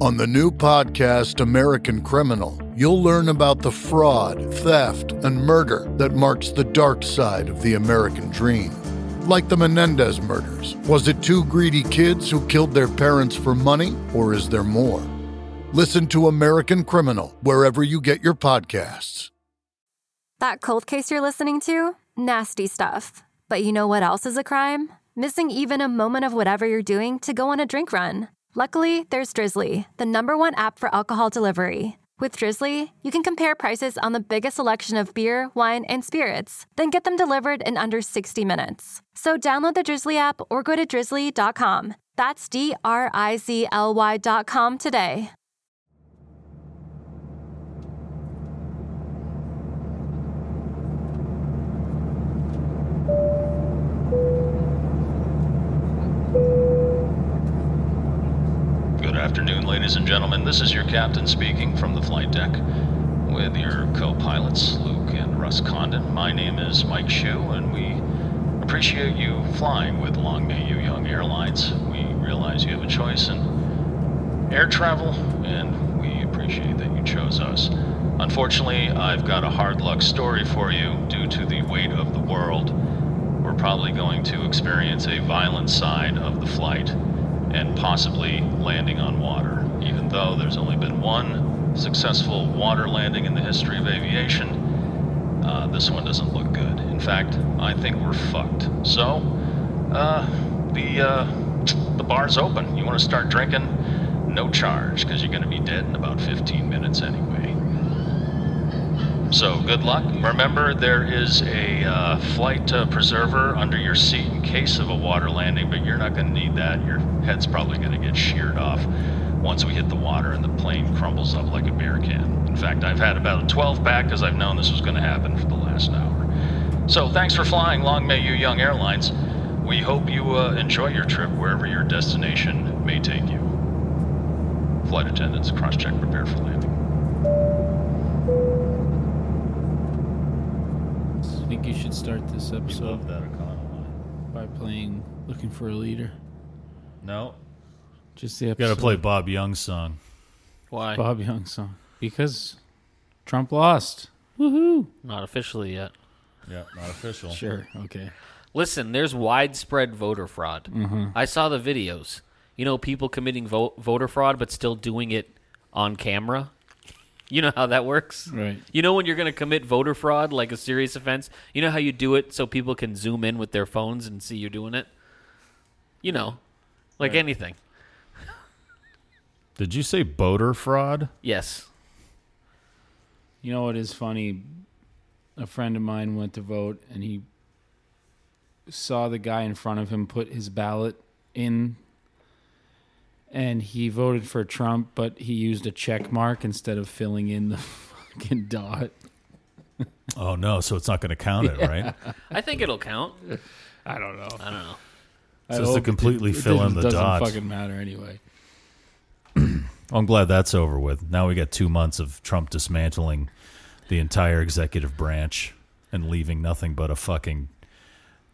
On the new podcast, American Criminal, you'll learn about the fraud, theft, and murder that marks the dark side of the American dream. Like the Menendez murders, was it two greedy kids who killed their parents for money, or is there more? Listen to American Criminal wherever you get your podcasts. That cold case you're listening to? Nasty stuff. But you know what else is a crime? Missing even a moment of whatever you're doing to go on a drink run. Luckily, there's Drizzly, the number one app for alcohol delivery. With Drizzly, you can compare prices on the biggest selection of beer, wine, and spirits, then get them delivered in under 60 minutes. So download the Drizzly app or go to drizzly.com. That's D R I Z L Y.com today. Good afternoon, ladies and gentlemen. This is your captain speaking from the flight deck with your co pilots, Luke and Russ Condon. My name is Mike Shu, and we appreciate you flying with Long May You Young Airlines. We realize you have a choice in air travel, and we appreciate that you chose us. Unfortunately, I've got a hard luck story for you due to the weight of the world. We're probably going to experience a violent side of the flight and possibly landing on water. Even though there's only been one successful water landing in the history of aviation, uh, this one doesn't look good. In fact, I think we're fucked. So, uh, the uh, the bar's open. You want to start drinking? No charge, because you're going to be dead in about 15 minutes anyway. So good luck. Remember, there is a uh, flight uh, preserver under your seat in case of a water landing, but you're not going to need that. Your head's probably going to get sheared off once we hit the water and the plane crumbles up like a beer can. In fact, I've had about a 12 back because I've known this was going to happen for the last hour. So thanks for flying Long May You Young Airlines. We hope you uh, enjoy your trip wherever your destination may take you. Flight attendants, cross check, prepare for landing. I think you should start this episode that Econo line. by playing "Looking for a Leader." No, Just the Got episode. to play Bob Young's song. Why? Bob Young song because Trump lost. Not officially yet. Yeah, not official. Sure. Okay. Listen, there's widespread voter fraud. Mm-hmm. I saw the videos. You know, people committing vo- voter fraud but still doing it on camera. You know how that works? Right. You know when you're going to commit voter fraud, like a serious offense? You know how you do it so people can zoom in with their phones and see you doing it? You know, like anything. Did you say boater fraud? Yes. You know what is funny? A friend of mine went to vote and he saw the guy in front of him put his ballot in and he voted for Trump, but he used a check mark instead of filling in the fucking dot. Oh no, so it's not going to count it, right? I think it'll count. I don't know. I don't know. I Just to hope it- completely it fill in doesn't- the doesn't dot. fucking matter anyway. I'm glad that's over with. Now we got two months of Trump dismantling the entire executive branch and leaving nothing but a fucking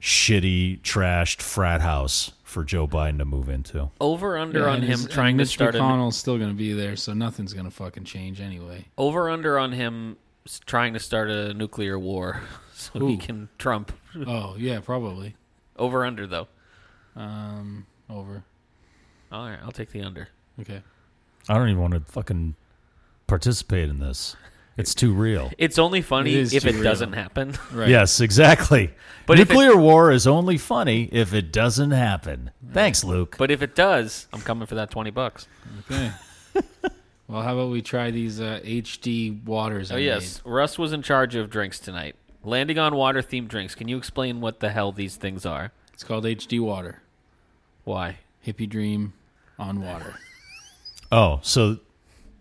shitty, trashed frat house for Joe Biden to move into. Over under Yeah, on and him it's- trying and to Mitch start a McConnell's still going to be there, so nothing's going to fucking change anyway. over under on him s- trying to start a nuclear war so he Who? can trump Oh yeah, probably. over under though Um, over. all right i'll take the under Okay. I don't even want to fucking participate in this. It's too real. it's only funny It is if too it real. doesn't happen Right. Yes, exactly. But if it- nuclear war is only funny if it doesn't happen. Thanks, Luke. but if it does i'm coming for that 20 bucks Okay. well, how about we try these uh, HD waters? oh I yes russ was in charge of drinks tonight landing on water themed drinks can you explain what the hell these things are made. It's called HD water. why Hippie dream on water. Oh, so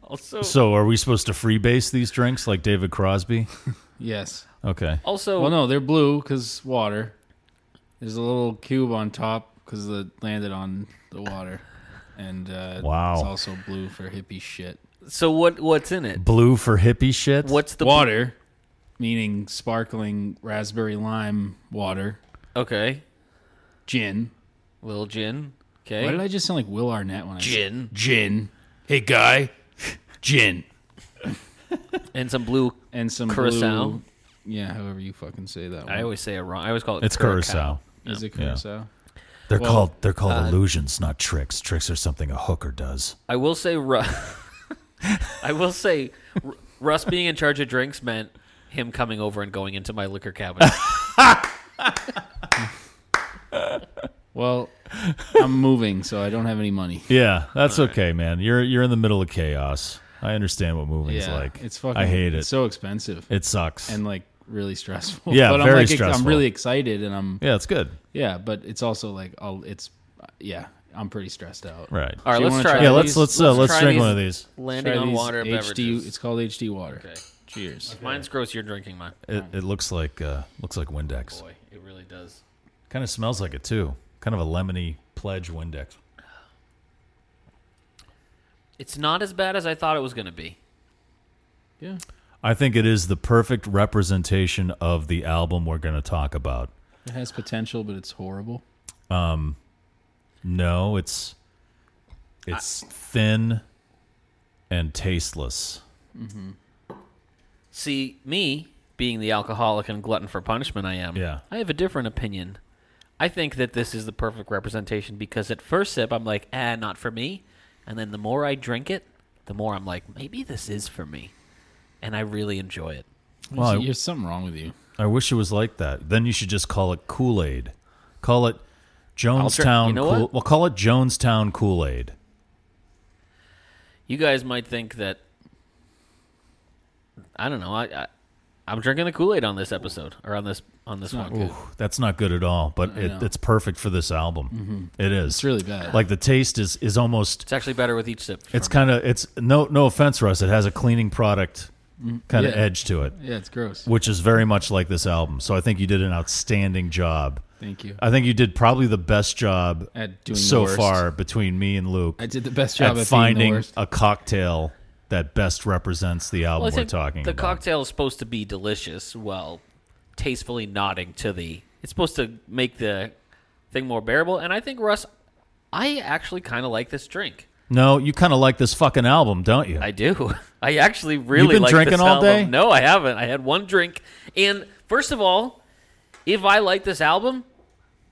also so are we supposed to freebase these drinks like David Crosby? yes. Okay. also Well, no, they're blue because water. There's a little cube on top because it landed on the water, and uh, Wow. it's also blue for hippie shit. so what what's in it Blue for hippie shit. what's the water, meaning sparkling raspberry lime water, okay gin. little gin Why did okay I just sound like Will Arnett when I Eh? Gin. gin? Hey, guy, gin and some blue. and some Curacao? Blue, yeah, however you fucking say that. One. I always say it wrong. I always call it. It's Curacao. Is it curacao? They're Well, called they're called illusions, not tricks. Tricks are something a hooker does. I will say, Ru- I will say, Ru- Russ being in charge of drinks meant him coming over and going into my liquor cabinet. Well, I'm moving, so I don't have any money. Yeah, that's okay, man. You're you're in the middle of chaos. I understand what moving's yeah, like. it's fucking. I hate it. It's so expensive it sucks. and like really stressful. Yeah, but I'm very like, ex- stressful. I'm really excited, and I'm yeah, it's good. yeah, but it's also like I'll, it's yeah, I'm pretty stressed out. Right. All right, you let's wanna try. try yeah, let's these- let's uh, let's try drink these one of these. Landing Try on these water HD beverages. It's called HD water. Okay. Cheers. Mine's gross. You're drinking mine. It, it looks like uh, looks like Windex. Boy, it really does. Kind of smells like it too. Kind of a lemony pledge Windex. It's not as bad as I thought it was going to be. Yeah. I think it is the perfect representation of the album we're going to talk about. It has potential, but it's horrible. No, it's it's thin and tasteless. See, me being the alcoholic and glutton for punishment I am, Yeah. I have a different opinion. I think that this is the perfect representation because at first sip, I'm like, ah, not for me. And then the more I drink it, the more I'm like, maybe this is for me. And I really enjoy it. Well, I- There's there's something wrong with you. I wish it was like that. Then you should just call it Kool Aid. Call it try- Jonestown. you know Kool- what? Well, call it Jonestown Kool Aid. You guys might think that, I don't know, I, I, I'm drinking the Kool Aid on this episode or on this on this one. That's not good at all, but it, know. it's perfect for this album. It is. It's really bad. like the taste is is almost. It's actually better with each sip. for It's me. kind of it's no no offense, Russ. It has a cleaning product kind of Yeah. edge to it, yeah, it's gross. which is very much like this album. So I think you did an outstanding job. Thank you. I think you did probably the best job At doing the so worst. far between me and Luke. I did the best job at, at finding being the worst. a cocktail that best represents the album Well, I we're think talking the about. cocktail is supposed to be delicious while tastefully nodding to the. It's supposed to make the thing more bearable. And I think, Russ, I actually kind of like this drink. no, you kind of like this fucking album, don't you? I do. I actually really been like drinking this all album. day? No, I haven't. I had one drink. And first of all, if I like this album,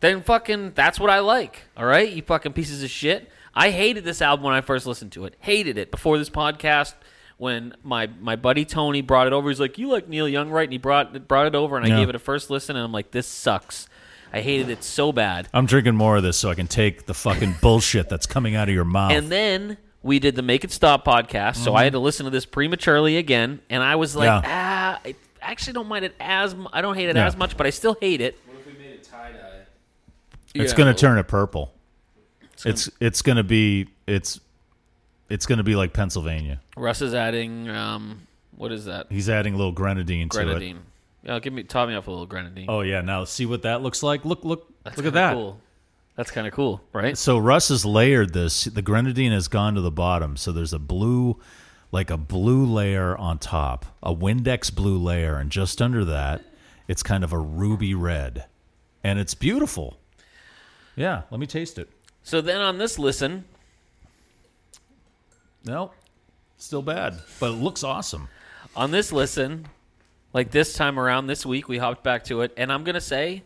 then fucking that's what I like. All right, you fucking pieces of shit. I hated this album when I first listened to it. Hated it before this podcast. When my my buddy Tony brought it over, he's like, "You like Neil Young, right?" And he brought brought it over, and I Yeah. gave it a first listen, and I'm like, "This sucks." I hated it so bad. I'm drinking more of this so I can take the fucking bullshit that's coming out of your mouth. And then we did the Make It Stop podcast, so I had to Mm-hmm. listen to this prematurely again, and I was like, ah, I actually don't mind it as mu- I don't hate it Yeah. as much, but I still hate it. What if we made it tie dye? it's Yeah. going to turn it purple. It's it's going to be it's it's going to be like Pennsylvania. Russ is adding, um, what is that? He's adding a little grenadine, to it. Grenadine. Yeah, give me top me up a little grenadine. Oh yeah, now see what that looks like. Look look That's look at kinda that. Cool. That's kind of cool, right? So Russ has layered this. The grenadine has gone to the bottom, so there's a blue, like a blue layer on top, a Windex blue layer, and just under that, it's kind of a ruby red, and it's beautiful. Yeah, let me taste it. So then on this listen, No, still bad, but it looks awesome. on this listen, like this time around this week, we hopped back to it, and I'm gonna say,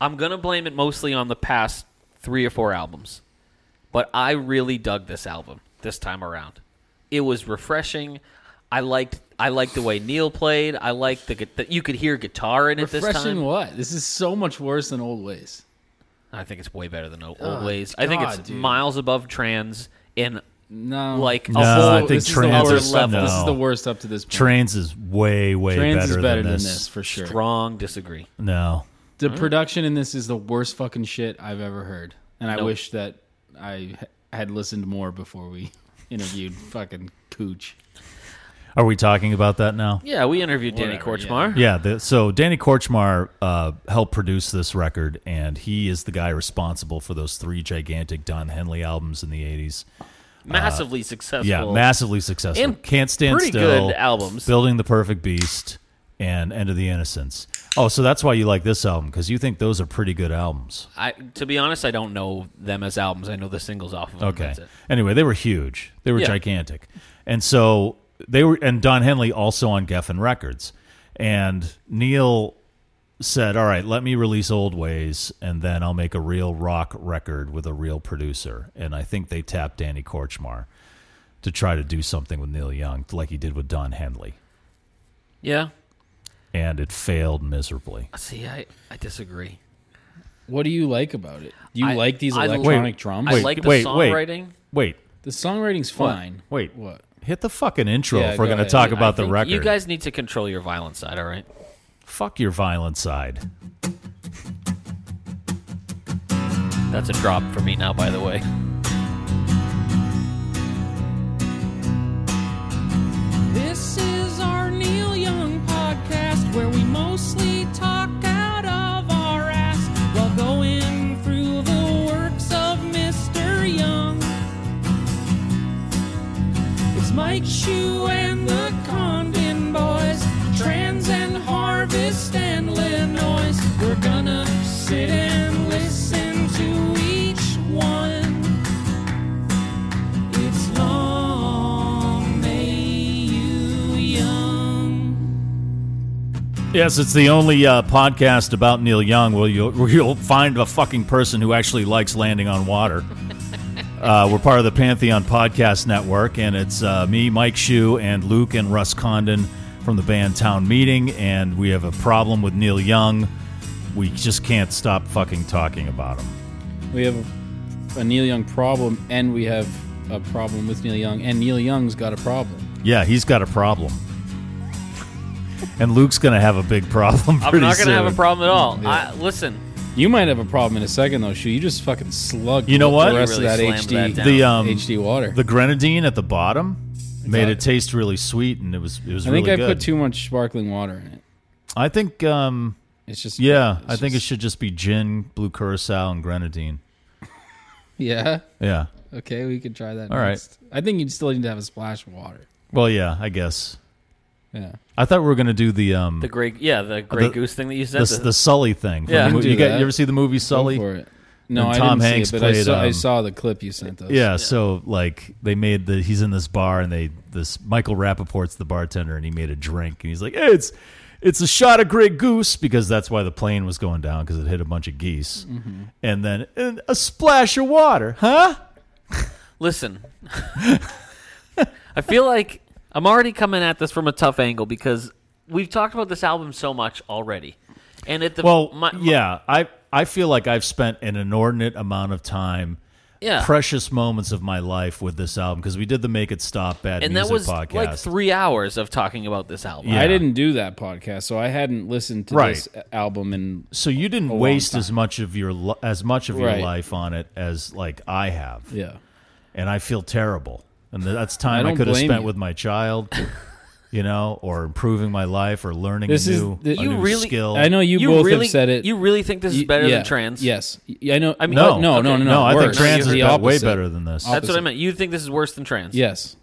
I'm gonna blame it mostly on the past three or four albums, but I really dug this album this time around. It was refreshing. I liked I liked the way Neil played. I liked the, gu- that you could hear guitar in it this Refreshing time. what? This is so much worse than old ways. I think it's way better than old old ways. I think it's Oh, God, dude. miles above trans in No, like No, a whole I think this is the trans other is worst up- level. no. This is the worst up to this point. Trans is way way Trans better, is better than this, this. for sure. strong disagree. No, The production in this is the worst fucking shit I've ever heard, and I wish that I h- had listened more before we interviewed fucking Cooch. are we talking about that now? Yeah, we interviewed Danny Whatever, yeah. Korchmar. Yeah, the, so Danny Korchmar uh, helped produce this record, and he is the guy responsible for those three gigantic Don Henley albums in the 80s. Massively successful. Uh, yeah, massively successful. And Can't Stand pretty Still. good albums. Building the Perfect Beast and End of the Innocence. Oh, so that's why you like this album because you think those are pretty good albums. I to be honest, I don't know them as albums. I know the singles off of them. Okay. That's it. Anyway, they were huge. They were Yeah. gigantic, and so they were. And Don Henley also on Geffen Records, and Neil said, "All right, let me release old ways, and then I'll make a real rock record with a real producer." And I think they tapped Danny Korchmar to try to do something with Neil Young, like he did with Don Henley, Yeah. and it failed miserably. See, I, I disagree. What do you like about it? Do you I- like these I- electronic Wait, drums? I like the wait, wait. songwriting. Wait, the songwriting's fine. Wait. what? hit the fucking intro Yeah, if we're go going to ahead. talk I about I the think record. You guys need to control your violent side, all right? Fuck your violent side. That's a drop for me now, by the way. This is our Neil Young podcast where we mostly talk out of our ass while going through the works of Mr. Young. It's Mike Shue and the Condon Boys, Trans and Harvest and Linois. We're gonna sit and listen to each one. It's long may you young. Yes, it's the only uh, podcast about Neil Young where you'll, where you'll find a fucking person who actually likes landing on water. Uh, we're part of the Pantheon Podcast Network, and it's uh, me, Mike Shue, and Luke and Russ Condon from the band Town Meeting. And we have a problem with Neil Young. We just can't stop fucking talking about him. We have a, a Neil Young problem, and we have a problem with Neil Young, and Neil Young's got a problem. Yeah, he's got a problem. And Luke's going to have a big problem. I'm pretty not going to have soon. a problem at all. I, listen, You might have a problem in a second though, Shu. You just fucking slugged. You know the what? The rest You of really that slammed HD, that down. The um, HD water. The grenadine at the bottom made all- it taste really sweet, and it was it was I really think I good. put too much sparkling water in it. I think um, It's just yeah, it's I think it just- should just be gin, blue curacao, and grenadine. yeah. Yeah. Mm. Okay, we could try that. All right. next. I think you'd still need to have a splash of water. Well, yeah, I guess. Yeah. I thought we were gonna do the um the gray, yeah, the gray The- goose thing that you said. the, the Sully thing. from Yeah. the movie. Do you, got, that. you ever see the movie Sully? Go for it. No, And I Tom didn't Hanks see it, but I played, saw, I um, saw the clip you sent us. Yeah, so like they made the he's in this bar and they this Michael Rappaport's the bartender and he made a drink and he's like, hey, it's it's a shot of Grey Goose because that's why the plane was going down because it hit a bunch of geese, and then and a splash of water, huh? Listen, I feel like I'm already coming at this from a tough angle because we've talked about this album so much already, and at the Well, my, my- yeah, I I feel like I've spent an inordinate amount of time. yeah, Precious moments of my life with this album because we did the Make It Stop Bad and that Music was podcast. like three hours of talking about this album. Yeah. I didn't do that podcast, so I hadn't listened to Right. this album and so you didn't long waste time. as much of your li- as much of your Right. life on it as like I have, yeah. and I feel terrible. And th- that's time I, don't could have blame spent you. with my child, you know, or improving my life or learning This a is new, the- a You new really- skill. I know you, You both really have said it. You really think this is Y- better yeah, than trans? Yes, Y- I know. I mean- no, No. no, no, no, Okay. no. No, I think worse. trans is The be- way opposite. better than this. That's what I Opposite. meant. You think this is worse than trans? Yes,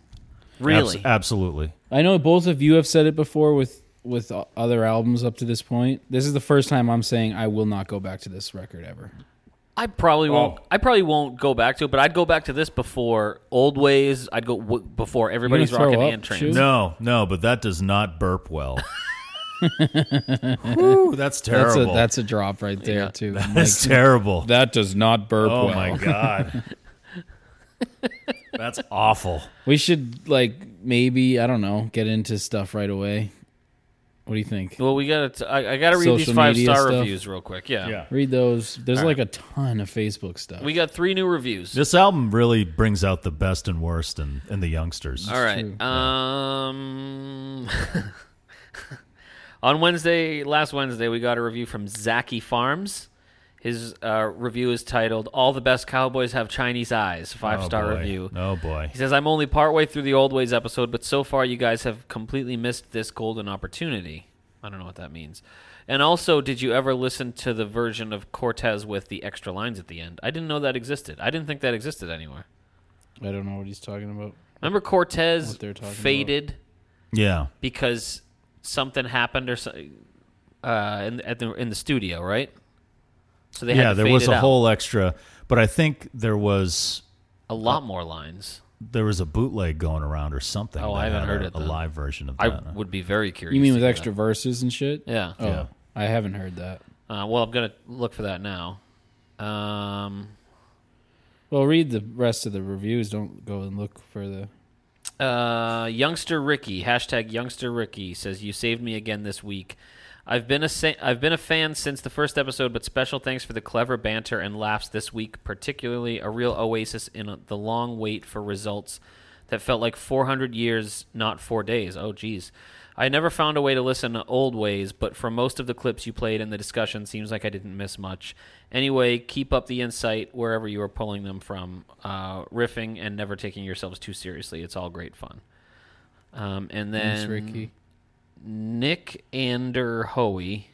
really. Abs- absolutely. I know. Both of you have said it before with with o- other albums up to this point. This is the first time I'm saying I will not go back to this record ever. I probably won't. I probably won't go back to it, but I'd go back to this before old ways. I'd go w- before everybody's throw rocking up, and trans. Shu? No, no, but that does not burp well. Whew, that's That's a terrible. that's a drop right there too. That's terrible. that does not burp oh well. my god, that's awful. We should like maybe I don't know get into stuff right away. What do you think? Well, we gotta. T- I, I gotta read these Social five media star stuff. reviews real quick. Yeah. Yeah. Read those. There's like a ton of Facebook stuff. We got three new reviews. This album really brings out the best and worst in, in the youngsters. All right. Um, on Wednesday, last Wednesday, we got a review from Zaki Farms. His uh, review is titled "All the Best Cowboys Have Chinese Eyes." Five Oh, star boy. review. Oh boy. He says, I'm only partway through the Old Ways episode, but so far you guys have completely missed this golden opportunity. I don't know what that means. And also, did you ever listen to the version of Cortez with the extra lines at the end? I didn't know that existed. I didn't think that existed anywhere. I don't know what he's talking about. Remember Cortez What they're talking about. faded Yeah. because something happened or so, uh, in at the in the studio, right? So they had yeah, to there fade was it a out. whole extra, but I think there was a lot more lines. there was a bootleg going around or something. that Oh, I haven't had heard a, it A then. live version of I that. would be very curious. Uh, You mean to with hear extra verses and shit? that. Yeah. Oh, I haven't heard that. Uh, well, I'm gonna look for that now. Um, Well, read the rest of the reviews. Don't go and look for the. Uh, youngster Ricky hashtag youngster Ricky says you saved me again this week. I've been a sa- I've been a fan since the first episode, but special thanks for the clever banter and laughs this week, particularly a real oasis in a, the long wait for results that felt like 400 years, not four days. Oh, geez. I never found a way to listen to old ways, but for most of the clips you played and the discussion, seems like I didn't miss much. Anyway, keep up the insight wherever you are pulling them from, uh, riffing and never taking yourselves too seriously. It's all great fun. Um, and Thanks, then Ricky. Nick Ander Hoey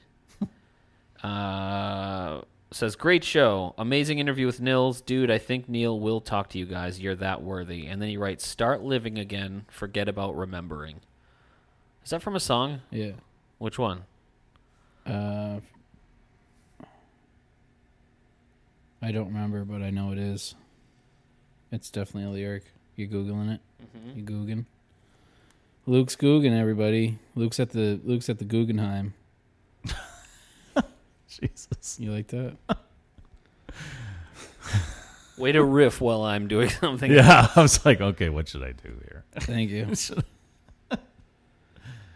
uh, says, "Great show, amazing interview with Nils, dude. I think Neil will talk to you guys. You're that worthy." And then he writes, "Start living again. Forget about remembering." Is that from a song? Yeah. Which one? Uh, I don't remember, but I know it is. It's definitely a lyric. You googling it? Mm-hmm. You googin'? Luke's googin' everybody. Luke's at the Luke's at the Guggenheim. Jesus. You like that? Way to riff while I'm doing something. Yeah, I was like, okay, what should I do here? Thank you.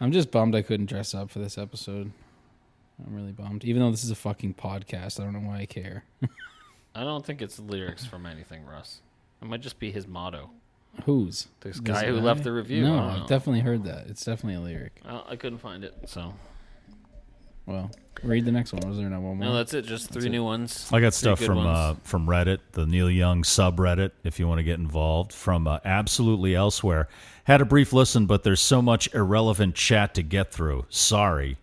I'm just bummed I couldn't dress up for this episode. I'm really bummed. Even though this is a fucking podcast, I don't know why I care. I don't think it's lyrics from anything, Russ. It might just be his motto. Who's This guy who left the review, No, I don't I've know. definitely heard that. It's definitely a lyric. Well, I couldn't find it, so Well, read the next one. Was there not one more? no, that's it. Just three new ones. I Three got stuff good from ones. uh, from Reddit, the Neil Young subreddit. If you want to get involved, from uh, absolutely elsewhere. Had a brief listen, but there's so much irrelevant chat to get through. Sorry.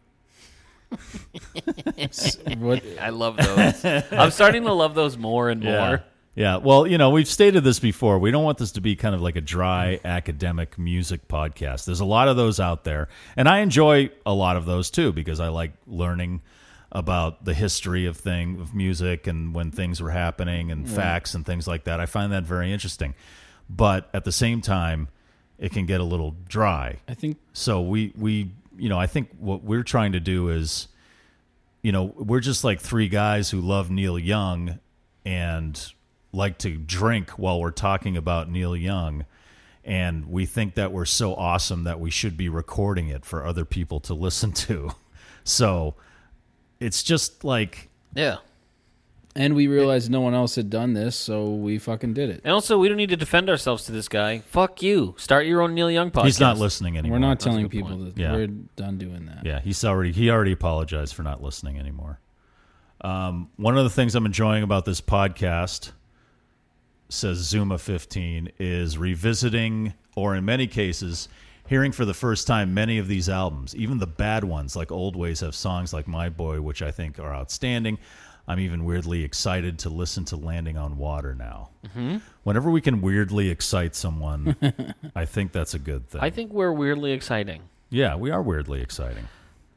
what? I love those. I'm starting to love those more and more. Yeah. Well, you know, we've stated this before. We don't want this to be kind of like a dry academic music podcast. There's a lot of those out there, and I enjoy a lot of those too because I like learning about the history of thing of music and when things were happening and facts and things like that. I find that very interesting. But at the same time, it can get a little dry. I think So we we you know I think what we're trying to do is, you know, we're just like three guys who love Neil Young and like to drink while we're talking about Neil Young, and we think that we're so awesome that we should be recording it for other people to listen to. So it's just like Yeah. And we realized no one else had done this, so we fucking did it. And also, we don't need to defend ourselves to this guy. Fuck you. Start your own Neil Young podcast. he's not listening anymore. We're not a telling good people point. that Yeah. we're done doing that. Yeah, he's already he already apologized for not listening anymore. Um, one of the things I'm enjoying about this podcast says Zuma 15 is revisiting or in many cases hearing for the first time many of these albums, even the bad ones like Old Ways have songs like My Boy which I think are outstanding. I'm even weirdly excited to listen to Landing on Water now. Mm-hmm. Whenever we can weirdly excite someone, I think that's a good thing. I think we're weirdly exciting. Yeah, we are weirdly exciting.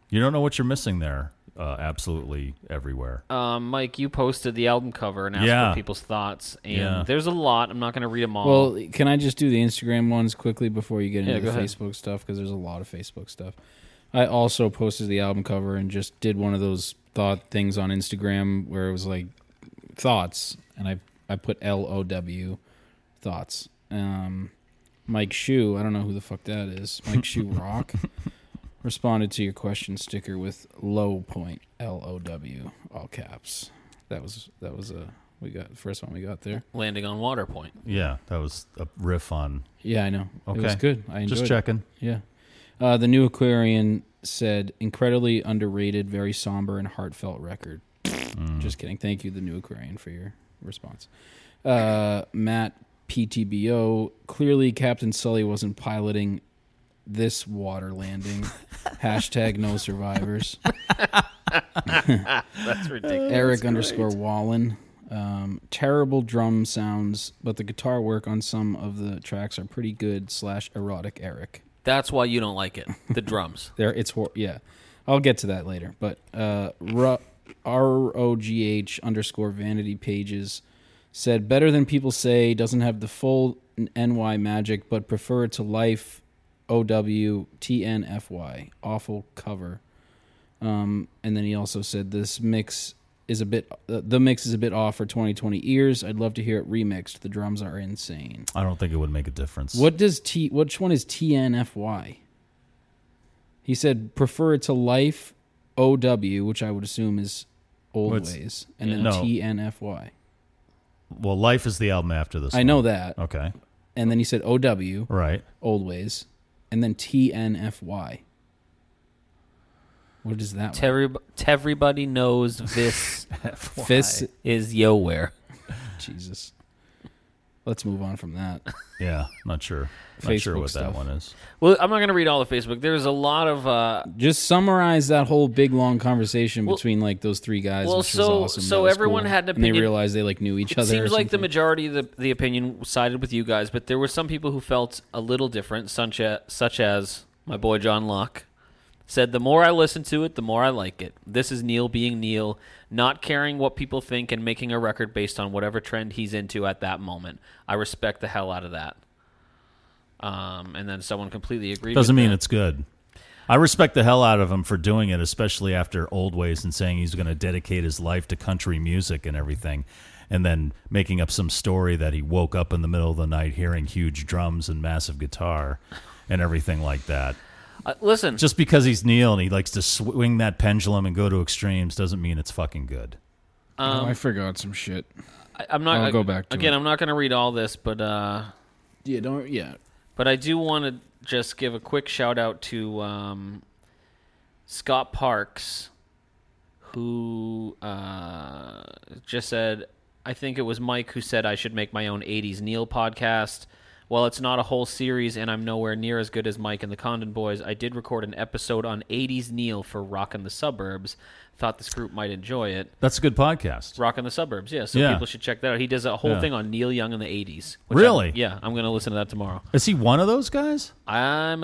You don't know what you're missing there. Uh, absolutely everywhere. Uh, Um, Mike, you posted the album cover and asked Yeah. for people's thoughts, and Yeah. there's a lot. I'm not going to read them all. Well, can I just do the Instagram ones quickly before you get into Yeah, the go ahead. Facebook stuff? Because there's a lot of Facebook stuff. I also posted the album cover and just did one of those thought things on Instagram where it was like thoughts, and I I put L O W thoughts. Um, Mike Shu, I don't know who the fuck that is. Mike Shu Rock responded to your question sticker with low point L O W all caps. That was that was a we got first one we got there. Landing on Water Point. yeah, that was a riff on. Yeah, I know. Okay, It was good. I enjoyed Just it. checking. Yeah. Uh, the new Aquarian said, incredibly underrated, very somber and heartfelt record. Just kidding. Thank you, the new Aquarian, for your response. Uh, Matt PTBO, clearly Captain Sully wasn't piloting this water landing. Hashtag no survivors. That's ridiculous. Eric underscore Wallen. Um, terrible drum sounds, but the guitar work on some of the tracks are pretty good. Slash erotic Eric. That's why you don't like it. The drums. There, it's hor- yeah. I'll get to that later. But uh, Ru- ROGH underscore vanity pages said, better than people say, doesn't have the full NY magic, but prefer it to life OWTNFY. Awful cover. Um, and then he also said, this mix is a bit, uh, the mix is a bit off for 2020 ears. I'd love to hear it remixed. The drums are insane. I don't think it would make a difference. What does T? Which one is TNFY? He said prefer it to life, OW, which I would assume is old Well, it's- ways, and yeah. then No. TNFY. Well, life is the album after this. I one. know that. Oh. Okay. And then he said OW, Right. old ways, and then TNFY. What is that? one? Terry, everybody knows this Fist. is Yoware. Jesus. Let's move on from that. Yeah. Not sure. Not sure Facebook what stuff. that one is. Well, I'm not going to read all the Facebook. There's a lot of uh, Just summarize that whole big long conversation between like those three guys. well, which so- was awesome. so That was everyone cool. had an And they opinion. realized they like knew each It other. or seems like the something. majority of the, the opinion sided with you guys, but there were some people who felt a little different, such as, such as my boy John Locke said, The more I listen to it, the more I like it. This is Neil being Neil, not caring what people think and making a record based on whatever trend he's into at that moment. I respect the hell out of that. Um, and then someone completely agreed. Doesn't with mean that. it's good. I respect the hell out of him for doing it, especially after Old Ways and saying he's going to dedicate his life to country music and everything, and then making up some story that he woke up in the middle of the night hearing huge drums and massive guitar and everything like that. Uh, listen, Just because he's Neil and he likes to swing that pendulum and go to extremes doesn't mean it's fucking good. Oh, um, I forgot some shit. I, I'm not. I'll I- go back to again. it. I'm not going to read all this, but uh, Yeah, don't. Yeah, But I do want to just give a quick shout out to um, Scott Parks, who uh, just said, I think it was Mike who said I should make my own 80s Neil podcast. While it's not a whole series and I'm nowhere near as good as Mike and the Condon Boys, I did record an episode on 80s Neil for Rockin' the Suburbs. Thought this group might enjoy it. That's a good podcast. Rockin' the Suburbs, yeah. So Yeah. people should check that out. He does a whole Yeah. thing on Neil Young in the 80s. which I'm- Really? yeah, I'm going to listen to that tomorrow. Is he one of those guys? I'm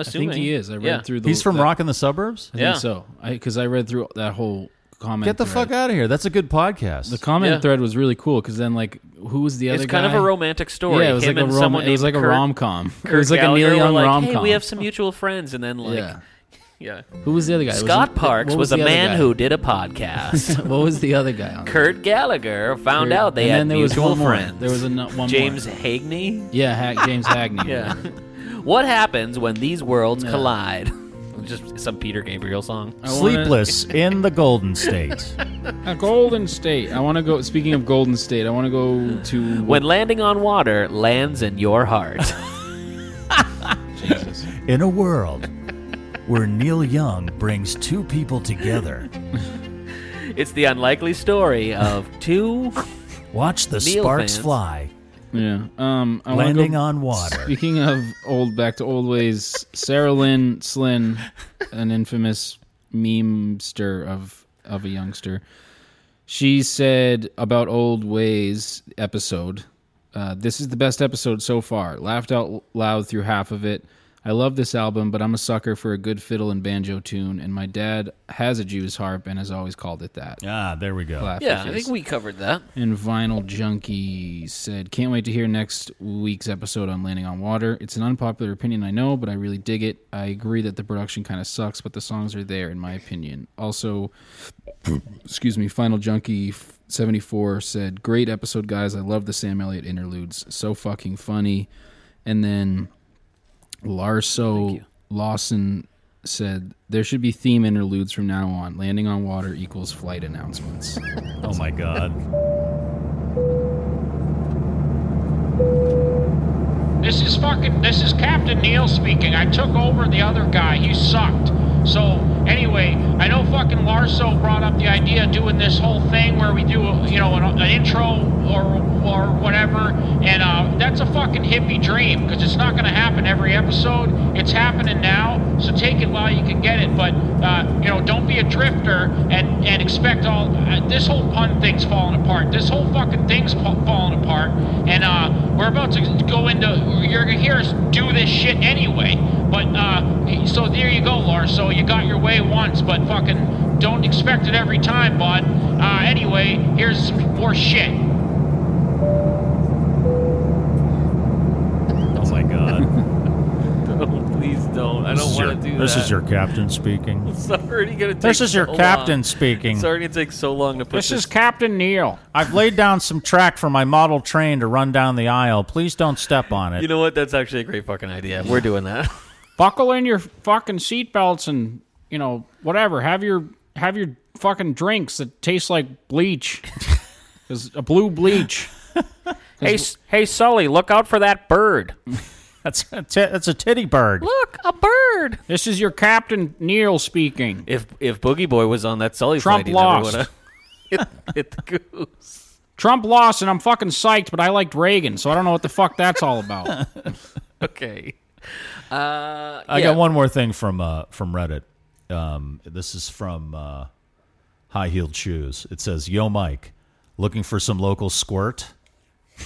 I assuming think he is. I read yeah. through the. He's from that- Rockin' the Suburbs? I Yeah. think so. Because I, read through that whole comment. Get the thread. fuck out of here. That's a good podcast. The comment Yeah. thread was really cool because then like who was the other? It's kind of guy? a romantic story. Yeah, it was Him like a and rom. someone It was like named a Kurt- rom com. It Kurt was like Gallagher a were Neil Young like, rom com. Hey, we have some mutual friends, and then like, yeah. yeah. Who was the other guy? It was- Scott what Parks was, the a other man guy? who did a podcast. What was the other guy? On there? Kurt Gallagher found out they and had then there mutual was one friends. More. There was a nu- one more. James Hagney. Yeah, Hag- James Hagney. Yeah. what happens when these worlds collide? Just some Peter Gabriel song. I wanna- Sleepless in the Golden State. Uh, Golden State. I want to go. Speaking of Golden State, I want to go to When landing on water lands in your heart. Jesus. In a world where Neil Young brings two people together, it's the unlikely story of two. watch the Neil sparks fans. fly, Yeah. Um. I wanna landing go, on water. Speaking of old, back to old ways, Sarah Lynn Slynn, an infamous memester of of a youngster, she said about old ways episode. Uh, this is the best episode so far. Laughed out loud through half of it. I love this album, but I'm a sucker for a good fiddle and banjo tune, and my dad has a Jew's harp and has always called it that. Ah, there we go. Laugh Yeah, I your think face. we covered that. And Vinyl Junkie said, Can't wait to hear next week's episode on Landing on Water. It's an unpopular opinion, I know, but I really dig it. I agree that the production kind of sucks, but the songs are there, in my opinion. Also, excuse me, Final Junkie 74 said, Great episode, guys. I love the Sam Elliott interludes. So fucking funny. And then Larso Lawson said, There should be theme interludes from now on. Landing on Water equals flight announcements. Oh my God. This is fucking. This is Captain Neil speaking. I took over the other guy. He sucked. So anyway, I know fucking Larso brought up the idea of doing this whole thing where we do, you know, an, an intro or or whatever, and uh, that's a fucking hippie dream because it's not going to happen every episode. It's happening now, so take it while you can get it. But uh, you know, don't be a drifter and and expect all. Uh, this whole pun thing's falling apart. This whole fucking thing's fa- falling apart, and uh, we're about to go into. You're gonna hear us do this shit anyway. But uh, so there you go, Lars. So you got your way okay once, but fucking don't expect it every time, bud. Uh, anyway, here's some more shit. Oh my god. Please don't. I don't want to do This that. is your captain speaking. It's already gonna take. This is your so captain long. speaking. It's already gonna take so long to put this. Captain Neil. I've laid down some track for my model train to run down the aisle. Please don't step on it. you know what? That's actually a great fucking idea. We're doing that. Buckle in your fucking seatbelts and you know whatever. Have your have your fucking drinks that taste like bleach. Is a blue bleach. hey, hey, Sully, look out for that bird. that's a ti- that's a titty bird. Look, a bird. This is your captain Neil speaking. If if Boogie Boy was on that Sully Trump flight, he lost. never would have hit, hit the goose. Trump lost, and I'm fucking psyched, but I liked Reagan, so I don't know what the fuck that's all about. Okay. Uh, I yeah. got one more thing from uh, from Reddit. Um, this is from uh, High Heeled Shoes. It says, "Yo, Mike, looking for some local squirt."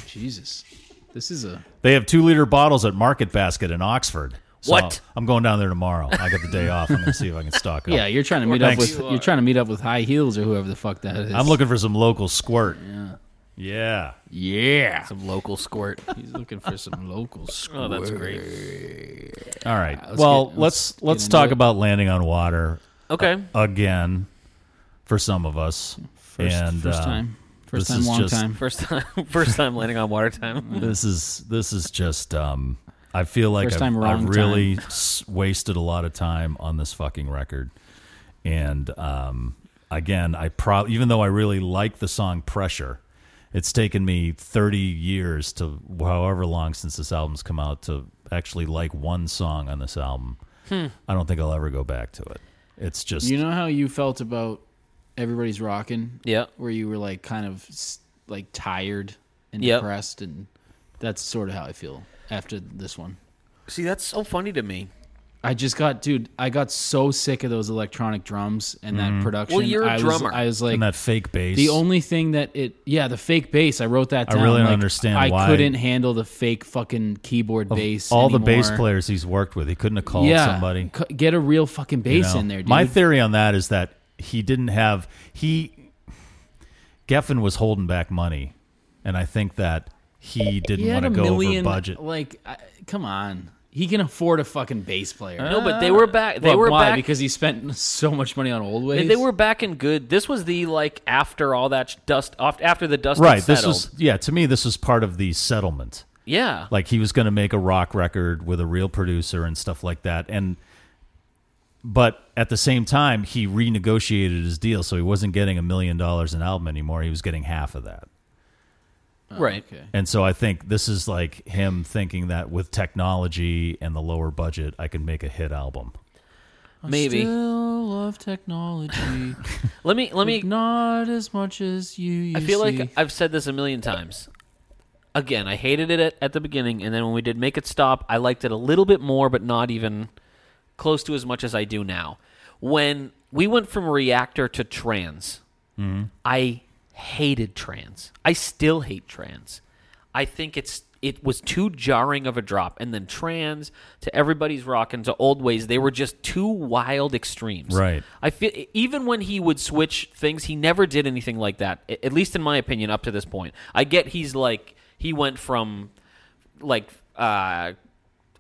Jesus, this is a They have two liter bottles at Market Basket in Oxford. So What? I'm going down there tomorrow. I got the day off. I'm going to see if I can stock up. yeah. You're trying to meet Thanks. up with you're trying to meet up with high heels or whoever the fuck that is. I'm looking for some local squirt. Yeah. Yeah. Yeah, Some local squirt. he's looking for some local. Squirt. Oh, that's great. All right. well, let's get- let's let's, get into talk it. about landing on water Okay. again for some of us. First, and first uh, time, this first time, is long just- time. First time, first time landing on water time. this is this is just um I feel like First I've, time, wrong I've really s- wasted a lot of time on this fucking record. And um again, I pro even though I really like the song Pressure, it's taken me 30 years to however long since this album's come out to actually like one song on this album. I don't think I'll ever go back to it. It's just Hmm. You know how you felt about everybody's rocking, Yeah. where you were like kind of s- like tired and Yep. depressed, and that's sort of how I feel after this one. See, that's so funny to me. I just got, dude, I got so sick of those electronic drums and that production. Well, you're a I was- drummer. I was like, and that fake bass. The only thing that it, yeah, the fake bass. I wrote that I down. really don't like, understand I why- couldn't handle the fake fucking keyboard bass. all the bass anymore. players he's worked with, he couldn't have called Yeah, somebody. c- get a real fucking you bass know? in there, dude. My theory on that is that he didn't have he Geffen was holding back money, and I think that he didn't He had want to a go million, over budget. Like, I, come on, he can afford a fucking bass player. No, but they were back. They Well, were why? back because he spent so much money on old ways. And they were back in good. This was the like after all that sh- dust off after the dust had Right. This settled. was yeah. To me, this was part of the settlement. yeah. Like he was going to make a rock record with a real producer and stuff like that. And but at the same time, he renegotiated his deal, so he wasn't getting a million dollars an album anymore. He was getting half of that. Oh, right. And so I think this is like him thinking that with technology and the lower budget, I can make a hit album. Maybe. Still love technology, Let me let me not as much as you. I feel like I've said this a million times. Again, I hated it at, at the beginning, and then when we did Make It Stop, I liked it a little bit more, but not even close to as much as I do now. When we went from Reactor to Trans, I hated Trans. I still hate Trans. I think it's it was too jarring of a drop, and then Trans to Everybody's Rockin' to Old Ways, they were just two wild extremes. Right. I feel e, even when he would switch things, he never did anything like that. a- At least in my opinion, up to this point. I get he's like he went from like uh,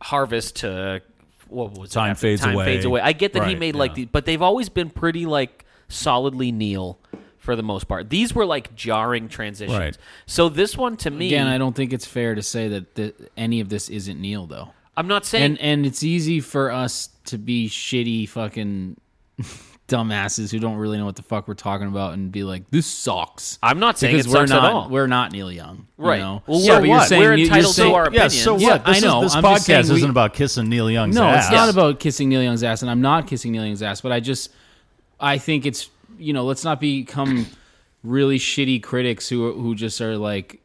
harvest to what was it Time after- fades time away. fades away. I get that he Right, made like yeah. the, but they've always been pretty like solidly Neil for the most part. These were like jarring transitions. Right. So this one to me, Again, I don't think it's fair to say that the, any of this isn't Neil though. I'm not saying And and it's easy for us to be shitty fucking dumbasses who don't really know what the fuck we're talking about and be like, this sucks. I'm not saying because it we're sucks at not all. we're not Neil Young, you Right. know? Well, yeah, so but you're what? saying We're you- you're entitled to saying- our Yeah, opinions. so what? Yeah, this I know. Is, this I'm just podcast saying we- isn't about kissing Neil Young's No, ass. it's not about kissing Neil Young's ass, and I'm not kissing Neil Young's ass, but I just I think it's you know, let's not become really shitty critics who who just are like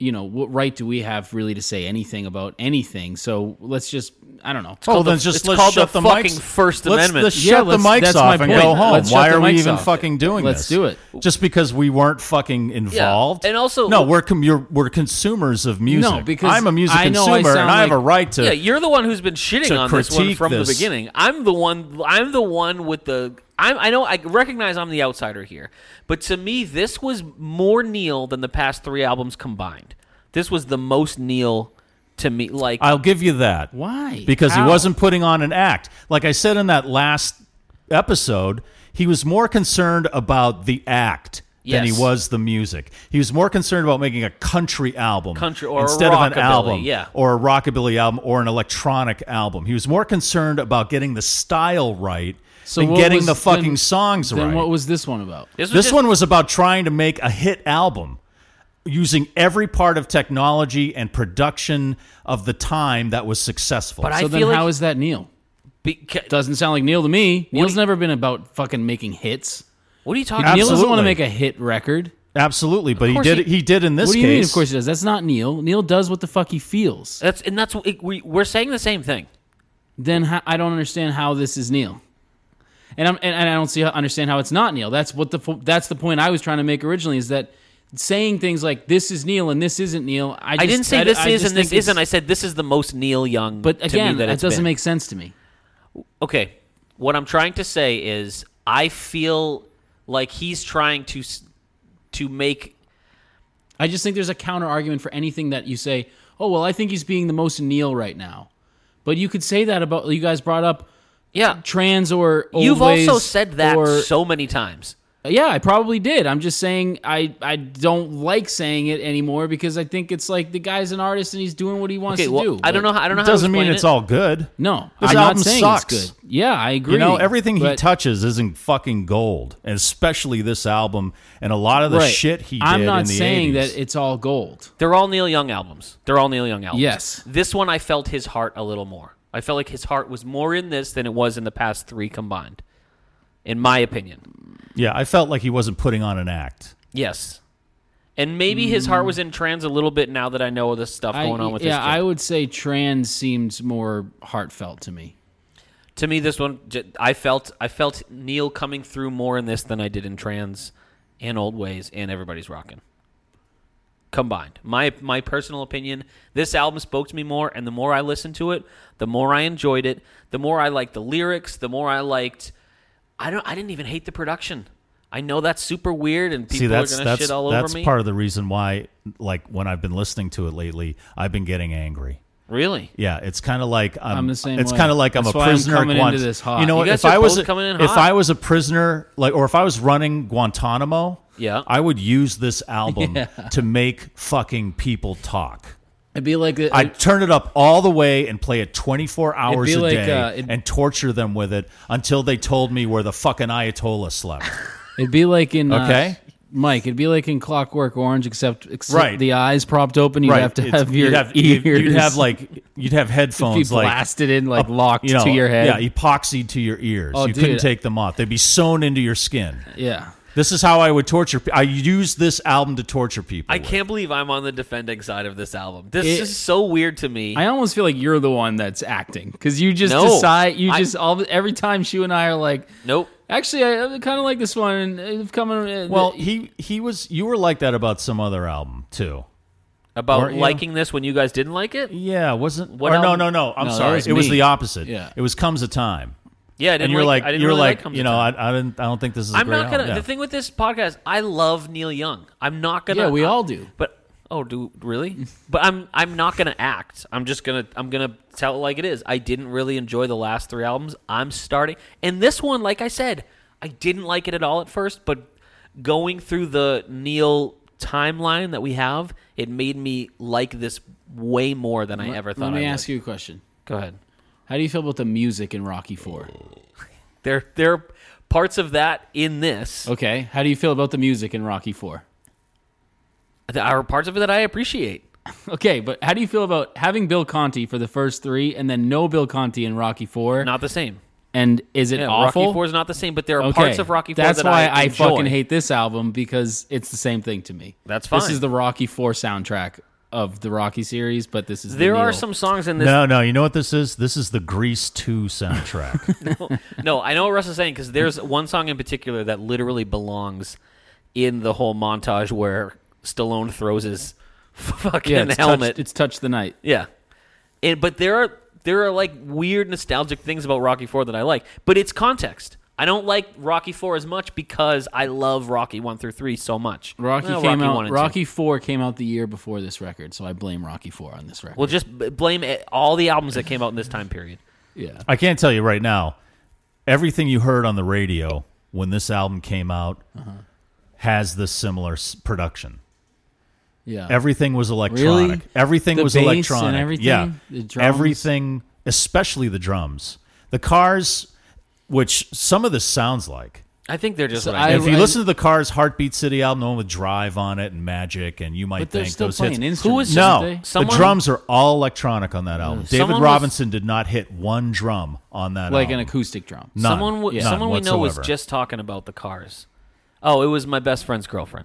you know, what right do we have really to say anything about anything? So let's just, I don't know. Oh, called the- then just it's let's called shut the the, fucking mics. First let's, Amendment. Let's Yeah, shut let's- the mics that's my off and point. go home. Let's Why shut are the we mics even off. fucking doing Let's this? do it. Just because we weren't fucking involved. And also- no, we're com- you're, we're consumers of music. because I'm a music I know consumer I and sound I have a like- right to. yeah, you're the one who's been shitting to on this one critique from this. the beginning. I'm the one. I'm the one with the. I'm, I know. I recognize I'm the outsider here, but to me, this was more Neil than the past three albums combined. This was the most Neil to me. Like I'll give you that. Why? Because How? he wasn't putting on an act. Like I said in that last episode, he was more concerned about the act. Than he Yes. was the music. He was more concerned about making a country album, Country- or a instead of an rockabilly, album, yeah. or a rockabilly album, or an electronic album. He was more concerned about getting the style right than what getting was- the fucking then- songs then right. what was this one about? this, was This just- one was about trying to make a hit album using every part of technology and production of the time that was successful. But I So feel then, like how is that Neil? beca- Doesn't sound like Neil to me. Neil's never been about fucking making hits. what are you talking? Neil doesn't want Absolutely. to make a hit record. Absolutely, but he course did he- he, did in this what do you case. mean? Of course he does. That's not Neil. Neil does what the fuck he feels. That's and that's it, we we're saying the same thing. Then how, I don't understand how this is Neil. And I'm and, and I don't see how, understand how it's not Neil. That's what the fu- that's the point I was trying to make originally is that saying things like this is Neil and this isn't Neil. I, just, I didn't say I- this I is just and this think it's- isn't. I said this is the most Neil Young. but to again, me that that it's doesn't been. make sense to me. okay what i'm trying to say is i feel like he's trying to s- to make I just think there's a counter argument for anything that you say, oh, well, I think he's being the most Neil right now. But you could say that about, you guys brought up yeah trans or old you've also ways said that or- so many times yeah, I probably did. I'm just saying I, I don't like saying it anymore because I think it's like the guy's an artist and he's doing what he wants okay to well do. i don't know how i don't It know how to doesn't mean explain it's it. all good. No, This I'm album not saying sucks. it's good. Yeah, I agree. You know, everything he but- touches isn't fucking gold, and especially this album and a lot of the right. shit he did I'm not in the saying 80s. that it's all gold. they're all neil young albums they're all neil young albums Yes. this one i felt his heart a little more i felt like his heart was more in this than it was in the past three combined in my opinion Yeah, I felt like he wasn't putting on an act. yes and maybe his heart was in trans a little bit now that i know all this stuff I, going on with yeah, this I would say trans seems more heartfelt to me. to me this one j- i felt i felt neil coming through more in this than i did in trans and old ways and everybody's rocking combined my my personal opinion this album spoke to me more and the more i listened to it the more i enjoyed it the more i liked the lyrics the more i liked i don't i didn't even hate the production i know that's super weird and people See, that's are gonna that's shit all that's over me part of the reason why, like when I've been listening to it lately, I've been getting angry. really Yeah, it's kind of like I'm, I'm the same It's way. kind of like I'm That's a why I'm prisoner. at coming into Guant- this hot. You know, You what, guys if are I was both coming in if hot. I was a prisoner, like or if I was running Guantanamo, Yeah. I would use this album to make fucking people talk. It'd be like a- I'd turn it up all the way and play it 24 hours be a like, day uh, it'd- and torture them with it until they told me where the fucking Ayatollah slept. It'd be like in uh, Okay. Mike. It'd be like in Clockwork Orange, except, except Right. the eyes propped open. You'd have to It's- have your you'd have, ears. you'd- You'd have like you'd have headphones like blasted in, like up- locked you know, to your head. Yeah, epoxied to your ears. Oh, you couldn't dude. take them off. They'd be sewn into your skin. yeah. This is how I would torture. pe- I use this album to torture people. i with. can't believe i'm on the defending side of this album this It- is so weird to me I almost feel like you're the one that's acting because you just No. decide. You I- just all every time she and I are like, nope actually, I, kind of like this one. And it's coming. Well, he he was. You were like that about some other album too. about Weren't you? liking this when you guys didn't like it Yeah, wasn't. What or no, album? no, no. I'm No, that sorry. was it was me. the opposite. Yeah. it was comes a time, Yeah, I didn't and you're really- like, I didn't you're really like, Comes you to know, Town. I, I didn't. I don't think this is. i I'm not gonna. Album. Yeah. The thing with this podcast, I love Neil Young. I'm not gonna. Yeah, we all do. But oh, do really? but I'm I'm not gonna act. I'm just gonna I'm gonna tell it like it is. I didn't really enjoy the last three albums. I'm starting, and this one, like I said, I didn't like it at all at first. But going through the Neil timeline that we have, it made me like this way more than I ever thought. Let I me would. ask you a question. Go ahead. How do you feel about the music in Rocky Four? There there are parts of that in Oh, this. Okay. How do you feel about the music in Rocky Four? There are parts of it that I appreciate. Okay, but how do you feel about having Bill Conti for the first three and then no Bill Conti in Rocky Four? Not the same. and is it Yeah, awful? Rocky Four is not the same, but there are okay. parts of Rocky Four That's that why I, enjoy. fucking hate this album because it's the same thing to me. That's This fine. is the Rocky Four soundtrack of the Rocky series, but this is the There are Neil. some songs in this. No, no. You know what this is? This is the Grease 2 soundtrack. no, I know what Russ is saying because there's one song in particular that literally belongs in the whole montage where Stallone throws his fucking yeah, it's helmet. Touched, it's touched the night. yeah, and, but there are there are like weird nostalgic things about Rocky Four that I like, but it's context. I don't like Rocky Four as much because I love Rocky One through Three so much. Rocky Well, came one out. and two. Rocky Four came out the year before this record, so I blame Rocky Four on this record. Well, just b- blame it- all the albums that came out in this time period. yeah, I can't tell you right now. Everything you heard on the radio when this album came out Uh-huh. has this similar s- production. yeah. Everything was electronic. Really? Everything The was bass and electronic. everything? Yeah. The drums? Everything, especially the drums. The cars, which some of this sounds like. I think they're just. So what I- I- if you listen to the Cars Heartbeat City album, the one with Drive on it and Magic, and you might but they're think still those playing hits. instruments. No. aren't they? the Someone- drums are all electronic on that album. David Someone was- Robinson did not hit one drum on that like an album. acoustic drum. None. someone w- None someone we know was whatsoever. just talking about the cars. Oh, it was my best friend's girlfriend.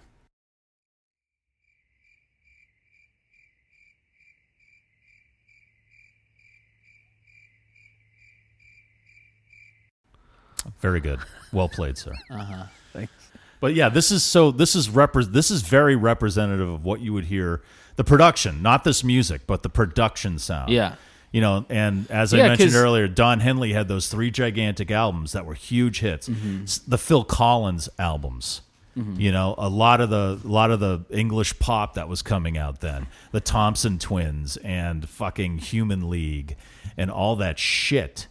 very good. Well played, sir. uh-huh. Thanks. But yeah, this is so this is repre- this is very representative of what you would hear the production, not this music, but the production sound. Yeah. You know, and as Yeah, I mentioned 'cause- earlier, Don Henley had those three gigantic albums that were huge hits. Mm-hmm. S- The Phil Collins albums. You know, a lot of the a lot of the English pop that was coming out then, the Thompson twins and fucking Human League and all that shit.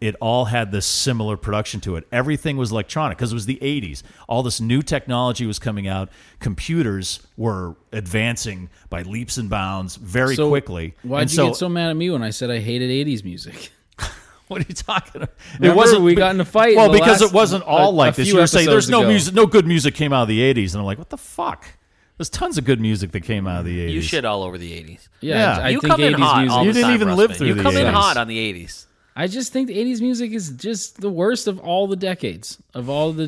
It all had this similar production to it. Everything was electronic because it was the 80s. All this new technology was coming out. Computers were advancing by leaps and bounds very So, quickly. Why'd And you get so mad at me when I said I hated '80s music? what are you talking about? Remember, we got in a fight Well, in the because last- it wasn't all a- like a this. few You were saying there's episodes no ago. music, no good music came out of the '80s, and I'm like, what the fuck? There's tons of good music that came out of the '80s. You shit all over the eighties. Yeah, Yeah. I, I you think come in 80s hot. music. All You the didn't time, even Russ live Mann. through You the come in 80s. hot on the eighties. I just think the '80s music is just the worst of all the decades of all the.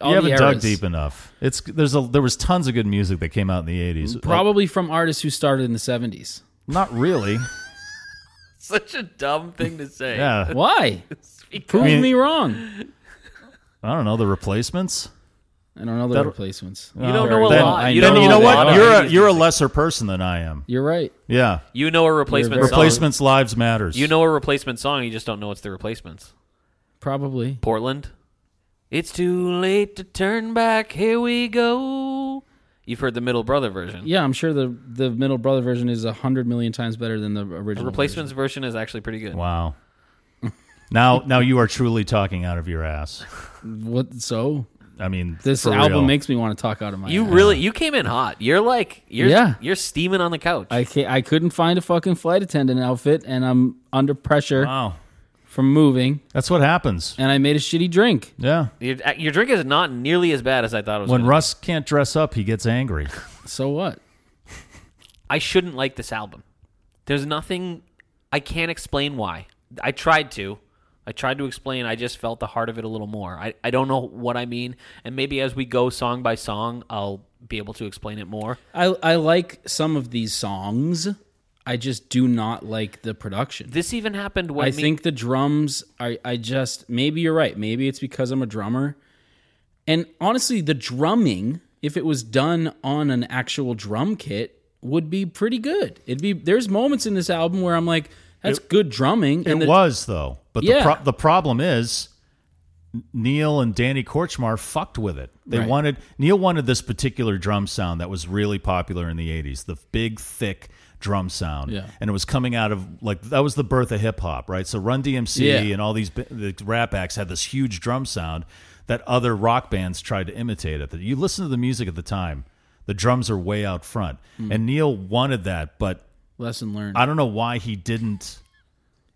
All You the haven't dug eras. deep enough. It's there's a there was tons of good music that came out in the '80s. Probably from artists who started in the '70s. Not really. Such a dumb thing to say. Yeah, Why? Prove mean- me wrong. I don't know the replacements. I don't know the That'll- replacements. You don't know a Then- lot. I You know don't then you know a lot what? about You're a 80s you're a music. lesser person than I am. You're right. Yeah. You know a replacement very- song. Replacements lives matters. You know a replacement song. You just don't know it's the replacements. Probably. Portland. It's too late to turn back. Here we go. You've heard the middle brother version. Yeah, I'm sure the the middle brother version is a hundred million times better than the The original. replacements version is actually pretty good. Wow. Now now you are truly talking out of your ass. version. What? So I mean, this for album real. makes me want to talk out of my. You ass. really you came in hot. You're like you're Yeah. you're steaming on the couch. I can't, I couldn't find a fucking flight attendant outfit, and I'm under pressure Wow. from moving, That's what happens. and I made a shitty drink. Yeah. your, uh, your drink is not nearly as bad as I thought it was. When gonna be. Russ can't dress up, he gets angry. So what? I shouldn't like this album. There's nothing I can't explain why. I tried to. I tried to explain. I just felt the heart of it a little more. I, I don't know what I mean. And maybe as we go song by song, I'll be able to explain it more. I I like some of these songs. I just do not like the production. This even happened when I me- think the drums are I just maybe you're right. Maybe it's because I'm a drummer. And honestly, the drumming, if it was done on an actual drum kit, would be pretty good. It'd be there's moments in this album where I'm like, that's good drumming. It the, was though, but Yeah. the pro- the problem is Neil and Danny Korchmar fucked with it. They Right. wanted Neil wanted this particular drum sound that was really popular in the '80s, the big thick drum sound, Yeah. and it was coming out of like that was the birth of hip hop, right? So Run DMC Yeah. and all these bi- the rap acts had this huge drum sound that other rock bands tried to imitate it. That you listen to the music at the time, the drums are way out front, Hmm. and Neil wanted that, but lesson learned. I don't know why he didn't.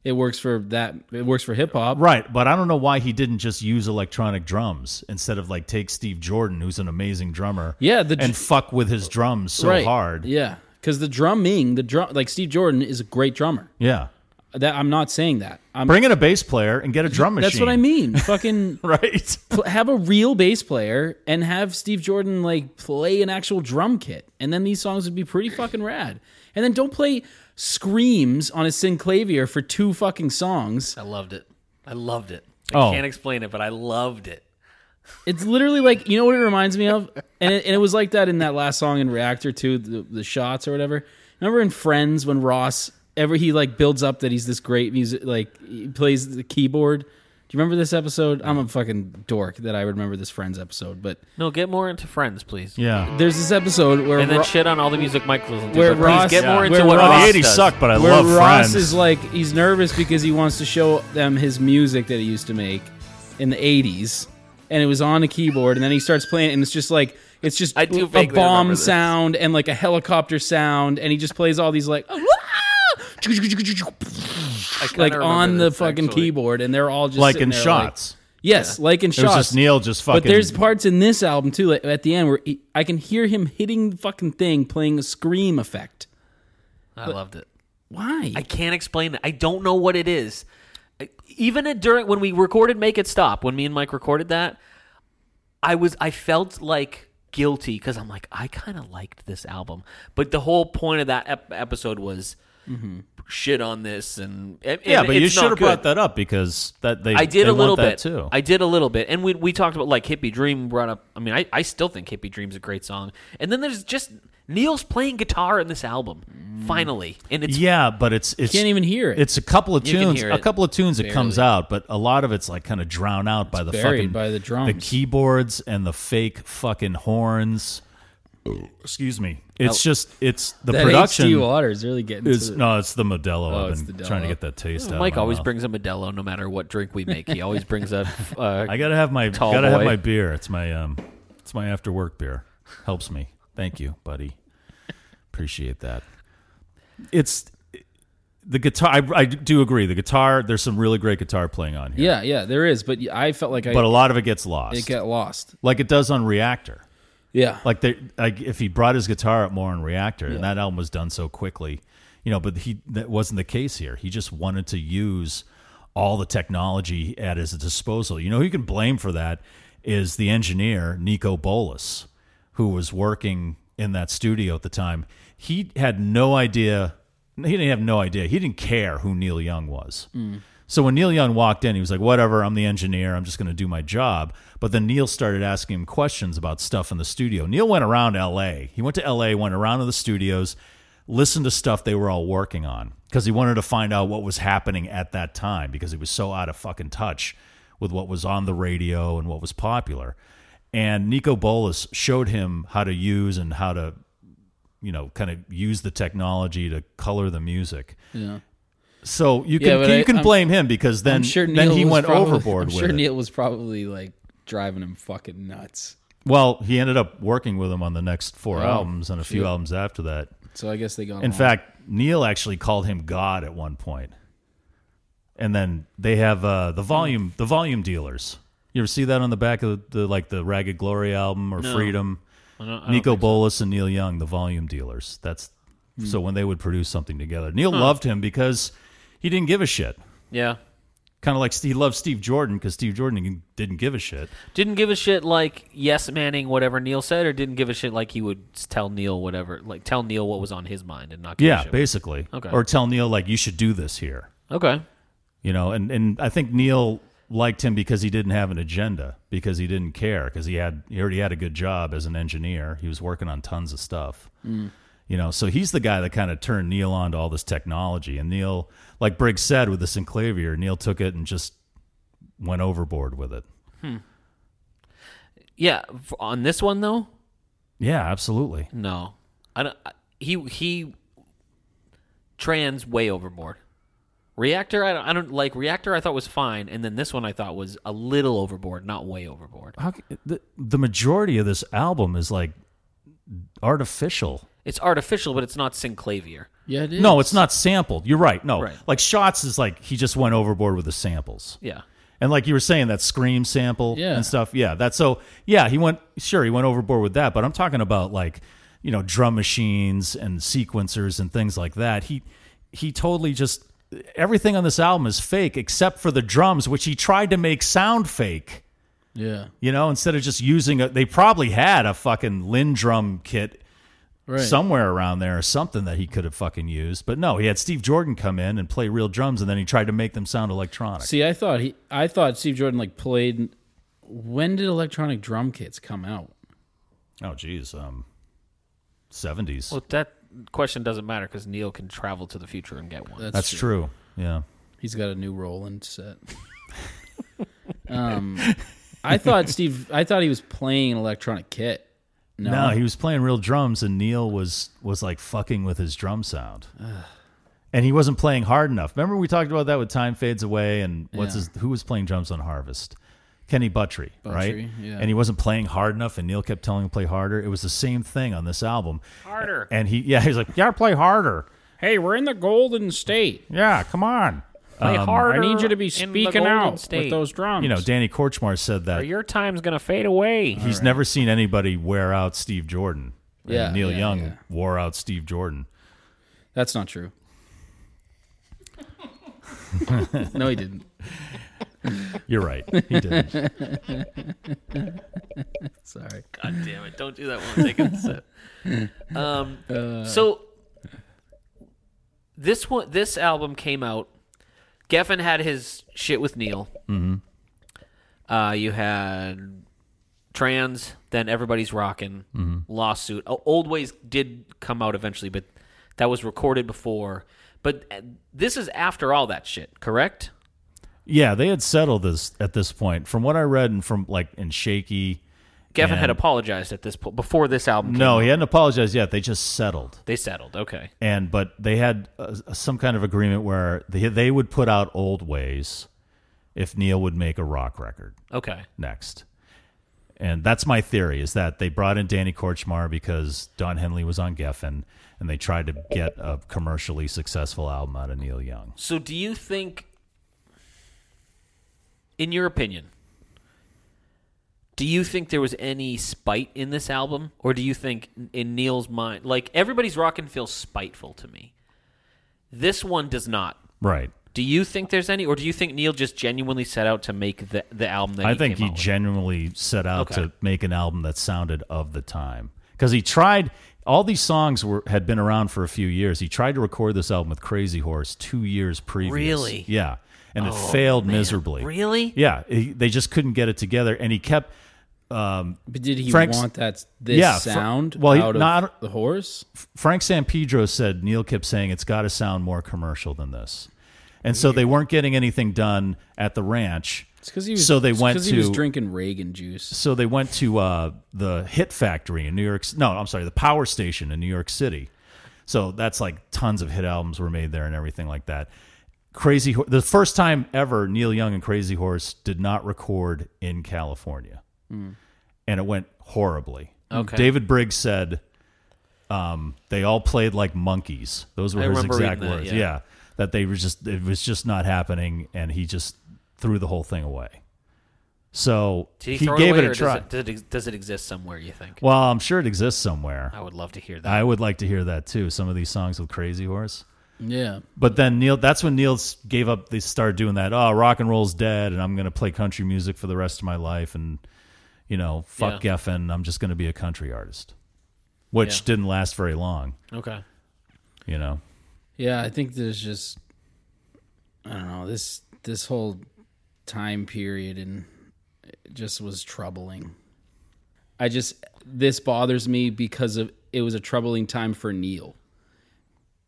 it works for that it works for hip hop. Right, but I don't know why he didn't just use electronic drums instead of like take Steve Jordan, who's an amazing drummer, Yeah, the and dr- fuck with his drums so hard. Yeah. Cause the drumming, the drum like Steve Jordan is a great drummer. Yeah. That I'm not saying that. I'm, Bring in a bass player and get a drum machine. that's what I mean. Fucking Right. pl- have a real bass player and have Steve Jordan like play an actual drum kit, and then these songs would be pretty fucking rad. And then don't play screams on a synclavier for two fucking songs. I loved it. I loved it. I Oh. can't explain it, but I loved it. It's literally like you know what it reminds me of, and it, and it was like that in that last song in Reactor Two, the, the shots or whatever. Remember in Friends when Ross ever he like builds up that he's this great music, like he plays the keyboard. Do you remember this episode? I'm a fucking dork that I remember this Friends episode, but No, get more into Friends, please. Yeah. there's this episode where And then Ro- shit on all the music Mike listens to. Where but Ross- please get Yeah. more into where what Ross- Ross the 80s does. suck, but I where love Ross Friends. is like he's nervous because he wants to show them his music that he used to make in the '80s, and it was on a keyboard, and then he starts playing, it, and it's just like it's just I do a vaguely bomb remember this. sound and like a helicopter sound, and he just plays all these like "Ah!" I kinda like on remember the this, fucking actually. keyboard, and they're all just Like sitting in there, shots. yes, like in it was shots. just Neil just fucking. but there's parts in this album too like, at the end where he, I can hear him hitting the fucking thing, playing a scream effect. I loved it. Why? I can't explain it. I don't know what it is. I- Even at- during when we recorded "Make It Stop," when me and Mike recorded that, I was I felt like guilty because I'm like I kind of liked this album, but the whole point of that ep- episode was shit on this and, and yeah, but you it's not should have good. brought that up because that they. I did they a little want that bit too. I did a little bit, and we we talked about like Hippie Dream brought up. I mean, I, I still think Hippie Dream's a great song, and then there's just Neil's playing guitar in this album finally, and it's Mm. yeah, but it's it's can't even hear it. It's a couple of You can tunes. hear A it. couple of tunes it comes out, but a lot of it's like kind of drowned out by the buried fucking by the drums. the keyboards and the fake fucking horns. Excuse me. It's just it's the that production HD water is really getting is to the- no, it's the Modelo. Oh, I've it's been the trying to Modelo. get that taste out. of Mike my always mouth. brings a Modelo, no matter what drink we make. He always brings a. Uh, I gotta have my Tall gotta have boy. my beer. It's my um, it's my after work beer. Helps me. Thank you, buddy. Appreciate that. It's the guitar. I, I do agree. The guitar. There's some really great guitar playing on here, Yeah, yeah, there is, but I felt like I but a lot of it gets lost, it got lost. like it does on Reactor. Yeah, Like they, like if he brought his guitar up more on Reactor, and that album was done so quickly, you know. But he that wasn't the case here. He just wanted to use all the technology at his disposal. You know, who you can blame for that is the engineer Nico Bolas, who was working in that studio at the time. He had no idea. He didn't have no idea. He didn't care who Neil Young was. So when Neil Young walked in, he was like, "Whatever, I'm the engineer. I'm just going to do my job." But then Neil started asking him questions about stuff in the studio. Neil went around L.A. He went to L.A., went around to the studios, listened to stuff they were all working on because he wanted to find out what was happening at that time because he was so out of fucking touch with what was on the radio and what was popular. And Nico Bolas showed him how to use and how to, you know, kind of use the technology to color the music. yeah. So you can Yeah, but you I- can I'm- blame him because then I'm sure Neil then he was went probably- overboard I'm with sure it. Neil was probably like driving him fucking nuts. well, he ended up working with him on the next four Oh, albums and a few shit. albums after that. So I guess they got. In Mm-hmm. along. fact, Neil actually called him God at one point. And then they have uh, Hmm. the volume the volume dealers. You ever see that on the back of the, like the Ragged Glory album or Freedom? Nico Bolas and Neil Young, the volume dealers. That's Hmm. so when they would produce something together. Neil loved him because he didn't give a shit. yeah, kind of like he loved Steve Jordan because Steve Jordan didn't give a shit. didn't give a shit like yes manning whatever Neil said, or didn't give a shit like he would s- tell Neil whatever, like tell Neil what was on his mind and not. Give Yeah, a shit. basically. Okay. Or tell Neil like you should do this here, okay. you know. And and I think Neil liked him because he didn't have an agenda because he didn't care because he had he already had a good job as an engineer. He was working on tons of stuff. Mm. You know, so he's the guy that kind of turned Neil on to all this technology. And Neil, like Briggs said with the Synclavier, Neil took it and just went overboard with it. Yeah, f- on this one though, Yeah, absolutely. no, I don't. I- He he, trans way overboard. Reactor, I don't, I don't like reactor. I thought was fine, and then this one I thought was a little overboard, not way overboard. How, c- the, the majority of this album is like artificial. It's artificial, but it's not synclavier. yeah, it is. No, it's not sampled. You're right. No, Right. like shots is like he just went overboard with the samples, Yeah, and like you were saying that scream sample Yeah. and stuff. Yeah, that's so. Yeah, he went sure he went overboard with that, but I'm talking about like you know drum machines and sequencers and things like that. He he totally just everything on this album is fake except for the drums, which he tried to make sound fake. Yeah. You know, instead of just using a, they probably had a fucking Lindrum kit Right. somewhere around there or something that he could have fucking used. But no, he had Steve Jordan come in and play real drums, and then he tried to make them sound electronic. See, I thought he, I thought Steve Jordan like played. When did electronic drum kits come out? oh, geez, um, seventies. Well, that question doesn't matter because Neil can travel to the future and get one. That's true. Yeah. He's got a new Roland set. um, I thought Steve. I thought he was playing an electronic kit. No, No, he was playing real drums, and Neil was was like fucking with his drum sound, and he wasn't playing hard enough. Remember we talked about that with "Time Fades Away" and what's Yeah. his who was playing drums on Harvest, Kenny Buttry, right? Buttry, yeah. And he wasn't playing hard enough, and Neil kept telling him to play harder. It was the same thing on this album. Harder. And he, yeah, he's like, "Yeah, play harder. hey, we're in the Golden State. Yeah, come on." Um, Play I harder need you to be in the speaking Golden out with State, those drums. You know, Danny Korchmar said or that your time's gonna fade away. he's never seen anybody wear out Steve Jordan. And Yeah, Neil yeah, Young yeah. wore out Steve Jordan. that's not true. no, he didn't. You're right. He did. Sorry. God damn it! Don't do that when I'm taking a sip. Um, so this one, this album came out. Geffen had his shit with Neil. Mm-hmm. Uh, you had Trans, then Everybody's Rockin', Lawsuit. O- Old Ways did come out eventually, but that was recorded before. But uh, this is after all that shit, correct? Yeah, they had settled this at this point. From what I read and from like in Shaky, Geffen And- had apologized at this point before this album. Came no, out. he hadn't apologized yet. They just settled, they settled. Okay, and but they had uh, some kind of agreement where they they would put out old ways if Neil would make a rock record okay. next. And that's my theory is that they brought in Danny Korchmar because Don Henley was on Geffen, and they tried to get a commercially successful album out of Neil Young. So do you think in your opinion do you think there was any spite in this album or do you think in Neil's mind like everybody's rockin' feels spiteful to me. This one does not. Right. Do you think there's any or do you think Neil just genuinely set out to make the the album that I he think came he out with? genuinely set out Okay. to make an album that sounded of the time because he tried. All these songs were had been around for a few years. He tried to record this album with Crazy Horse two years previous. Really? Oh, Yeah, and it failed miserably. Really? Yeah, he- they just couldn't get it together, and he kept. Um, But did he Frank's- want that this Yeah, Fra- sound well, he- out of not- the horse? Frank San Pedro said Neil kept saying it's got to sound more commercial than this, and so they weren't getting anything done at the ranch. It's because he was. so they it's went 'cause to he was drinking Reagan juice. so they went to uh, the Hit Factory in New York. No, I'm sorry, the Power Station in New York City. So that's like tons of hit albums were made there and everything like that. Crazy, Hor- the first time ever Neil Young and Crazy Horse did not record in California, and it went horribly. Hmm. Okay. David Briggs said um, they all played like monkeys. Those were I his remember exact reading that, words. yeah. yeah. that they were just it was just not happening, and he just threw the whole thing away. So Did he, he throw gave away it or a try. Does it, does it does it exist somewhere you think? Well, I'm sure it exists somewhere. I would love to hear that. I would like to hear that too. Some of these songs with Crazy Horse. Yeah. But then Neil, that's when Neil s- gave up. They started doing that. Oh, rock and roll's dead, and I'm going to play country music for the rest of my life. And you know, fuck Yeah. Geffen. I'm just going to be a country artist, which didn't last very long. okay. You know, Yeah, I think there's just I don't know this this whole time period and it just was troubling. I just this bothers me because of it was a troubling time for Neil.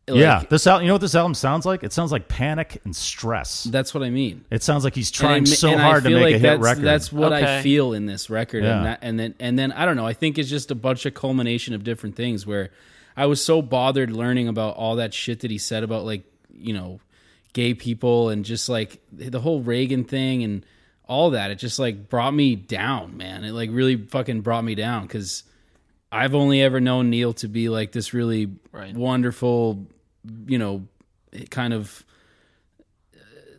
Like, yeah. This album, you know what this album sounds like? It sounds like panic and stress. that's what I mean. It sounds like he's trying And I- so and I hard to feel make like a hit that's, record. That's what I Okay. feel in this record, Yeah. and, that, and then and then I don't know. I think it's just a bunch of culmination of different things where I was so bothered learning about all that shit that he said about like you know gay people and just like the whole Reagan thing and all that. It just like brought me down, man. It like really fucking brought me down because I've only ever known Neil to be like this really Right. wonderful, you know, kind of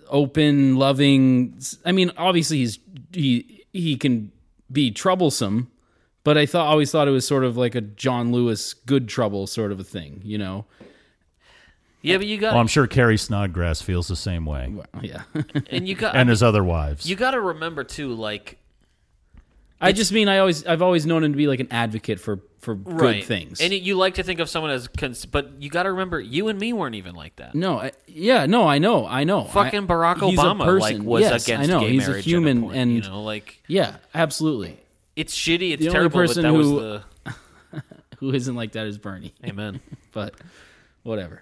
open, loving. I mean, obviously he's he he can be troublesome, but I thought always thought it was sort of like a John Lewis good trouble sort of a thing, you know. Yeah, but you got Well, I'm sure Carrie Snodgrass feels the same way, Well, Oh, yeah. and you got and his other wives. you got to remember too, like I just mean I always I've always known him to be like an advocate for for right good things. And you like to think of someone as, cons- but you got to remember, you and me weren't even like that. no, I, yeah, no, I know, I know. Fucking I- Barack he's a Obama person. like was Yes, against I know. gay he's marriage. a human, at a point, and you know, like yeah, absolutely. it's shitty, it's The only terrible, person but that who- was Who isn't like that is Bernie, the amen. but whatever.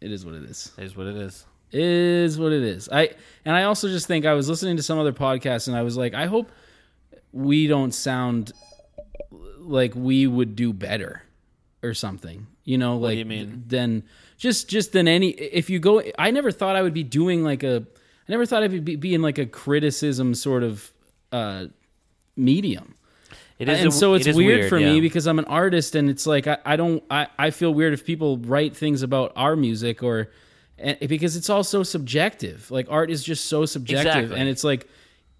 It is what it is. Is what it is. is what it is. I and I also just think I was listening to some other podcast and I was like, I hope we don't sound like we would do better or something. You know, like do you mean? then just just than any if you go I never thought I would be doing like a I never thought I'd be, be in like a criticism sort of uh medium It is, and a- so it it's is weird, for yeah. me because I'm an artist, and it's like I, I don't I, I feel weird if people write things about our music or and, because it's all so subjective. Like art is just so subjective, Exactly. and it's like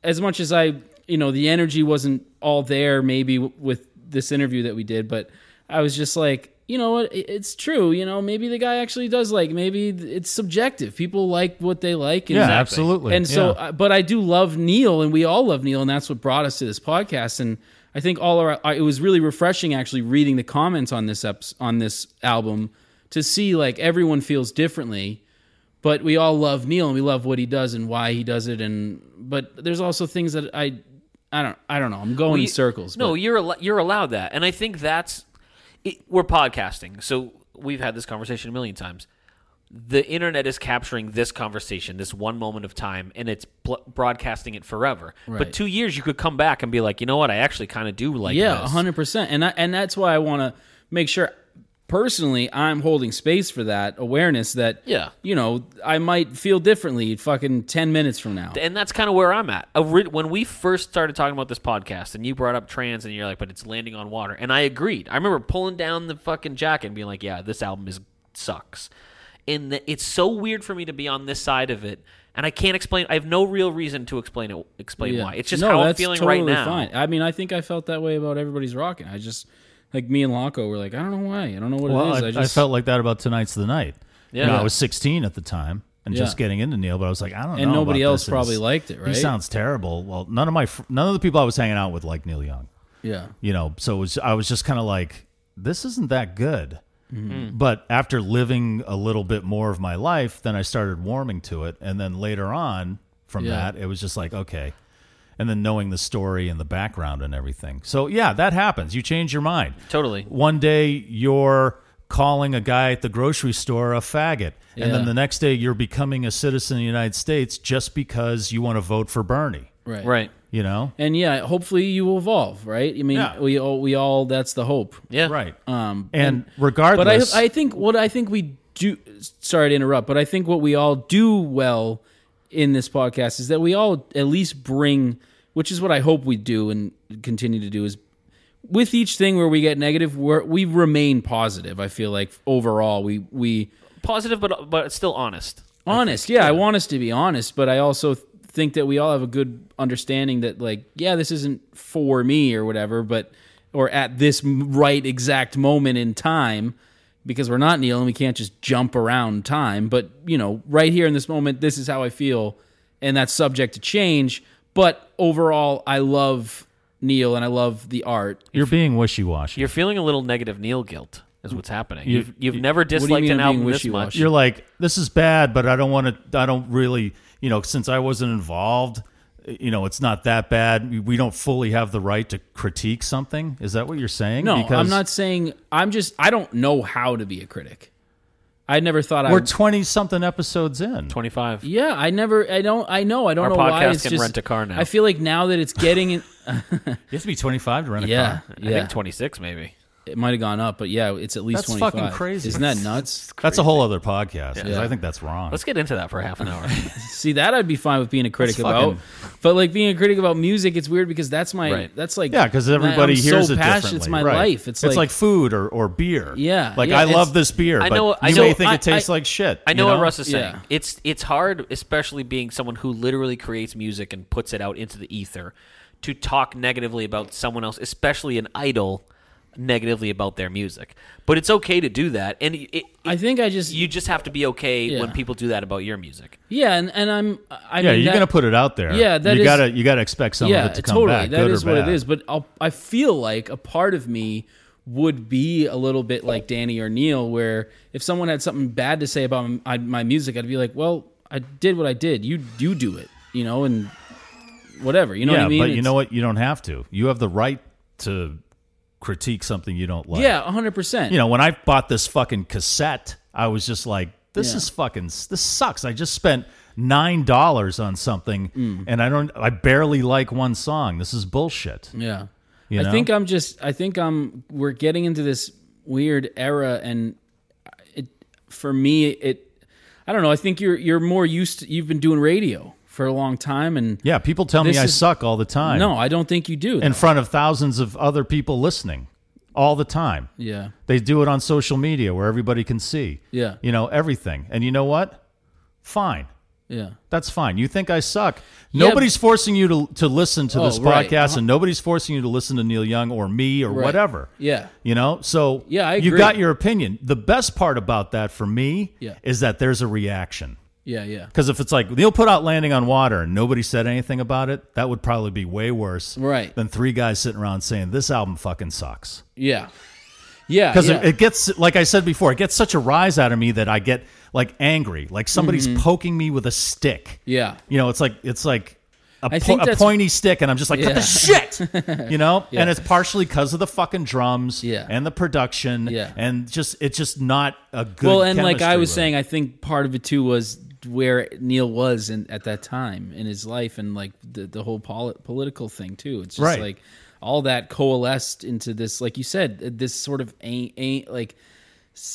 as much as I you know the energy wasn't all there maybe w- with this interview that we did, but I was just like you know what it- it's true you know maybe the guy actually does like maybe th- it's subjective people like what they like and yeah, absolutely. and so, Yeah. uh, but I do love Neil, and we all love Neil, and that's what brought us to this podcast. And I think all our I- it was really refreshing actually reading the comments on this eps, on this album to see like everyone feels differently, but we all love Neil and we love what he does and why he does it. And but there's also things that I I don't I don't know. I'm going Well, in you- circles. No, but- you're al- you're allowed that, and I think that's it, we're podcasting, so we've had this conversation a million times. The internet is capturing this conversation, this one moment of time, and it's bl- broadcasting it forever. Right. But two years, you could come back and be like, you know what? I actually kind of do like yeah, this. hundred percent. And I, and that's why I want to make sure. Personally, I'm holding space for that awareness that Yeah. you know I might feel differently. Fucking ten minutes from now, and that's kind of where I'm at. Ori- When we first started talking about this podcast, and you brought up trans, and you're like, "But it's landing on water," and I agreed. I remember pulling down the fucking jacket and being like, "Yeah, this album is sucks." And the, it's so weird for me to be on this side of it, and I can't explain. I have no real reason to explain it. Explain Yeah. why. It's just No, how I'm that's feeling totally right now. Fine. I mean, I think I felt that way about everybody's rocking. I just like me and Lonko were like, I don't know why. I don't know what well, it is. I, I, I just felt like that about tonight's the night. Yeah, I was 16 at the time and just Yeah. getting into Neil, but I was like, I don't know. and nobody about else this. probably It's- liked it, right? He sounds terrible. Well, none of my fr- none of the people I was hanging out with like Neil Young. yeah. you know so it was, i was just kind of like this isn't that good Mm-hmm. but after living a little bit more of my life then i started warming to it and then later on from Yeah. that it was just like okay and then knowing the story and the background and everything so yeah that happens you change your mind Totally. one day you're calling a guy at the grocery store a faggot and Yeah. then the next day you're becoming a citizen of the united states just because you want to vote for bernie Right. Right. you know And yeah, hopefully you will evolve, right? I mean, Yeah. we all we all that's the hope. Yeah. right Um, and, regardless But I, I think what I think we do. Sorry to interrupt, but I think what we all do well in this podcast is that we all at least bring, which is what I hope we do and continue to do, is with each thing where we get negative, we're, we remain positive. I feel like overall, we we Positive, but but still honest. honest. yeah, I want us to be honest, but I also th- think that we all have a good understanding that like, yeah, this isn't for me or whatever, but or at this m- right exact moment in time because we're not Neil and we can't just jump around time, but you know, right here in this moment, this is how I feel and that's subject to change, but overall I love Neil and I love the art. you're being wishy-washy You're feeling a little negative Neil guilt is what's happening. You- You've you've never disliked mean an I'm being album this much. wishy-washy? you're like this is bad but i don't want to i don't really you know since i wasn't involved you know it's not that bad We- we don't fully have the right to critique something is that what you're saying No, because I'm not saying I'm just I don't know how to be a critic. I never thought I we're would 20 something episodes in Twenty five. Yeah, I never. I don't. I know. I don't Our know why. podcast It's can just rent a car now. I feel like now that it's getting in. you have to be 25 to rent a yeah, car I yeah. think twenty six maybe. it might have gone up, but yeah, it's at least That's twenty five. fucking crazy. Isn't that nuts? that's a whole other podcast 'cause i think that's wrong Let's get into that for half an hour. See, that I'd be fine with being a critic That's about. fucking- But like being a critic about music, it's weird because that's my. Right. That's like yeah, because my- everybody I'm hears so it passionate, differently. It's my right. life. It's, like, food or, or beer. Yeah, like yeah, I it's- love this beer. I but know- I you know- may think I- it tastes I- like shit. I know, you what Russ is saying. Yeah. It's it's hard, especially being someone who literally creates music and puts it out into the ether, to talk negatively about someone else, especially an idol negatively about their music. But it's okay to do that, and it, it, I think I just you just have to be okay when Yeah. people do that about your music. yeah, and, and I'm I yeah, mean, you're that- gonna put it out there. Yeah, that you is- gotta you gotta expect some yeah, of it to come totally. back. That good is or bad. what it is. But I'll, I feel like a part of me would be a little bit like Danny or Neil, where if someone had something bad to say about my, my music, I'd be like, "Well, I did what I did. You you do it, you know, and whatever. You know yeah, what I mean? but you It's- know what? You don't have to. You have the right to critique something you don't like. Yeah, hundred percent. You know, when I bought this fucking cassette, I was just like, this Yeah. is fucking this sucks. I just spent nine dollars on something Mm. and I don't I barely like one song. This is bullshit. Yeah. You know? Mm. I think I'm just I think I'm we're getting into this weird era and it for me it I don't know, I think you're you're more used to, you've been doing radio for a long time and Yeah, people tell me This I is- suck all the time. no, I don't think you do. in front of thousands of other people listening all the time. yeah. They do it on social media where everybody can see. Yeah. You know, everything. And you know what? Fine. Yeah. That's fine. You think I suck. Yeah, Nobody's forcing you to, to listen to Oh, this right. podcast, and nobody's forcing you to listen to Neil Young or me or Right. whatever. Yeah. You know? So Yeah, I you agree. got your opinion. The best part about that for me Yeah. is that there's a reaction. Yeah, yeah. Because if it's like Neil put out Landing on Water and nobody said anything about it, that would probably be way worse Right. than three guys sitting around saying, This album fucking sucks Yeah. Yeah. because yeah. it, it gets like i said before it gets such a rise out of me that i get like angry like somebody's Mm-hmm. poking me with a stick Yeah. you know it's like it's like a, I po- think a that's- pointy stick and i'm just like what Yeah. the shit you know and it's partially because of the fucking drums Yeah. and the production Yeah. and just it's just not a good well, and like I chemistry was with it. saying, I think part of it too was where Neil was in, at that time in his life, and like the the whole poli- political thing too. It's just Right. like all that coalesced into this, like you said, uh, this sort of ain't ain't like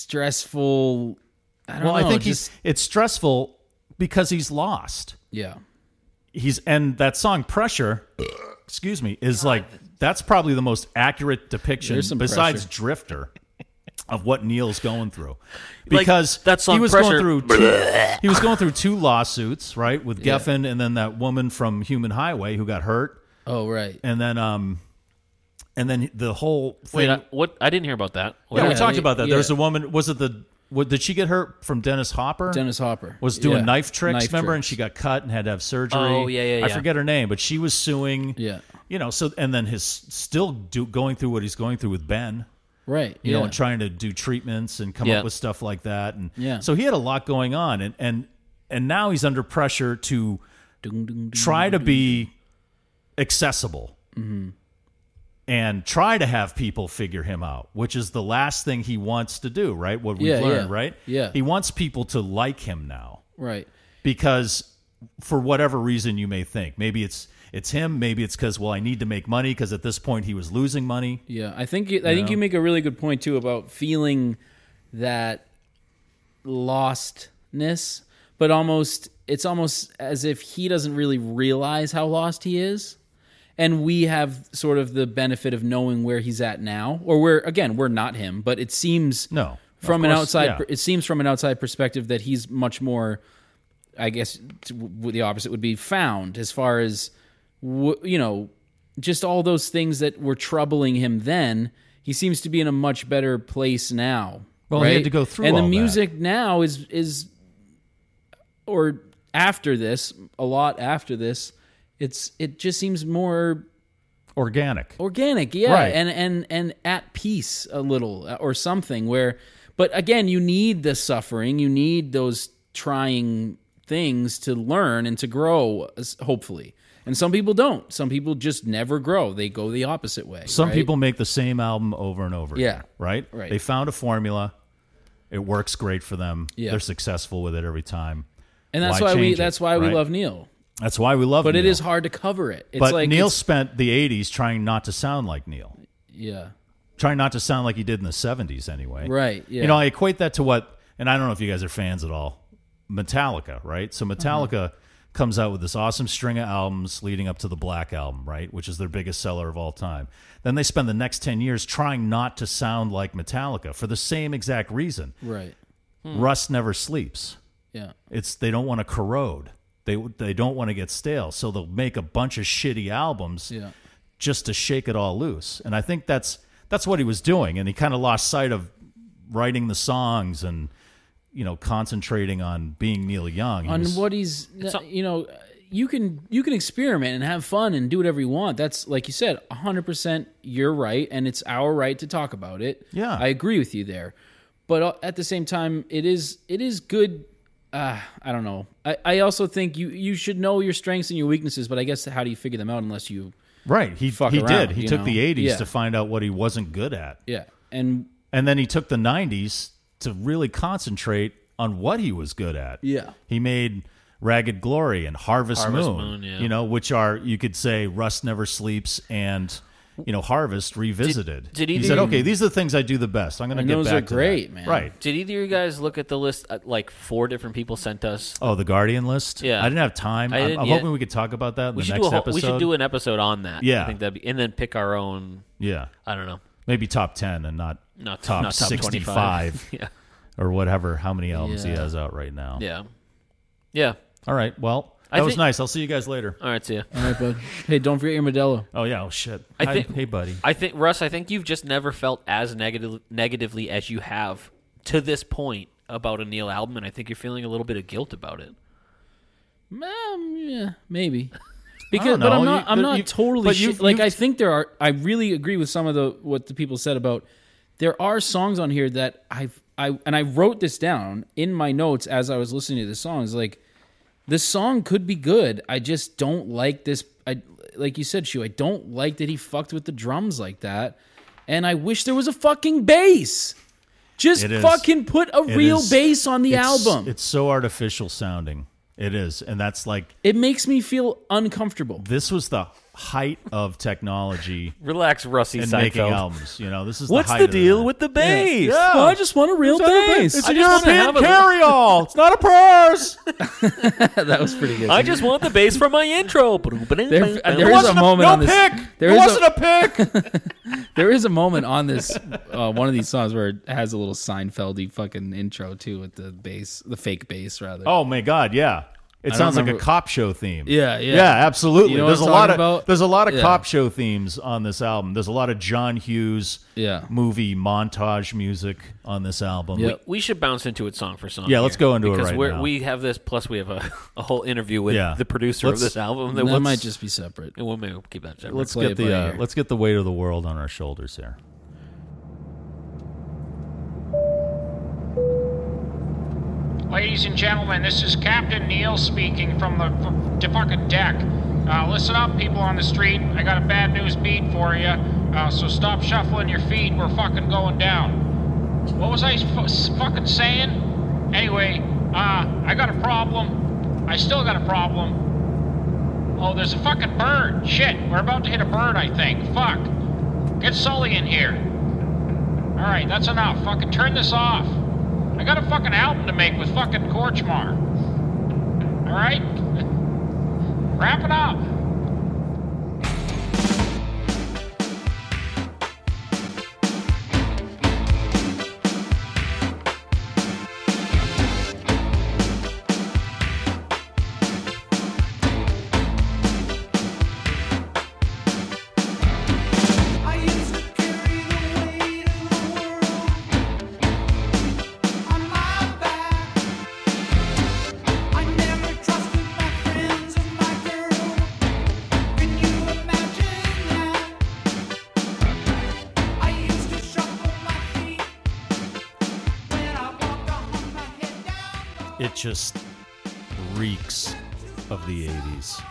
stressful. I don't well i know. think just, he's it's stressful because he's lost yeah, he's and that song pressure excuse me is like that's probably the most accurate depiction There's some besides pressure. drifter of what neil's going through Like, because that song he was Pressure- going through two, he was going through two lawsuits right with geffen and then that woman from human highway who got hurt oh right, and then um and then the whole thing, Wait, I, what? I didn't hear about that. What- yeah, we Yeah, talked they- about that yeah. there's a woman was it the what, did she get hurt from dennis hopper Dennis Hopper was doing Yeah. knife tricks, Knife remember? And tricks. she got cut and had to have surgery. Oh, yeah, yeah, I yeah. forget her name, but she was suing. Yeah. You know, so, and then his still do, going through what he's going through with Ben, right, you yeah. know, and trying to do treatments and come Yeah. up with stuff like that. And Yeah. so he had a lot going on. And, and, and now he's under pressure to Dung, dung, dung. try to be accessible Mm-hmm. and try to have people figure him out, which is the last thing he wants to do, right? What we Yeah, have learned, yeah. right? Yeah. He wants people to like him now right, because for whatever reason you may think maybe it's it's him maybe it's because well i need to make money because at this point he was losing money Yeah, I think I think you make a really good point too about feeling that lostness, but almost it's almost as if he doesn't really realize how lost he is, and we have sort of the benefit of knowing where he's at now, or where again we're not him, but it seems No, of from an course, outside yeah. per- it seems from an outside perspective that he's much more I guess t- w- the opposite would be found as far as w- you know, just all those things that were troubling him then. He seems to be in a much better place now. Well, he had right? to go through and all the that. music now is is or after this, a lot after this, it's it just seems more organic organic yeah Right. and and and at peace a little uh, or something where but again you need the suffering you need those trying things to learn and to grow as- hopefully and some people don't some people just never grow they go the opposite way some right? people make the same album over and over Yeah. again, right Right. they found a formula it works great for them Yeah. they're successful with it every time and that's why why, we change it, that's why we right? love neil that's why we love but it Neil. is hard to cover it it's but like neil it's- spent the 80s trying not to sound like neil yeah trying not to sound like he did in the 70s anyway Right, yeah. you know i equate that to what and i don't know if you guys are fans at all metallica right so metallica comes out with this awesome string of albums leading up to the black album right which is their biggest seller of all time then they spend the next 10 years trying not to sound like metallica for the same exact reason right rust never sleeps yeah it's they don't want to corrode they, they don't want to get stale so they'll make a bunch of shitty albums yeah just to shake it all loose. And I think that's that's what he was doing, and he kind of lost sight of writing the songs and you know concentrating on being Neil Young. He on was- what he's you know you can you can experiment and have fun and do whatever you want that's like you said 100% you're right and it's our right to talk about it Yeah. i agree with you there but uh, at the same time it is it is good uh, i don't know I, I also think you you should know your strengths and your weaknesses but i guess how do you figure them out unless you right? He fuck he around, did. He you took know? the '80s Yeah. to find out what he wasn't good at, yeah and and then he took the '90s to really concentrate on what he was good at. Yeah. he made Ragged Glory and Harvest, Harvest Moon, Moon, yeah. you know, which are you could say Rust Never Sleeps and you know Harvest revisited. did he he said, do- okay, these are the things I do the best. I'm going to And get those back are to that." great, man. Right. Did either of you guys look at the list? Uh, like four different people sent us. Oh, the Guardian list. Yeah. I didn't have time. I I didn't am yet. hoping we could talk about that in We the should next do a whole, episode. we should do an episode on that. Yeah. I think that'd be, and then pick our own. yeah, I don't know. maybe top ten and not Not top not top 65 25. yeah. or whatever. How many albums he Yeah. has out right now? Yeah. Yeah. All right. Well, that I was think- nice. I'll see you guys later. All right. See ya. Mm. all right bud hey don't forget your modelo Oh yeah. Oh shit. I Hi- think- Hey, buddy. I think Russ, I think you've just never felt as negative negatively as you have to this point about a Neil album, and I think you're feeling a little bit of guilt about it. Um, yeah, maybe. I Because, don't but I'm know. not. You- I'm but not you- totally. but sure. you've- like you've- I think there are. I really agree with some of the what the people said about. There are songs on here that I've I and I wrote this down in my notes as I was listening to the songs. Like, the song could be good. I just don't like this. I like you said, Shu. I don't like that he fucked with the drums like that. And I wish there was a fucking bass. Just It is. fucking put a It real is- bass on the it's- album. It's so artificial sounding. It is, and that's like it makes me feel uncomfortable. this was the height of technology Relax, Rusty and making Seinfeld. albums. You know, this is What's the, height the of that. deal with the bass? Well, I just want a real bass. It's I a just European wanna have a- carry-all. it's not a purse. that was pretty good. I just want the bass for my intro. There- there There is a wasn't moment no on this. pick. There there is a- wasn't a pick. there is a moment on this uh, one of these songs where it has a little Seinfeldy fucking intro too with the bass, the fake bass rather. Oh my god, yeah. It don't sounds like a remember- cop show theme. Yeah, yeah. Yeah, absolutely. You know what there's I'm a lot talking of about? there's a lot of Yeah. cop show themes on this album. There's a lot of John Hughes Yeah. movie montage music on this album. Yep. we should bounce into it song for song. Yeah, let's here, go into it because right we're, now. we have this. Plus, we have a, a whole interview with Yeah. the producer Let's- of this album. that let's- might just be separate. We'll maybe keep that separate. Let's play get it by the uh, ear. let's get the weight of the world on our shoulders here. Ladies and gentlemen, this is Captain Neil speaking from the, from the fucking deck. Uh, listen up, people on the street. I got a bad news beat for you. Uh, so stop shuffling your feet. We're fucking going down. What was I f- s- fucking saying? Anyway, uh, I got a problem. I still got a problem. Oh, there's a fucking bird. Shit, we're about to hit a bird, I think. Fuck. Get Sully in here. All right, that's enough. Fucking turn this off. I got a fucking album to make with fucking Korchmar. All right, wrap it up. I used to carry the weight of the world on my back. I never trusted my friends and my girl. Can you imagine that? I used to shuffle my feet when I walked on my head down. It just reeks of the 80s.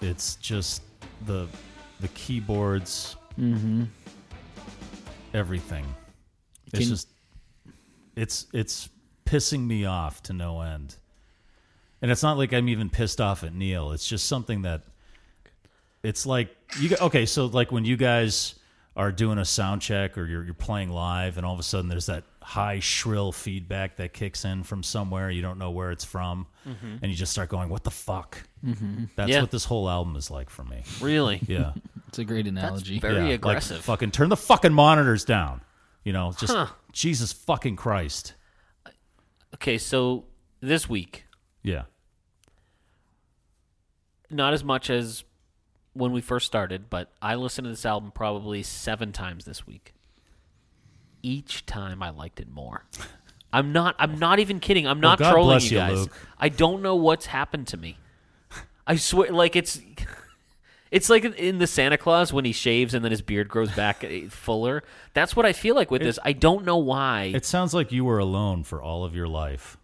It's just the the keyboards, everything. It's Can- just it's it's pissing me off to no end. And it's not like I'm even pissed off at Neil. It's just something that it's like you gu- okay, so like when you guys are doing a sound check or you're you're playing live and all of a sudden there's that high shrill feedback that kicks in from somewhere you don't know where it's from and you just start going what the fuck that's Yeah. what this whole album is like for me really yeah It's a great analogy. Yeah, very like, aggressive. fucking turn the fucking monitors down. You know, just Huh. Jesus fucking Christ. okay, so this week, Yeah. not as much as when we first started, but I listened to this album probably seven times this week. Each time I liked it more. I'm not. I'm not even kidding. I'm not God trolling bless you, you guys. Luke. I don't know what's happened to me. I swear, like it's, it's like in the Santa Claus when he shaves and then his beard grows back eh, fuller. That's what I feel like with this. I don't know why. It sounds like you were alone for all of your life.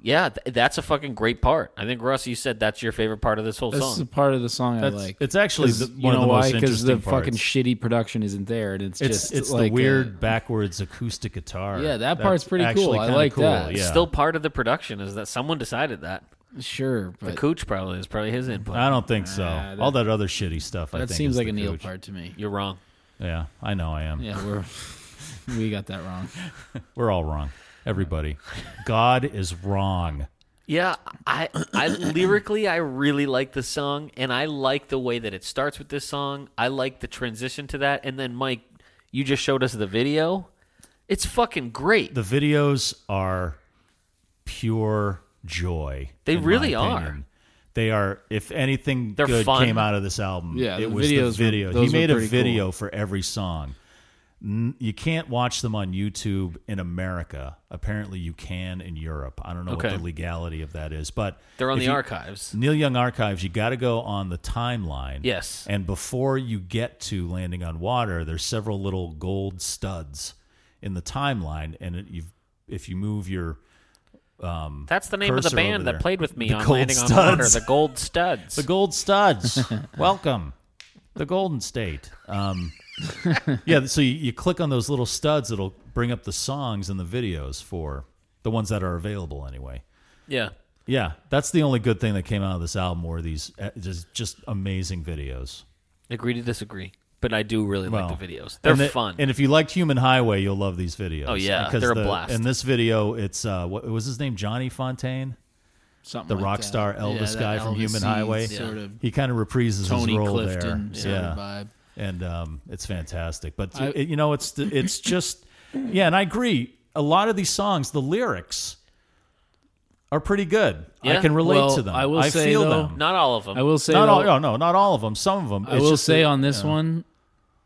Yeah, th- that's a fucking great part. I think Russ, you said that's your favorite part of this whole This is the song. part of the song That's- I like. it's actually 'Cause the- you one of know the most why? the interesting fucking parts. shitty production isn't there, and it's, It's just it's like the a- weird backwards acoustic guitar. Yeah, that That's part's pretty cool. actually I kinda like cool, that. Yeah. Still part of the production is that someone decided that. sure, The but Cooch probably is probably his input. I don't think so. Ah, that- all that other shitty stuff. I that think seems is like the a Neil Cooch. part to me. You're wrong. Yeah, I know I am. Yeah, we're we got that wrong. We're all wrong. Everybody, God is wrong. Yeah, I, I lyrically I really like the song, and I like the way that it starts with this song. I like the transition to that, and then Mike, you just showed us the video. It's fucking great. The videos are pure joy. They in my really are. opinion. They are. If anything They're good fun. came out of this album, Yeah, it the was videos were- the video. he those were made a pretty video for every song. N- You can't watch them on YouTube in America. Apparently, you can in Europe. I don't know Okay. what the legality of that is, but They're on if the you- archives. Neil Young archives. You got to go on the timeline. Yes. And before you get to landing on water, there's several little gold studs in the timeline, and it, you've if you move your That's the name of cursor the over band that there. played with me The on Gold Landing on Studs. Water. The Gold Studs. The gold studs. Welcome. The Golden State. Um, yeah, so you, you click on those little studs, it'll bring up the songs and the videos for the ones that are available anyway. yeah. Yeah, that's the only good thing that came out of this album were these uh, just, just amazing videos. Agree to disagree, but I do really Well, like the videos. They're and the- fun. And if you liked Human Highway, you'll love these videos. Oh, yeah, Because they're a the- blast. In this video, it's uh, what was his name? Johnny Fontaine, Something the like rock that. star Elvis Yeah, guy that from Elvis-y Human Highway. sort of he kind of reprises Tony his role Clifton there. sort yeah. of vibe. and um, it's fantastic. But I- it, you know, it's it's just yeah, and I agree. A lot of these songs, the lyrics are pretty good. I Yeah. can relate Well, to them. I will say, feel though, them. Not all of them. I will say, Not though, all. Oh, no, not all of them. Some of them. I will say on this one,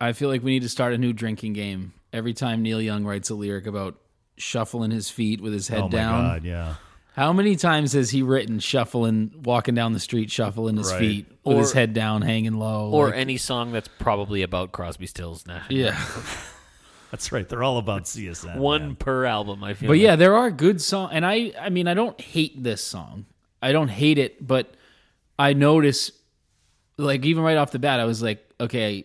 I feel like we need to start a new drinking game. Every time Neil Young writes a lyric about shuffling his feet with his head Oh my down, god! Yeah. how many times has he written shuffling, walking down the street, shuffling his Right. feet with his Or- head down, hanging low? or like- any song that's probably about Crosby, Stills, Nash. yeah. That's right. They're all about CSN. One man. per album, I feel. But like. yeah, there are good songs, and I I mean I don't hate this song. I don't hate it, but I notice like even right off the bat I was like, okay,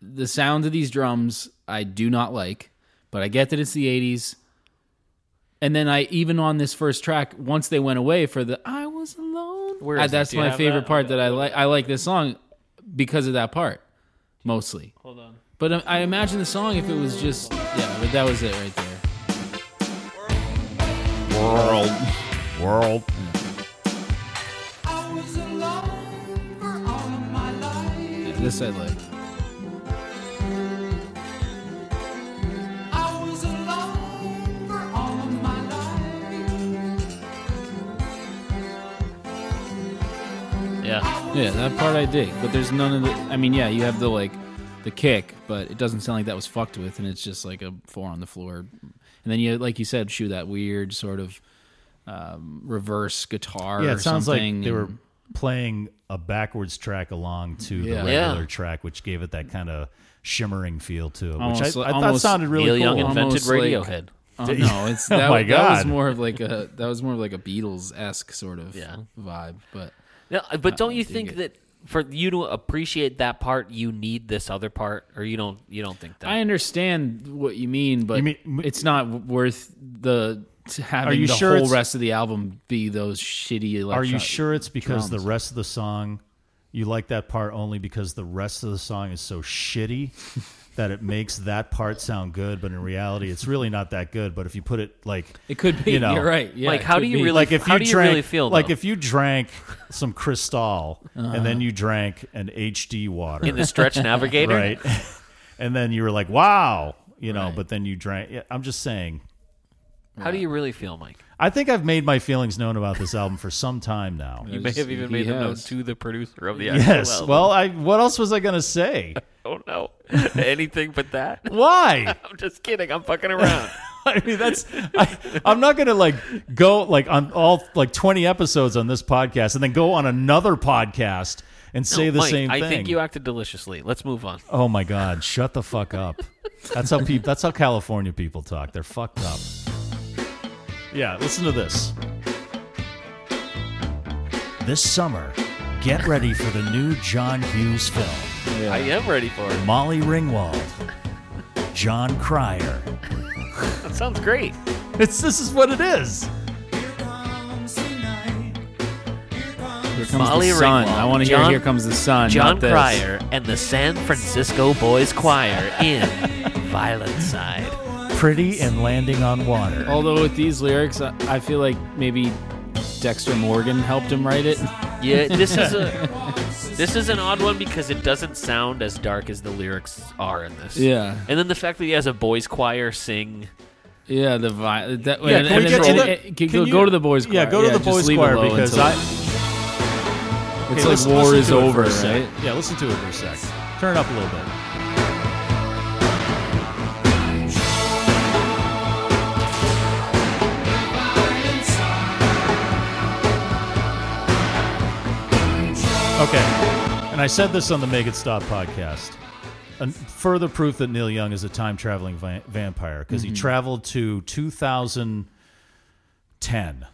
the sound of these drums I do not like, but I get that it's the 80s. And then I even on this first track, once they went away for the I was alone. Where I- is it? that's Do you my have favorite that? part that I like I like this song because of that part mostly. Hold on. But um, I, I imagine the song if it was just yeah, but that was it right there. world. World. I was alone for all of my life. This I like. I was alone for all of my life. yeah. Yeah, that part I dig. But there's none of the. I mean, yeah, you have the like, the kick, but it doesn't sound like that was fucked with, and it's just like a four on the floor. And then you, like you said, shoot that weird sort of um, reverse guitar. Yeah, or it sounds like something, they were and- playing a backwards track along to Yeah. the Yeah. regular track, which gave it that kind of shimmering feel to it, which Almost I, li- I thought almost sounded really Neil cool. Um, Young invented Almost like- Radiohead. Oh no, it's Oh that, my that was God. more of like a that was more of like a Beatles esque sort of Yeah. vibe. But No, but don't you dig think it. that for you to appreciate that part, you need this other part, or you don't? You don't think that? I understand what you mean, but You mean- m- it's not w- worth the to having you the sure whole it's- rest of the album be those shitty. Electro- Are you sure it's because drums. the rest of the song you like that part only because the rest of the song is so shitty that it makes that part sound good, but in reality it's really not that good. But if you put it like It could be. You know. are right. Yeah, Like, it how could do you be. really like if How you do you drank, really feel, like though? if you drank some Cristal and then you drank an HD water in the stretch navigator, right? and then you were like, "Wow," you know. But then you drank. Yeah, I'm just saying, How do you really feel, Mike? I think I've made my feelings known about this album for some time now. You may have even he made the note has. to the producer of the actual yes. album. Well, I what else was I gonna say? I don't know anything but that. Why? I'm just kidding. I'm fucking around. I mean, that's I, I'm not gonna like go like on all like 20 episodes on this podcast and then go on another podcast and say No, the Mike, same I thing. think you acted deliciously. Let's move on. oh my God! Shut the fuck up. That's how people. That's how California people talk. They're fucked up. Yeah. Listen to this. This summer, get ready for the new John Hughes film. I am ready for it. Molly Ringwald, John Cryer. That sounds great. It's this is what it is. Here comes Molly the sun. Ringwald. I want to hear John- Here Comes the Sun. John not this. Cryer and the San Francisco Boys Choir in Violent Side. Pretty and landing on water. Although with these lyrics, I, I feel like maybe Dexter Morgan helped him write it. Yeah, this is a this is an odd one because it doesn't sound as dark as the lyrics are in this. Yeah. And then the fact that he has a boys choir sing Yeah, the vi- uh, that, Yeah, can and, we and- get and- to the- and- can can go, you- go to the boys' choir. Yeah, go to the just boys leave it choir low because until- I. it's Okay, like listen- war listen is to it for over, a sec. right? Yeah, listen to it for a sec. Turn it up a little bit. Okay, and I said this on the Make It Stop podcast. An further proof that Neil Young is a time traveling va- vampire because he traveled to 2010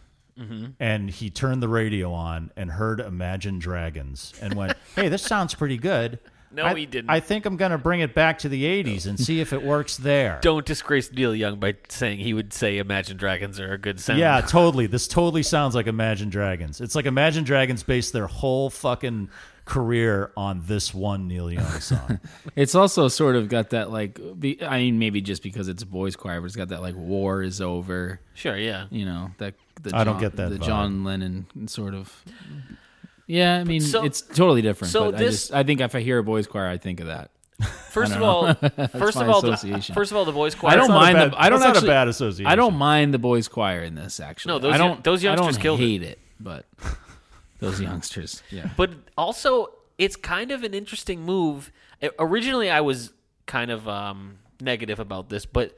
and he turned the radio on and heard Imagine Dragons and went, "Hey, this sounds pretty good." No, I, he didn't. I think I'm going to bring it back to the 80s and see if it works there. Don't disgrace Neil Young by saying he would say Imagine Dragons are a good sound. Yeah, totally. This totally sounds like Imagine Dragons. It's like Imagine Dragons based their whole fucking career on this one Neil Young song. It's also sort of got that like. Be, I mean, maybe just because it's boys' choir, but it's got that like war is over. Sure, yeah. You know that. The I John, don't get that The vibe. John Lennon sort of. Yeah, I mean so- it's totally different. so but I this- just I think if I hear a boys' choir, I think of that. First of all, first my of all, the, association. first of all, the boys choir. I don't not a mind bad- the. I don't that's not a actually- bad association. I don't mind the boys' choir in this. Actually, No, those I young- don't. those I youngsters don't killed it. hate it, but those youngsters. Yeah. But also, it's kind of an interesting move. I- Originally, I was kind of um, negative about this, but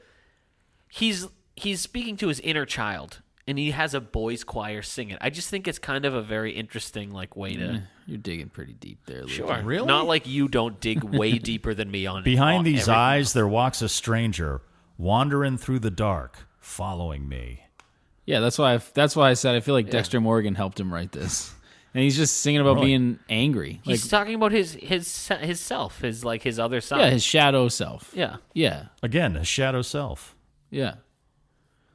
he's he's speaking to his inner child, and he has a boys' choir sing it. I just think it's kind of a very interesting like way to You're digging pretty deep there, Luke. Really? Not like you don't dig way deeper than me on Behind Oh, on these everything. eyes, there walks a stranger, wandering through the dark, following me. Yeah, that's why. I, that's why I said I feel like Dexter Morgan helped him write this, and he's just singing about Really? being angry, like He's talking about his his se- his self, his like his other side. yeah, his shadow self. yeah. yeah, Again, a shadow self. yeah.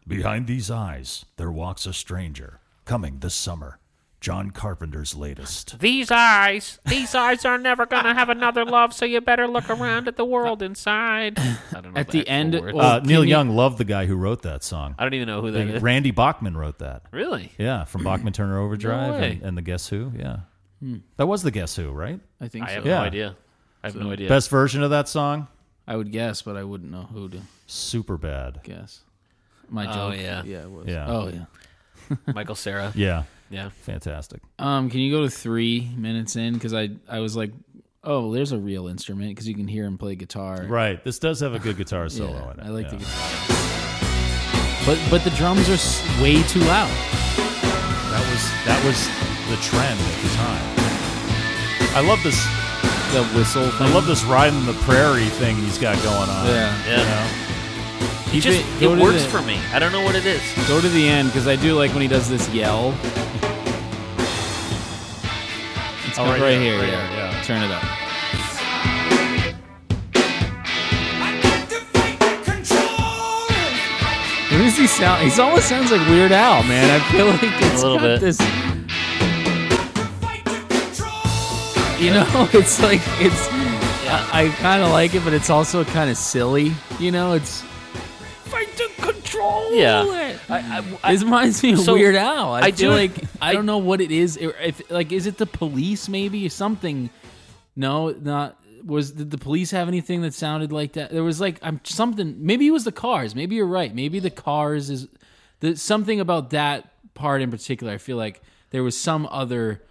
Behind these eyes, there walks a stranger, coming this summer. John Carpenter's latest. These eyes, these eyes are never gonna have another love, so you better look around at the world inside. I don't know At the actual end- words. well- Uh, Neil can you- Young loved the guy who wrote that song. I don't even know who that is. Randy Bachman wrote that. Really? Yeah, from Hmm. Bachman Turner Overdrive way. and, and the Guess Who. Yeah, that was the Guess Who, right? I think I so. have Yeah. no idea. I have no idea. Best version of that song, I would guess, but I wouldn't know who to super bad. guess. My Oh, joke. yeah. yeah, it was. Yeah. Oh yeah. Michael Sarah. Yeah, Yeah. fantastic. Um, can you go to three minutes in? Because I I was like, oh, there's a real instrument because you can hear him play guitar. Right, this does have a good guitar Yeah, solo in it. I like yeah. the guitar. But but the drums are s- way too loud. That was that was the trend at the time. I love this. The whistle. I love this riding the prairie thing he's got going on. Yeah. You Yeah. know? It just Keep it go to works the- for me. I don't know what it is. Go to the end because I do like when he does this yell. It's Oh, right, right there, here. right yeah. there, yeah. Turn it up. What does he sound? He almost sounds like Weird Al, man. I feel like it's little bit. got this. You know, it's like it's. I, I kind of like it, but it's also kind of silly. You know, it's. Fight to control. Yeah. it. This reminds me of so, Weird Al. I, I feel do- like I don't know what it is. If- If like, is it the police? Maybe something. No, not was. Did the police have anything that sounded like that? There was like I'm something. Maybe it was the Cars. Maybe you're right. Maybe the Cars is the, something about that part in particular. I feel like there was some other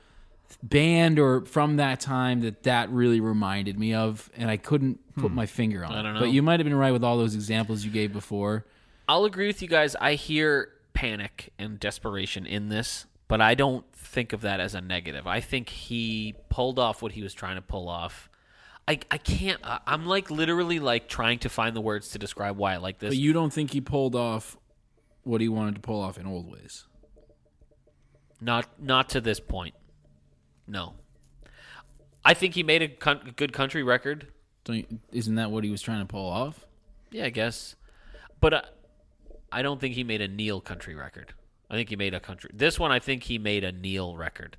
band or from that time that that really reminded me of, and I couldn't put my finger on it. Hmm. don't know. But you might have been right with all those examples you gave before. I'll agree with you guys. I hear panic and desperation in this, but I don't think of that as a negative. I think he pulled off what he was trying to pull off. I, I can't. I, I'm like literally like trying to find the words to describe why I like this. But you don't think he pulled off what he wanted to pull off in old ways? Not not to this point. No. I think he made a con- good country record. Don't you, isn't that what he was trying to pull off? Yeah, I guess. But I, I don't think he made a Neil country record. I think he made a country. This one I think he made a Neil record.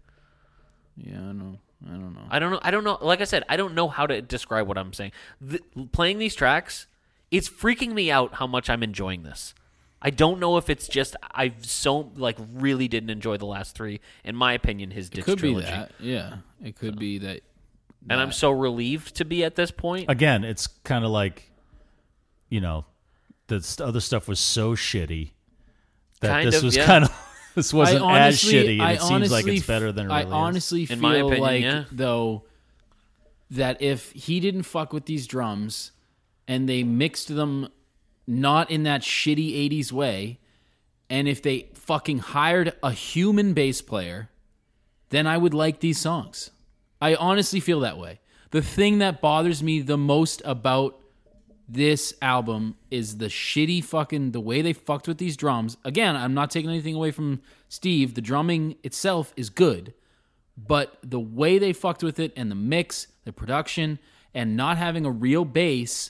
Yeah, I don't know. I don't know. I don't know. I don't know. Like I said, I don't know how to describe what I'm saying. Th playing these tracks, it's freaking me out how much I'm enjoying this. I don't know if it's just I've so like really didn't enjoy the last three. In my opinion, his Ditch Could trilogy, be that. Yeah, it could be that. and I'm so relieved to be at this point. Again, it's kind of like, you know, the s- other stuff was so shitty that Kind this of, was yeah. kind of this wasn't I honestly, as shitty, and I it seems like honestly it's better than it I really is. honestly feel In my opinion, like yeah. though that if he didn't fuck with these drums and they mixed them not in that shitty 80s way and if they fucking hired a human bass player then I would like these songs. I honestly feel that way. The thing that bothers me the most about this album is the shitty fucking the way they fucked with these drums. Again, I'm not taking anything away from Steve. The drumming itself is good, but the way they fucked with it and the mix, the production, and not having a real bass.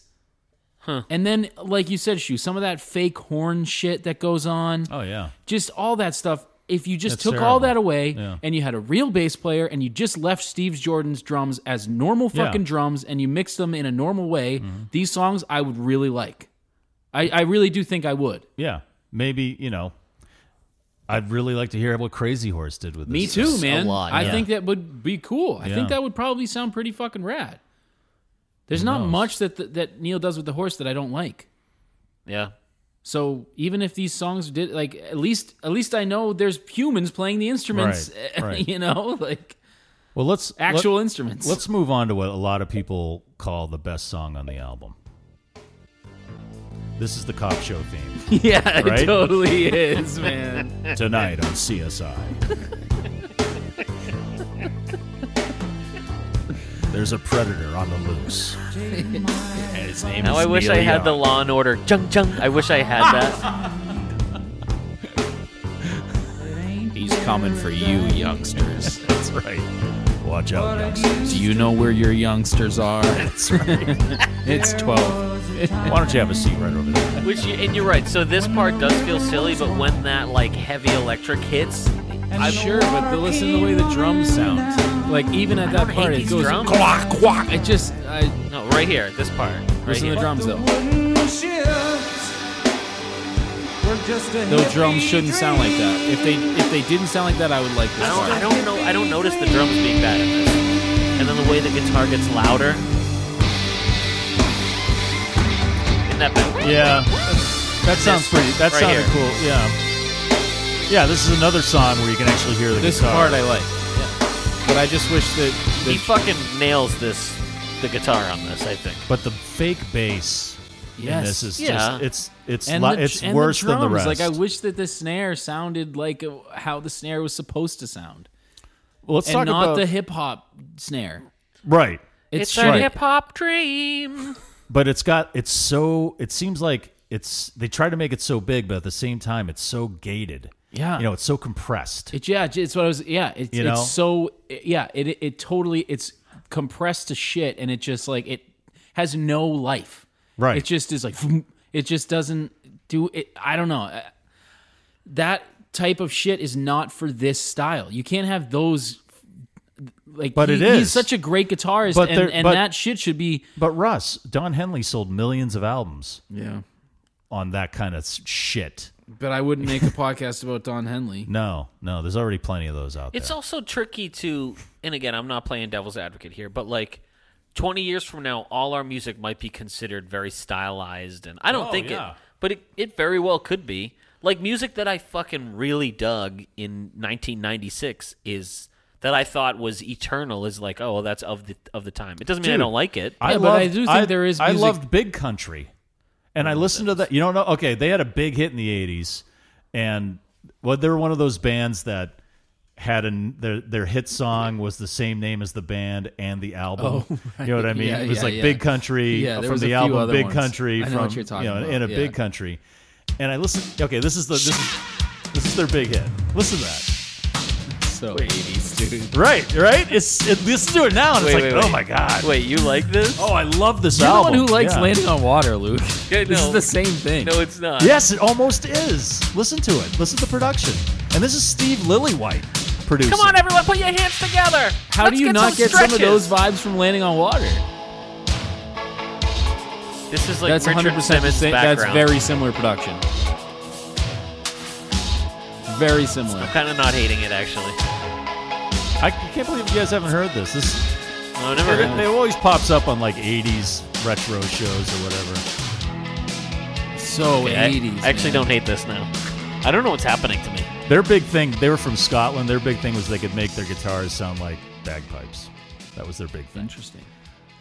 And then, like you said, Shu, some of that fake horn shit that goes on Oh yeah, just all that stuff. If you just That's took terrible. all that away Yeah. and you had a real bass player and you just left Steve Jordan's drums as normal Yeah. Mm-hmm. fucking drums and you mixed them in a normal way, these songs I would really like. I, I really do think I would. yeah. Maybe you know, I'd really like to hear what Crazy Horse did with Me this. too, man. lot, I yeah. think that would be cool. I Yeah. think that would probably sound pretty fucking rad. There's not much that that Neil does with the horse that I don't like. yeah, So even if these songs did like at least at least I know there's humans playing the instruments, Right, right. you know, like Well, let's actual Let, instruments. let's move on to what a lot of people call the best song on the album. This is the cop show theme Yeah, Right? it totally is, man. tonight on CSI. There's a predator on the loose. And his name Now is I wish Neil I had the Young. Law and Order. Chung chung. I wish I had that. He's coming for you, youngsters. That's right. Watch out, youngster. Do you know where your youngsters are? That's right. it's twelve. Why don't you have a seat right over there? Which you, and you're right. So this part does feel silly, but when that like heavy electric hits, I'm sure, but the, listen to the way the drums sound. Like even at that hate part, it these goes drums. quack quack. It just I no, right here, this part, right listen to here. the drums though. Those drums shouldn't sound like that. If they if they didn't sound like that, I would like this I don't, part. I don't know. I don't notice the drums being bad in this. And then the way the guitar gets louder. In that back- Yeah, that sounds pretty. That right sounded here. cool. Yeah, yeah. This is another song where you can actually hear the This guitar. part I like, but I just wish that He fucking nails this, the guitar on this. I think. but the fake bass in Yes. this is Yeah. just it's it's and li- the- it's and worse the than the drums. rest. Like I wish that the snare sounded like uh, how the snare was supposed to sound, well, let's and talk not about the hip hop snare. right, It's, It's a shit. hip hop dream. but it's got it's so it seems like it's they try to make it so big, but at the same time it's so gated. Yeah. you know, it's so compressed. It, yeah, it's what I was. Yeah, it's, You know? it's so. Yeah, it it totally it's compressed to shit, and it just like it has no life. Right. It just is like it just doesn't do it. I don't know. Uh, That type of shit is not for this style. You can't have those. Like, But he- it He's is. such a great guitarist, But and, there- and but- that shit should be. but Russ, Don Henley sold millions of albums Yeah, on that kind of s- shit. but I wouldn't make a podcast about Don Henley. No, no, there's already plenty of those out It's there. also tricky to, and again, I'm not playing devil's advocate here, but like 20 years from now, all our music might be considered very stylized, and I don't Oh, think yeah. it, but it, it very well could be. like music that I fucking really dug in 1996 is that I thought was eternal is like, oh, well, that's of the of the time. It doesn't mean I Dude, don't like it. I Yeah, loved, but I do think I, there is I music- loved Big Country, and I Oh, listened to that. You don't know? Okay, they had a big hit in the '80s, and well, they were one of those bands that had an their their hit song was the same name as the band and the album. Oh, right. You know what I mean? Yeah, it was yeah, like yeah. Big Country Yeah, there from was a the few album other Big ones. Country I know from what you're talking you know about, in a yeah. Big Country, and I listened. Okay, this is the this is this is their big hit. Listen to that. So 80s, dude. Right, right. It's it, listen to it now, and Wait, it's like, wait, oh wait. my god. Wait, you like this? Oh, I love this You're the album. one who likes Yeah. landing on water, Luke. Yeah, This no. is the same thing. No, it's not. Yes, it almost is. Listen to it. Listen to the production. And this is Steve Lillywhite producing. Come on, everyone, put your hands together. How Let's do you not some get some of those stretches. vibes from landing on water? This is like that's Richard 100% the Simmons' same. background. That's very similar production. Very similar. I'm kind of not hating it actually. I can't believe you guys haven't heard this. This No, I Oh, never it, heard it always pops up on like 80s retro shows or whatever. So Okay, I- 80s. I actually man. don't hate this now. I don't know what's happening to me. Their big thing, they were from Scotland. Their big thing was they could make their guitars sound like bagpipes. That was their big thing. Interesting.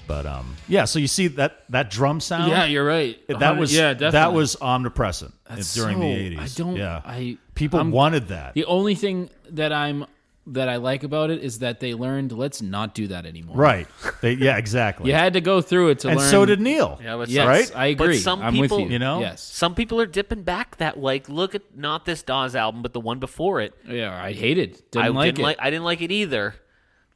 But um yeah, so you see that that drum sound? Yeah, you're right. that was yeah, definitely. that was omnipresent That's during so- the 80s. I don't. yeah. I People I'm- wanted that. The only thing that I'm that I like about it is that they learned let's not do that anymore. Right. They, yeah, exactly. You had to go through it to and learn. so did Neil. but Yes, right? I agree. But some I'm people, with you. You know? Yes. Some people are dipping back that like, look at not this Dawes album, but the one before it. Yeah, I hated. Didn't I like didn't it. like. I didn't like it either.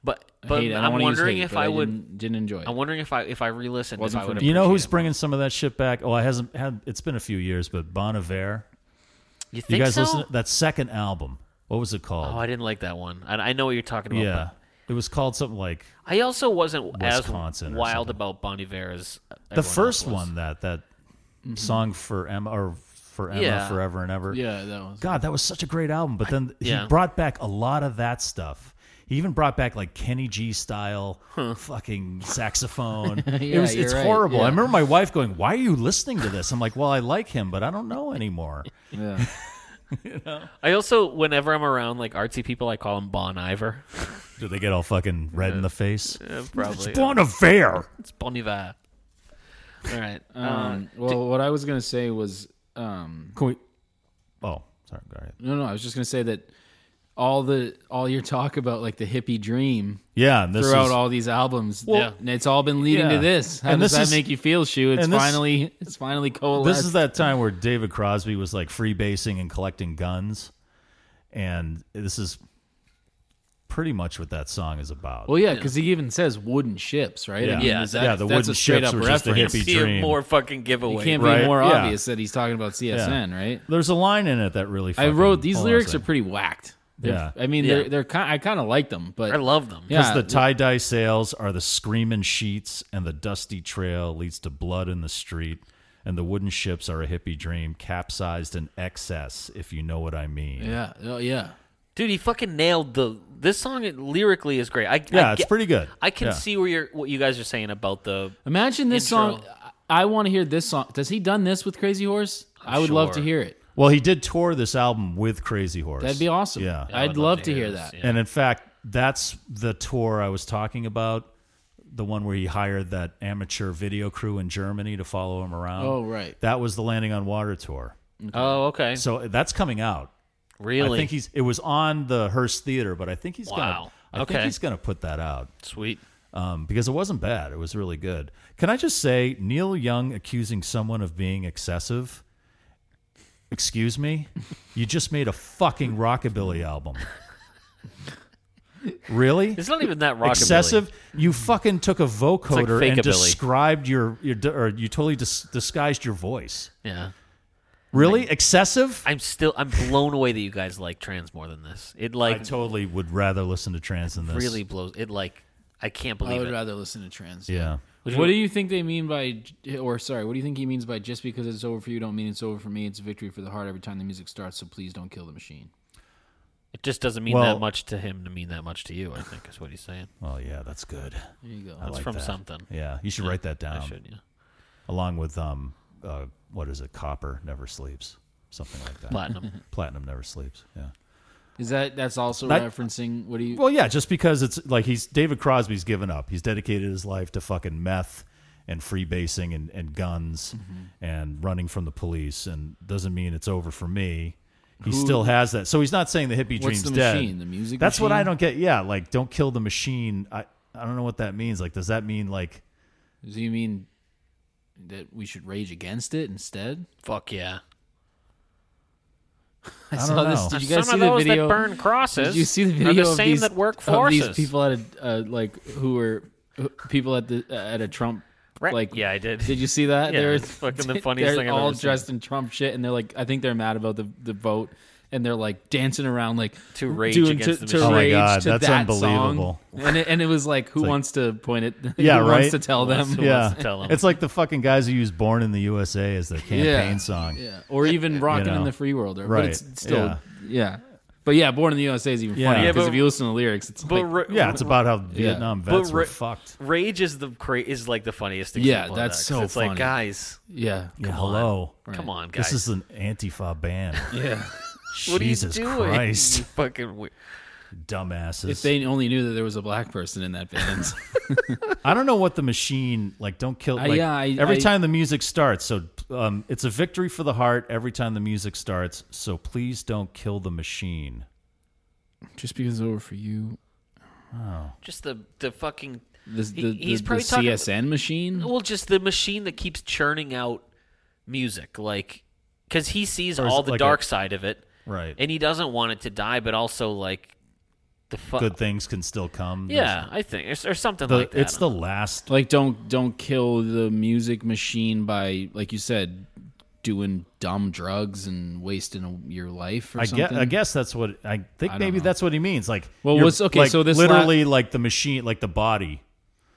But but hate, I don't I'm wanna use wondering hate, if but I, would. didn't, didn't enjoy it. I'm wondering if I if I re-listened if Wasn't I for would. me. You know appreciate who's it. bringing some of that shit back? Oh, I hasn't had. It's been a few years, but Bon Iver. You You think guys so? listen to that second album? What was it called? Oh, I didn't like that one. I, I know what you're talking about. yeah, it was called something like but I also wasn't Wisconsin as or wild something. about Bon Iver as the everyone else first was. Mm-hmm. one that that song for Emma or for Emma Yeah. forever and ever. Yeah, that was. God, that was such a great album. But then yeah. he brought back a lot of that stuff. He even brought back like Kenny G style fucking saxophone. it Yeah, was you're it's right, horrible. yeah. I remember my wife going, "Why are you listening to this?" I'm like, "Well, I like him, but I don't know anymore." Yeah. I also, whenever I'm around like artsy people, I call them Bon Iver. Do they get all fucking red in the face? Probably Bon Iver. it's Bon Iver. All right. Um, well, what I was gonna say was, um, Can we? Oh, sorry. Go ahead. no, no, I was just gonna say that all the all your talk about like the hippie dream Yeah, and this throughout is, all these albums, Well- and it's all been leading Yeah. to this. How And does this that is- make you feel, Shu? It's and this- finally it's finally coalesced. this is that time where David Crosby was like freebasing and collecting guns, and this is pretty much what that song is about. well, yeah, because he even says wooden ships, right? Yeah. Yeah, is yeah, the that's wooden a straight ships up were just a reference. hippie See a dream. more fucking giveaway. It can't Right, be more yeah. obvious that he's talking about CSN, right? There's a line in it that really. I Fucking, wrote these hold on a lyrics are second. pretty whacked. They're- Yeah. I mean, Yeah. they're they're kind. I kind of like them, but I love them. yeah, the tie dye sails are the screaming sheets, and the dusty trail leads to blood in the street. And the wooden ships are a hippie dream, capsized in excess, if you know what I mean. yeah, oh, yeah. Dude, he fucking nailed the. This song it- lyrically is great. I, Yeah, I it's get- pretty good. I can Yeah. see where you're what you guys are saying about the. Imagine this Intro. song. I want to hear this song. Does he done this with Crazy Horse? i would love to sure. hear it. Well, he did tour this album with Crazy Horse. That'd be awesome. Yeah. I'd, love, to hear, that. this, And in fact, that's the tour I was talking about, the one where he hired that amateur video crew in Germany to follow him around. Oh, right. That was the Landing on Water tour. Oh, okay. So that's coming out. Really? I think he's it was on the Hearst Theater, but I think he's Wow. gonna I Okay. think he's gonna put that out. Sweet. Um, because it wasn't bad. It was really good. Can I just say Neil Young accusing someone of being excessive? Excuse me? You just made a fucking rockabilly album. Really? It's not even that rockabilly. excessive. You fucking took a vocoder It's like and fakeabilly. described your your or you totally dis- disguised your voice. Yeah. Really excessive? I'm still. I'm blown away that you guys like trans more than this. It I, like totally would rather listen to trans than this. really blows. It like I can't I believe would it. rather listen to trans. Yeah. What do you think they mean by, or sorry, what do you think he means by just because it's over for you don't mean it's over for me? It's victory for the heart every time the music starts, so please don't kill the machine. It just doesn't mean Well- that much to him to mean that much to you. I think is what he's saying. Well, yeah, that's good. There you go. I like from that. something. Yeah, you should write that down I should. Yeah. along with um uh what is it? Copper never sleeps. something like that. Platinum. Platinum never sleeps. Yeah. Is that that's also That- referencing what do you? Well, yeah, just because it's like he's David Crosby's given up. He's dedicated his life to fucking meth and freebasing and, and guns Mm-hmm. and running from the police. And doesn't mean it's over for me. He still has that. So he's not saying the hippie What's dream's the dead. machine? The music That's what I machine? don't get. Yeah, like don't kill the machine. I I don't know what that means. Like, does that mean like do you mean that we should rage against it instead? Fuck yeah. I, don't saw know. Oh, this. Did you guys Some see the of those video? that burn crosses Did you see the are video the of same these, that work of forces. these people at a uh, like who were who- people at the uh, at a Trump Right. like Yeah, I did. Did you see that? Yeah, They were- it's fucking the funniest they're thing I've all ever seen. dressed in Trump shit, and they're like, I think they're mad about the the vote, and they're like dancing around like To rage doing, against to, the to machine. Oh my rage God, to that's that unbelievable. Song. And it, and it was like, who like- wants to point it? Yeah, who right? Wants to tell them? Who yeah, wants to tell 'em? it's like the fucking guys who use "Born in the USA" as their campaign Yeah. song. Yeah, or even rocking know. in the free world, or, Right, But it's still, yeah. yeah. But yeah, born in the USA is even Yeah. funnier Yeah, because but- if you listen to the lyrics, it's But like, ra- Yeah, it's about how Vietnam vets But were ra- fucked. Rage is the cra- is like the funniest. Yeah, example of that, that's 'cause so It's like funny. guys, yeah, Yeah, hello. come on, guys. This is an Antifa band. yeah. what Jesus are you doing? Christ. You fucking. we- Dumbasses. If they only knew that there was a black person in that band, I don't know what the machine like. Don't kill. Uh, Like, yeah, I- every I- time the music starts, so um, it's a victory for the heart. Every time the music starts, so please don't kill the machine. just because it's over for you, Just the the fucking. the, the, He- the, he's the probably talking- CSN machine. Well, just the machine that keeps churning out music, like because he sees Or is all it the like dark a- side of it, Right. and he doesn't want it to die, but also like the fuck. Good things can still come. Yeah, I think or, or something There's- like the, that. it's the last. Like, don't don't kill the music machine by, like you said, doing dumb drugs and wasting your life. Or I something. guess, I guess that's what I think. don't maybe know. that's what he means. Like, Well, you're- what's- okay, like, so this literally like the machine, like the body.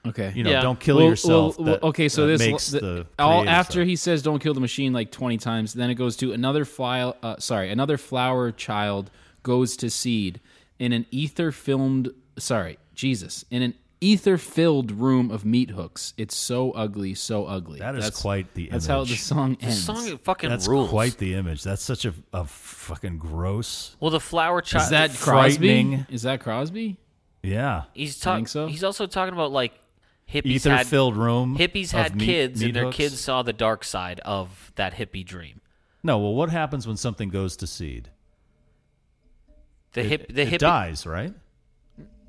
Okay. You know, Yeah. don't kill Well, yourself. well, well, That- okay, so that this makes the- the all creative after stuff. he says "Don't kill the machine" like twenty times, then it goes to another file. Uh, sorry, another flower child goes to seed in an ether filmed. Sorry, Jesus, in an ether filled room of meat hooks. It's so ugly, so ugly. That is That's- quite the That's how the image. song the ends. song fucking That's rules. quite the image. That's such a, a fucking gross. well, the flower child. is that Uh, frightening. Crosby? Is that Crosby? Yeah. He's You talking. think so? He's also talking about like hippies Ether had filled room. hippies of had meat- kids, meat and their hooks. kids saw the dark side of that hippie dream. No, well, what happens when something goes to seed? The hip, the it hippie. dies, right?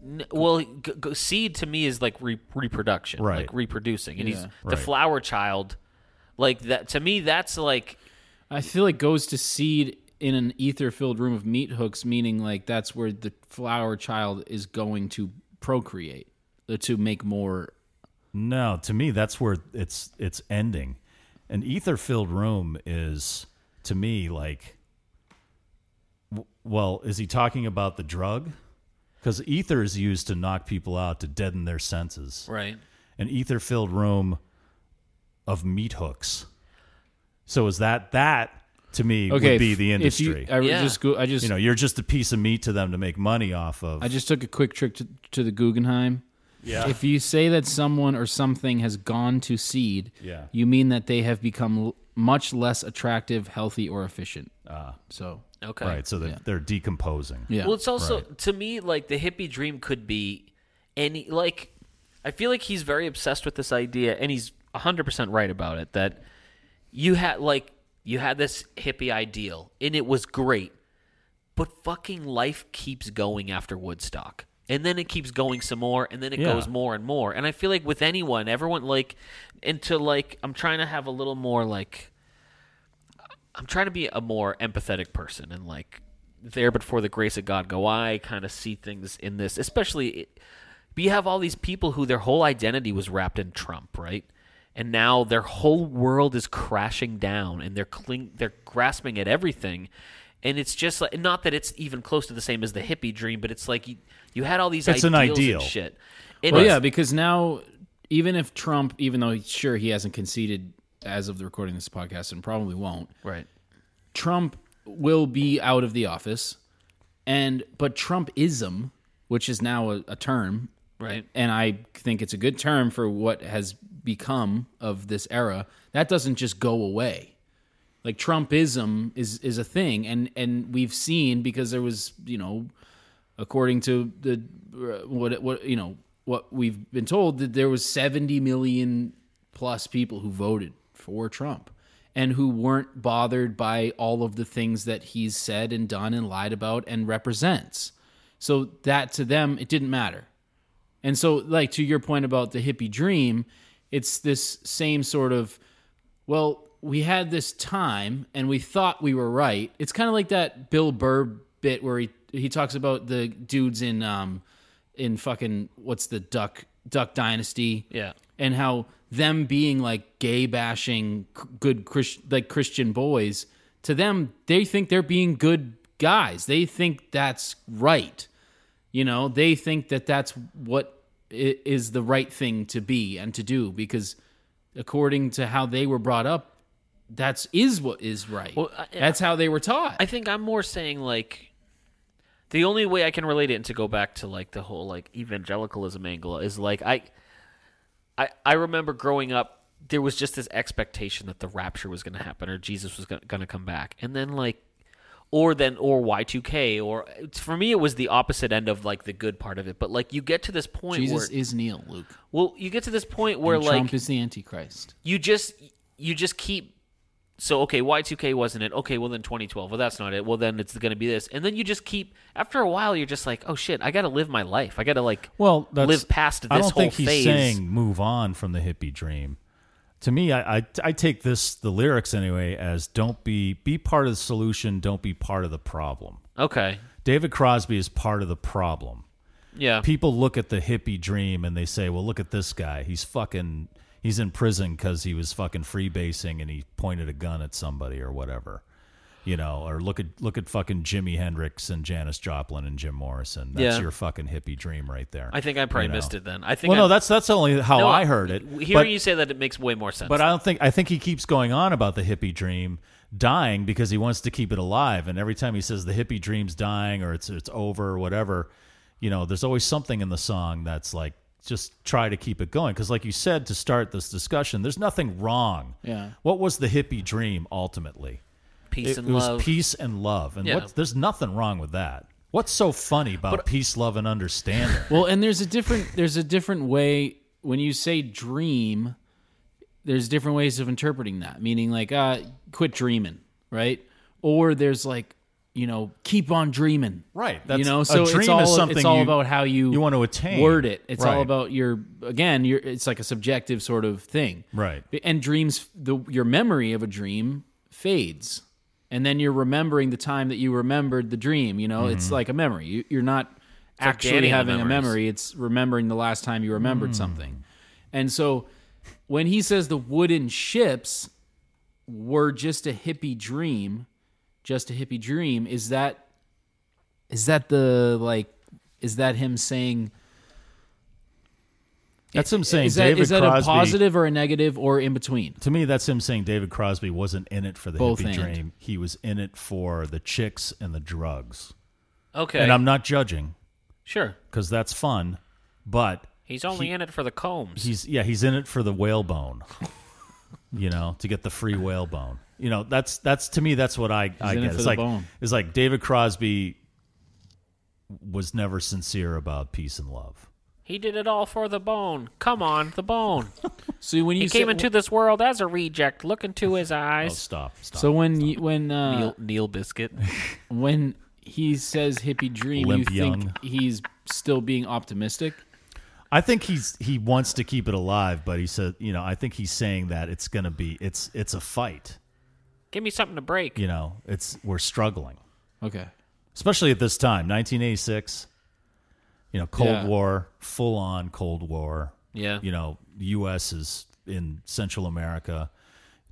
n- Well, g- g- seed to me is like re- reproduction, Right. like reproducing, and he's Yeah. the Right. flower child. Like that to me, that's like I feel like goes to seed in an ether filled room of meat hooks, meaning like that's where the flower child is going to procreate uh, to make more. No, to me, that's where it's it's ending. An ether filled room is to me like, w- well, is he talking about the drug? Because ether is used to knock people out to deaden their senses. right. An ether filled room of meat hooks. So is that that to me Okay, would be the if industry? You, I Yeah. just go, I just you know, you're just a piece of meat to them to make money off of. I just took a quick trip to, to the Guggenheim. yeah. If you say that someone or something has gone to seed, Yeah. you mean that they have become l- much less attractive, healthy, or efficient. Ah, so Okay. right, so they're, they're decomposing. yeah. Well, it's also to me like the hippie dream could be any like I feel like he's very obsessed with this idea and he's 100% right about it that you had like you had this hippie ideal and it was great. But fucking life keeps going after Woodstock. And then it keeps going some more and then it Yeah. goes more and more. And I feel like with anyone, everyone like into like I'm trying to have a little more like I'm trying to be a more empathetic person and like there but for the grace of God go I kind of see things in this especially we have all these people who their whole identity was wrapped in Trump right and now their whole world is crashing down and they're cling they're grasping at everything and it's just like not that it's even close to the same as the hippie dream but it's like you, you had all these It's an ideals and ideal. shit and Well, it's- yeah, because now, even if Trump, even though sure he hasn't conceded as of the recording of this podcast and probably won't, right Trump will be out of the office, and but Trumpism, which is now a, a term, Right. And I think it's a good term for what has become of this era. That doesn't just go away. Like Trumpism is is a thing, and and we've seen because there was you know, according to the uh, what what you know what we've been told that there was seventy million plus people who voted for Trump and who weren't bothered by all of the things that he's said and done and lied about and represents. So that to them it didn't matter. And so, like to your point about the hippie dream, it's this same sort of, well, we had this time and we thought we were right. It's kind of like that Bill Burr bit where he he talks about the dudes in um in fucking what's the Duck Duck Dynasty, Yeah. and how them being like gay bashing c- good Chris, like Christian boys to them they think they're being good guys. They think that's right. You know, they think that that's what i- is the right thing to be and to do because according to how they were brought up, that's is what is right. Well, I- that's how they were taught. I think I'm more saying like the only way I can relate it and to go back to like the whole like evangelicalism angle is like I I I remember growing up there was just this expectation that the rapture was going to happen or Jesus was going to come back. And then like or then or Y2K or for me it was the opposite end of like the good part of it. But like you get to this point Jesus where is Neil, Luke. well you get to this point where And like Trump is the Antichrist. you just you just keep so okay y2k wasn't it okay well then 2012 well that's not it well then it's going to be this and then you just keep after a while you're just like oh shit i gotta live my life i gotta like Well, that's, live past this I don't whole think he's phase saying move on from the hippie dream. To me, I, I I take this the lyrics anyway as don't be be part of the solution, don't be part of the problem. okay David Crosby is part of the problem. yeah People look at the hippie dream and they say, "Well, look at this guy. He's fucking he's in prison cuz he was fucking freebasing and he pointed a gun at somebody or whatever." You know, or look at look at fucking Jimi Hendrix and Janis Joplin and Jim Morrison. That's Yeah. your fucking hippie dream right there. i think i probably You know? missed it then i think Well, I, no, that's that's only how no, I heard it. hearing But, you say that it makes way more sense but I don't think I think he keeps going on about the hippie dream dying because he wants to keep it alive. And every time he says the hippie dream's dying or it's it's over or whatever, you know, there's always something in the song that's like just try to keep it going because, like you said to start this discussion, there's nothing wrong. Yeah. What was the hippie dream ultimately? It, peace and it was love peace and love, and Yeah. what, there's nothing wrong with that. What's so funny about peace, love, and understanding? Well, and there's a different there's a different way when you say dream, there's different ways of interpreting that. Meaning like uh quit dreaming, right? Or there's like, you know, keep on dreaming. Right. you That's- know, a so dream it's is all it's something all you- about how you you want to attain. Word it. It's all Right. about your again, your it's like a subjective sort of thing. Right. And dreams the your memory of a dream fades. And then you're remembering the time that you remembered the dream, you know? It's like a memory. You, you're not like actually Danny and the having a Memories. memory. It's remembering the last time you remembered something. And so when he says the wooden ships were just a hippie dream, just a hippie dream, is that is that the like is that him saying That's what I'm saying. is that David is that Crosby, a positive or a negative or in between? to me, that's him saying David Crosby wasn't in it for the Both hippie and. dream. He was in it for the chicks and the drugs. okay And I'm not judging sure because that's fun, but he's only in it for the combs he's yeah he's in it for the whalebone. you know, to get the free whalebone. You know, that's that's to me that's what I I in it get. for It's the like bone. it's like David Crosby was never sincere about peace and love. Oh, he did it all for the bone come on the bone So when you he say- came into this world as a reject look into his Oh, eyes stop, stop. so when you, when uh, Neil, Neil Biscuit. when he says hippie dream, Limp you think young. he's still being optimistic? I think he's he wants to keep it alive, but he said, you know, I think he's saying that it's going to be it's it's a fight. Give me something to break. You know, it's we're struggling, Okay. especially at this time, 1986. You know, Cold Yeah. War, full on Cold War. Yeah. You know, the U.S. is in Central America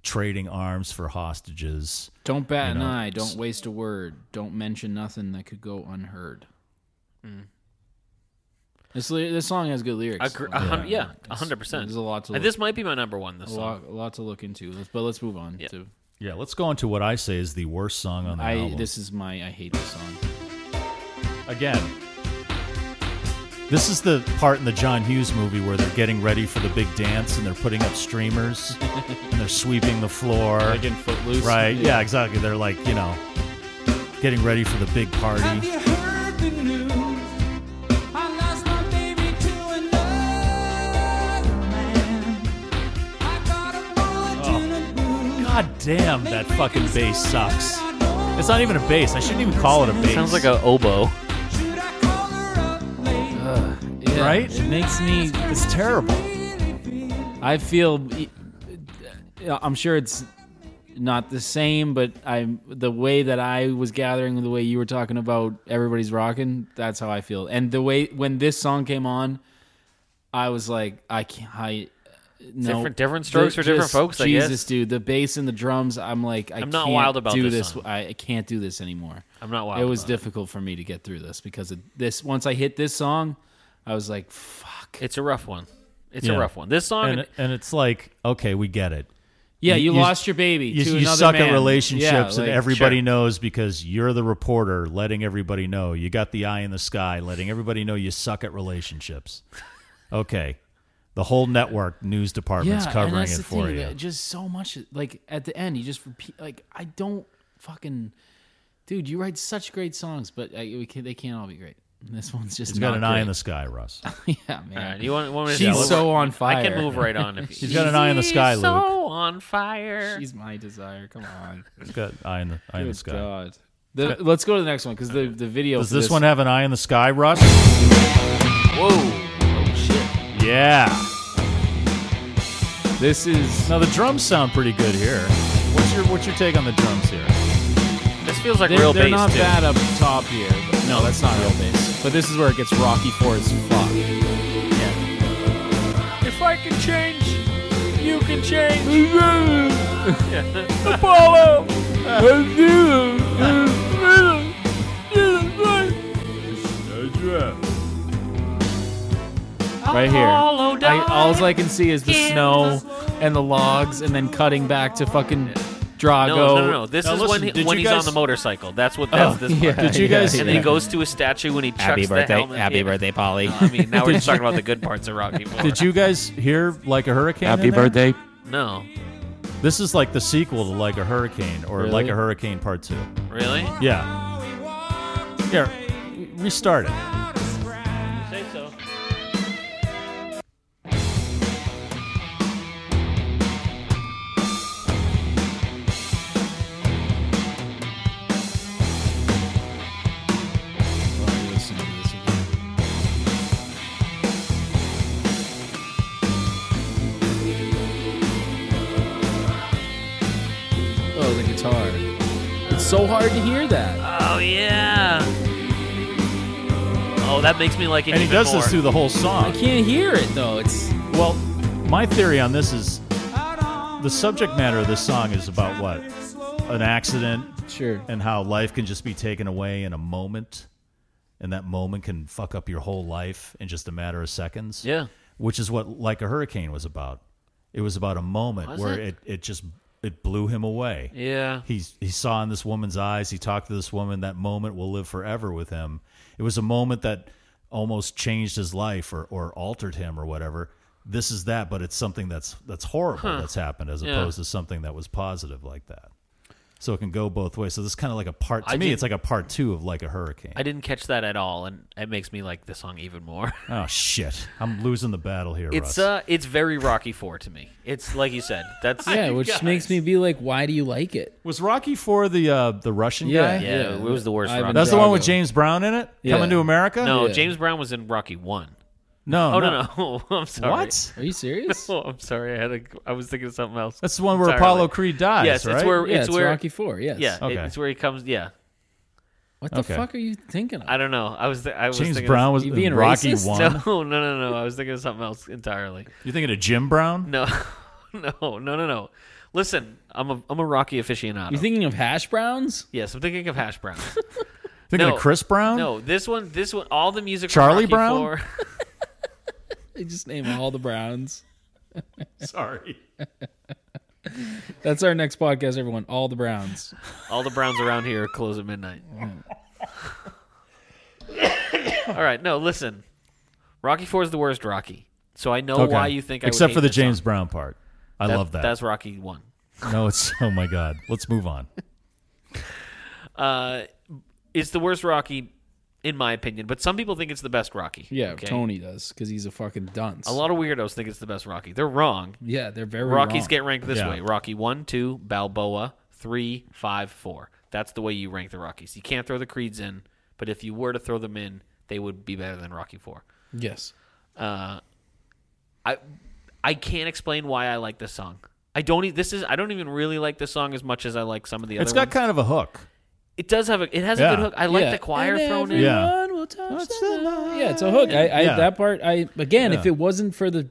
trading arms for hostages. Don't bat You know, an eye. Don't waste a word. Don't mention nothing that could go unheard. Mm. This ly- this song has good lyrics. Agre- a hun- yeah, a hundred percent. There's a lot to And look, This might be my number one. This a song. lot, a lot to look into. Let's, but let's move on. To, Yeah, let's go on to what I say is the worst song on the I album. this is my I hate this song. Again, This is the part in the John Hughes movie where they're getting ready for the big dance and they're putting up streamers and they're sweeping the floor. Like in Footloose. Right. Yeah, exactly. They're like, you know, getting ready for the big Have party. you heard the news? I lost my baby to another man. I got a bulletin of blues. God damn, that fucking bass sucks. It's not even a bass. I shouldn't even call it a bass. Sounds like a oboe. Should I call her up late? Yeah, Right? It makes me. It's terrible. I feel. e, I'm sure it's not the same, but I the way that I was gathering, the way you were talking about everybody's rocking, that's how I feel. And the way when this song came on, I was like, I can't. I, no. Different- different strokes for different folks, I Jesus, guess. dude, the bass and the drums. I'm like, I I'm not can't wild about do this this. song. I, I can't do this anymore. I'm not wild It was about it. difficult for me to get through this because of this. Once I hit this song, I was like, fuck. It's a rough one. It's Yeah. a rough one. This song, And, and it's like, okay, we get it. Yeah, You- you, you- lost your baby. You, to you another suck man. at relationships Yeah, and like, everybody sure. knows because you're the reporter letting everybody know. You got the eye in the sky letting everybody know you suck at relationships. Okay. The whole network news department's Yeah, and covering that's it the for thing, you. that Just so much. Like at the end, you just repeat. Like I don't fucking, dude. You write such great songs, but I, we can, they can't all be great. And this one's just He's got not an eye great. in the sky, Russ. yeah, man. all right, you want, want me to She's tell- so on fire. I can move right on. If He's got an eye in the sky, She's Luke. So on fire. She's my desire. Come on. He's got eye in the eye in the Good sky. God. The, let's go to the next one because the the video. Does for this one have an eye in the sky, Russ? Whoa! Oh shit! Yeah. This is. Now the drums sound pretty good here. What's your what's your take on the drums here? This feels like They're, real they're bass not too. bad up top here. But no, that's not real bass. But this is where it gets rocky for as fuck. If I can change, you can change. Apollo. right here. Apollo I, all I can see is the in snow and the logs, and then cutting back to fucking Drago. No, no, no, no. This Now is listen, when, he, did when you he's guys- on the motorcycle. That's what. That's this. Part. Oh, yeah, Did you yeah, guys- And then he goes to a statue and he chucks the helmet. in. Polly. I mean, now we're just talking about the good parts of Rocky Four. Did you guys hear like a hurricane? in there? No, This is like the sequel to Like a Hurricane or Really? Like a Hurricane Part Two. really? Yeah. Here, restart it. Say so. Oh, the guitar. It's so hard to hear that. Oh yeah. Oh, that makes me like it And he even does more. this through the whole I song. can't hear it though. It's Well, my theory on this is the subject matter of this song is about what? An accident, sure. and how life can just be taken away in a moment and that moment can fuck up your whole life in just a matter of seconds Yeah. which is what like a hurricane was about it was about a moment Was where it? it? It, just it blew him away Yeah. he, he saw in this woman's eyes he talked to this woman that moment will live forever with him it was a moment that almost changed his life or, or altered him or whatever this is that but it's something that's that's horrible that's happened as Yeah. opposed to something that was positive like that so it can go both ways so this is kind of like a part to I me did- it's like a part two of like a hurricane I didn't catch that at all, and it makes me like the song even more. oh shit i'm losing the battle here It's Russ. uh, it's very Rocky Four to me. It's like you said. That's Yeah, which Guys. makes me be like, why do you like it? was rocky for the uh the russian guy Yeah, it was the worst rock. that's the one with Drago. james brown in it Yeah. coming to america No, Yeah. James Brown was in Rocky One. no Oh no, no. I'm sorry. what Are you serious? Oh, I'm sorry. I had a, I was thinking of something else. that's the one where entirely. apollo creed dies Yes, right it's where yeah, it's, it's, where Rocky Four. Yes. Yeah, it- Okay. it's where he comes. Yeah, What the Okay. fuck are you thinking of? I don't know. I was th- I was james thinking brown was You in being rocky racist? one Of, no, no, no, no. I was thinking of something else entirely. you're thinking of jim brown No, no, no, no, no. Listen, I'm a I'm a Rocky aficionado. you thinking of hash browns? yes, I'm thinking of hash browns. thinking No. of chris brown no, this one, this one, all the music. from Um, Charlie Rocky Brown? Four- They just name all the Browns. sorry That's our next podcast, everyone. All the Browns. All the Browns around here close at midnight. All right, no, listen. Rocky Four is the worst Rocky. So I know Okay. why you think I would Except hate for the this song. James Brown part. I That- love that. That's Rocky One. no, it's oh my god. Let's move on. Uh, it's the worst Rocky, in my opinion. But some people think it's the best Rocky. Yeah, okay? Tony does because he's a fucking dunce. A lot of weirdos think it's the best Rocky. They're wrong. Yeah, they're very Rockies wrong. get ranked this Yeah. way: Rocky one, two, Balboa three, five, four. That's the way you rank the Rockies. You can't throw the creeds in, but if you were to throw them in, they would be better than Rocky four. yes. I I can't explain why I like this song. I don't. e- This is. I don't even really like this song as much as I like some of the other. It's got ones. kind of a hook. it does have a. It has Yeah. a good hook. I like Yeah. the choir thrown in. Yeah. Yeah, it's a hook. I, I Yeah. that part. I again, if Yeah. it wasn't for the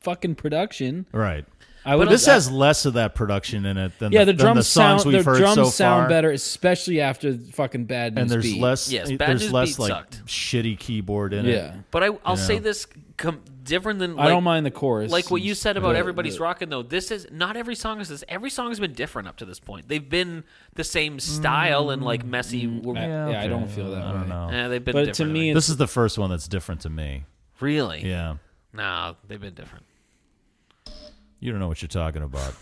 fucking production, Right. I would. this I- has less of that production in it than yeah, the, than the the drums sound. songs The we've heard drums so sound far. better, especially after fucking bad news. And there's Beat. less. Yes, it- Bad there's News less Beat like sucked. shitty keyboard in Yeah, it. But I, I'll say this com- different than. Like, I don't mind the chorus. Like what you said about The- everybody's the- rocking though. This is not every song is this. Every song has been different up to this point. They've been the same style and like messy. I- Yeah. yeah, I don't feel that I way. don't know. they've been. But different, to me, This is the first one that's different to me. really, Yeah. no, they've been different. You don't know what you're talking about.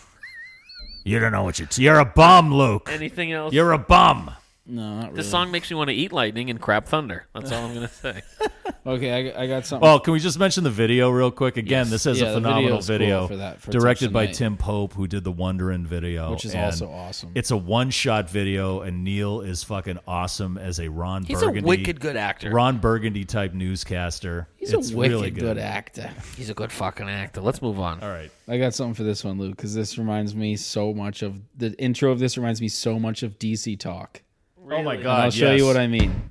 you don't know what you're. T- you're a bum, Luke. Anything else? You're a bum. no, not really. This song makes me want to eat lightning and crap thunder. That's all I'm gonna say. Okay, I, I got something. Well, can we just mention the video real quick? Again, this is a Yeah, the phenomenal video's cool video for that- for directed Touch by Tonight. Tim Pope, who did the Wonder in video, Which is and also awesome. It's a one-shot video, and Neil is fucking awesome as a Ron He's Burgundy, a wicked good actor. Ron Burgundy type newscaster. He's it's a wicked really good actor. He's a good fucking actor. Let's move on. All right, Oh I got something for this one, Luke, because this reminds me so much of the intro of this reminds me so much of DC Talk. oh my And god, I'll show yes. you what I mean.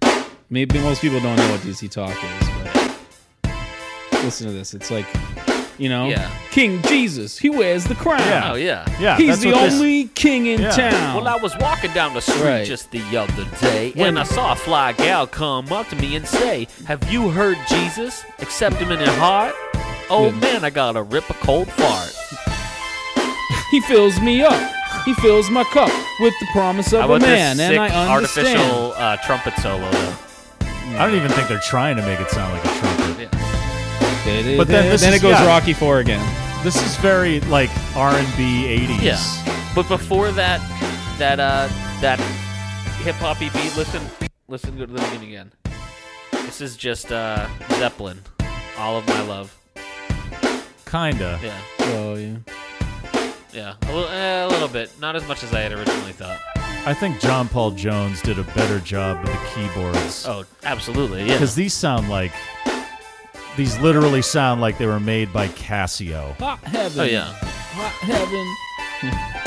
Maybe most people don't know what DC Talk is, but listen to this. It's like, you know, Yeah. King Jesus, he wears the crown. Yeah. Oh yeah. Yeah, He's that's the what this- only king in Yeah. town. Well, I was walking down the street Right. just the other day, and I saw a fly gal come up to me and say, "Have you heard Jesus? Accept him in your heart." Oh Good. man, I gotta rip a cold fart. he fills me up. He fills my cup with the promise of How a about man, this and sick I understand. artificial uh, trumpet solo? Though. I don't even think they're trying to make it sound like a trumpet. But then, this then is- it goes yeah. Rocky Four again. This is very like R and B '80s. Yeah, but before that, that uh, that hip hoppy beat. Listen, listen to the beginning again. This is just uh, Zeppelin, "All of My Love." kinda. Yeah. Oh yeah. Yeah, a little, eh, a little bit. Not as much as I had originally thought. I think John Paul Jones did a better job with the keyboards. Oh, absolutely. Yeah. Because these sound like these literally sound like they were made by Casio. Hot heaven. Oh yeah. Hot heaven.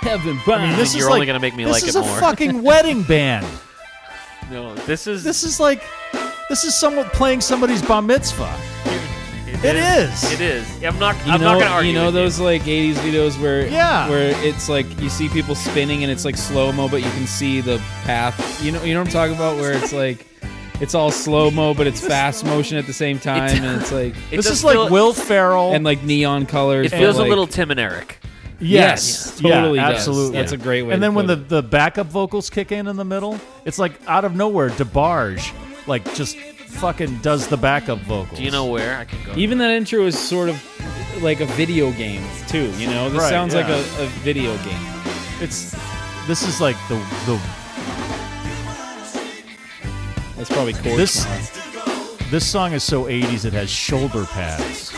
heaven bound. I mean, this Mm, is You're only like- gonna make me this like is it a more. fucking wedding band. No, this is This is like this is someone playing somebody's bar mitzvah. It is. It is. I'm not. You I'm know, not gonna argue. you know with those like '80s videos where Yeah. where it's like you see people spinning and it's like slow mo, but you can see the path. You know, you know what I'm talking about, where it's like it's all slow mo, but it's fast motion at the same time, and it's like It this does is like feel- Will Ferrell. and like neon colors. It but, feels eh, like- a little Tim and Eric. yes, yes, totally yeah, does. absolutely. That's a great way And to then when the, put the backup vocals kick in in the middle, it's like out of nowhere, DeBarge like just fucking does the backup vocals. Do you know where I can go? Even that intro is sort of like a video game too. You know, this Right, sounds like yeah. a, a video game. It's this is like the the That's probably cool. This this song is so 80s it has shoulder pads.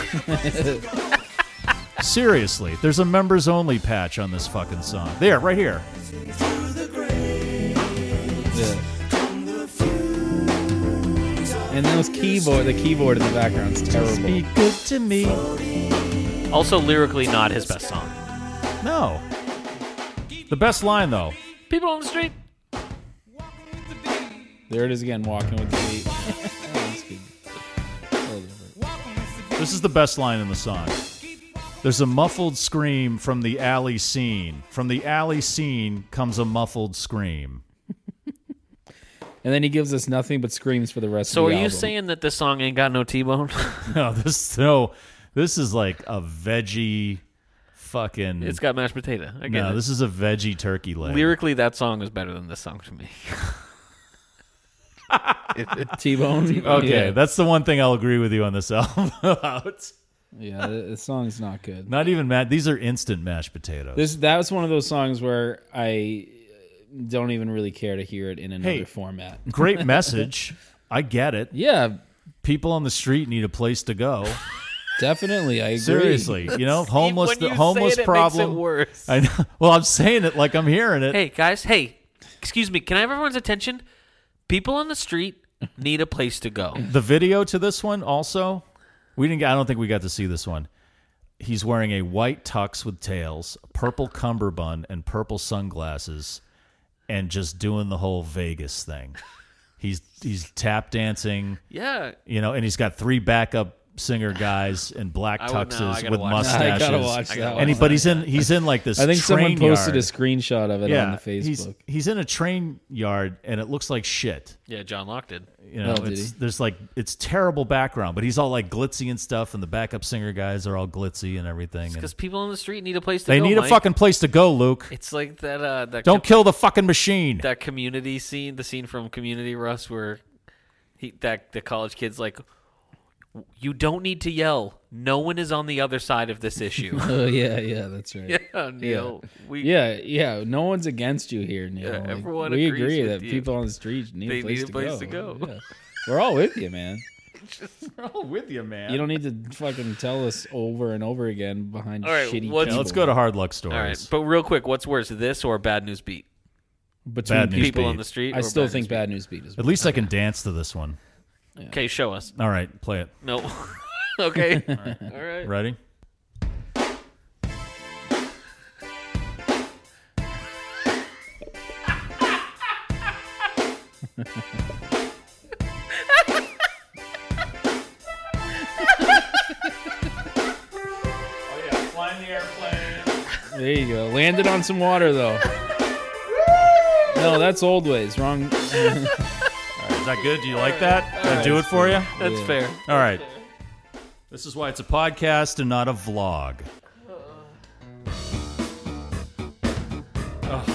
Seriously, there's a members only patch on this fucking song. There, right here. And those keyboard, the keyboard in the background's terrible. Be good to me. Also, lyrically, not his best song. No. The best line though. People on the street. There it is again, walking with the beat. Oh, that's good. Totally different. This is the best line in the song. There's a muffled scream from the alley scene. From the alley scene comes a muffled scream. And then he gives us nothing but screams for the rest So of are the you album. saying that this song ain't got no T-bone? No, this no. This is like a veggie fucking it's got mashed potato. I get No, it. this is a veggie turkey leg. lyrically, that song is better than this song to me. T Bone. Okay, Yeah, that's the one thing I'll agree with you on this album about. yeah the, the song's not good. Not even mad. These are instant mashed potatoes. This that was one of those songs where I don't even really care to hear it in another Hey. format. Great message. I get it. Yeah, People on the street need a place to go. definitely. I agree. Seriously, you know, homeless. When The you homeless say it, problem. It makes it worse. I know. Well, I'm saying it like I'm hearing it. Hey guys, hey, excuse me. Can I have everyone's attention? People on the street need a place to go. The video to this one also, we didn't. I don't think we got to see this one. He's wearing a white tux with tails, purple cummerbund, and purple sunglasses, and just doing the whole Vegas thing. He's he's tap dancing, Yeah, you know, and he's got three backup singer guys in black I would- no, I tuxes gotta with watch that. mustaches. I gotta watch that. gotta one. And he, but he's in he's in like this. I think someone train posted yard. a screenshot of it on the Facebook. He's, he's in a train yard and it looks like shit. yeah. John Locke did. You know, Oh, did it's, he? there's like it's terrible background, but he's all like glitzy and stuff, and the backup singer guys are all glitzy and everything. And Because people on the street need a place to they go. need a Mike. fucking place to go, Luke. It's like that. Uh, that Don't kill the fucking machine. that community scene, the scene from Community Russ where he that the college kid's like you don't need to yell. No one is on the other side of this issue. oh yeah, yeah, that's right. yeah, Neil. We Yeah, yeah. No one's against you here, Neil. Yeah, Like, everyone we agrees agree with that you. people on the street need They a place, need a to, place go. to go. Yeah. We're all with you, man. Oh, with you, man. You don't need to fucking tell us over and over again behind All right, shitty. what's- Yeah, people. let's go to hard luck All right, stories. but real quick, what's worse, this or Bad News Beat? between Bad News people. People Beat. on the street. I or still Bad think News Bad News Beat is. At least I can dance to this one. Beat? Okay, show us. All right, play it. No. okay. All right. All right. Ready? There you go. Landed on some water though. no, that's old ways. Wrong. Is that good? Do you like that? Did I do it for you? That's fair. All right. This is why it's a podcast and not a vlog. Ugh.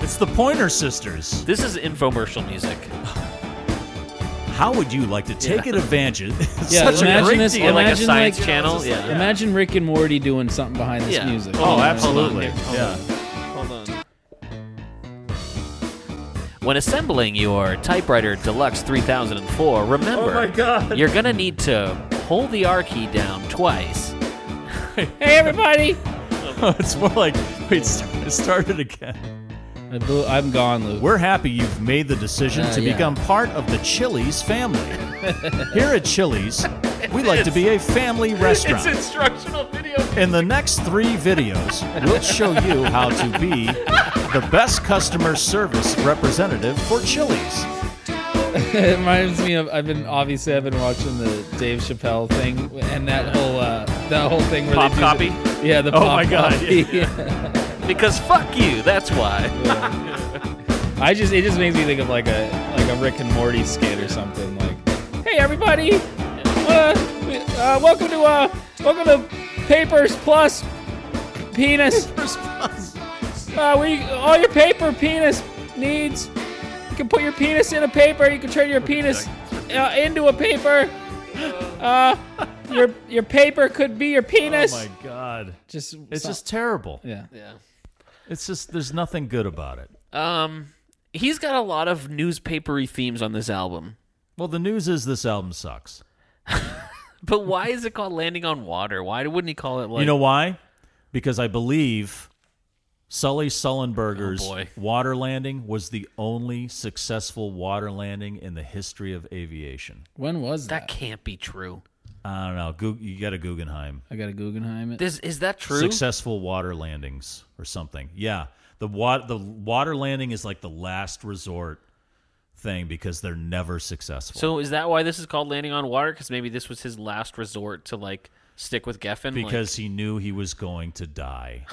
It's the Pointer Sisters. This is infomercial music. How would you like to take advantage? It's Yeah, such a imagine great this- deal. Or like a Imagine, science like- channel. Yeah. Imagine Rick and Morty doing something behind this Yeah. music. Oh, Oh, You know? absolutely. Hold on. Yeah. Hold on. When assembling your typewriter Deluxe 3004, remember, Oh God. you're gonna need to hold the R key down twice. Hey everybody! Oh, it's more like, wait, start, start it again. I blew, I'm gone, Luke. We're happy you've made the decision Uh, to yeah. become part of the Chili's family. Here at Chili's, we like to be a family restaurant. instructional video. In the next three videos, we'll show you how to be the best customer service representative for Chili's. It reminds me of I've been obviously I've been watching the Dave Chappelle thing and that whole uh, that whole thing where Pop they do copy? The, yeah, the oh pop my God, copy. Because fuck you, that's why. I just it just makes me think of like a like a Rick and Morty skit or something like, hey everybody, uh, we- uh, welcome to uh welcome to Papers Plus Penis. Uh, we all your paper penis needs. You can put your penis in a paper. You can turn your penis uh, into a paper. Uh, your your paper could be your penis. Oh Oh god. Just It's just terrible. yeah. It's just there's nothing good about it. Um, he's got a lot of newspapery themes on this album. Well, the news is this album sucks. But why is it called Landing on Water? Why wouldn't he call it like you know why? Because I believe Sully Sullenberger's Oh, boy. water landing was the only successful water landing in the history of aviation. When was that can't be true. I don't know. Goog- you got a Guggenheim. I got a Guggenheim. It. This is that true? Successful water landings or something. Yeah. The water the water landing is like the last resort thing because they're never successful. So is that why this is called landing on water? Because maybe this was his last resort to like stick with Geffen. like- because he knew he was going to die.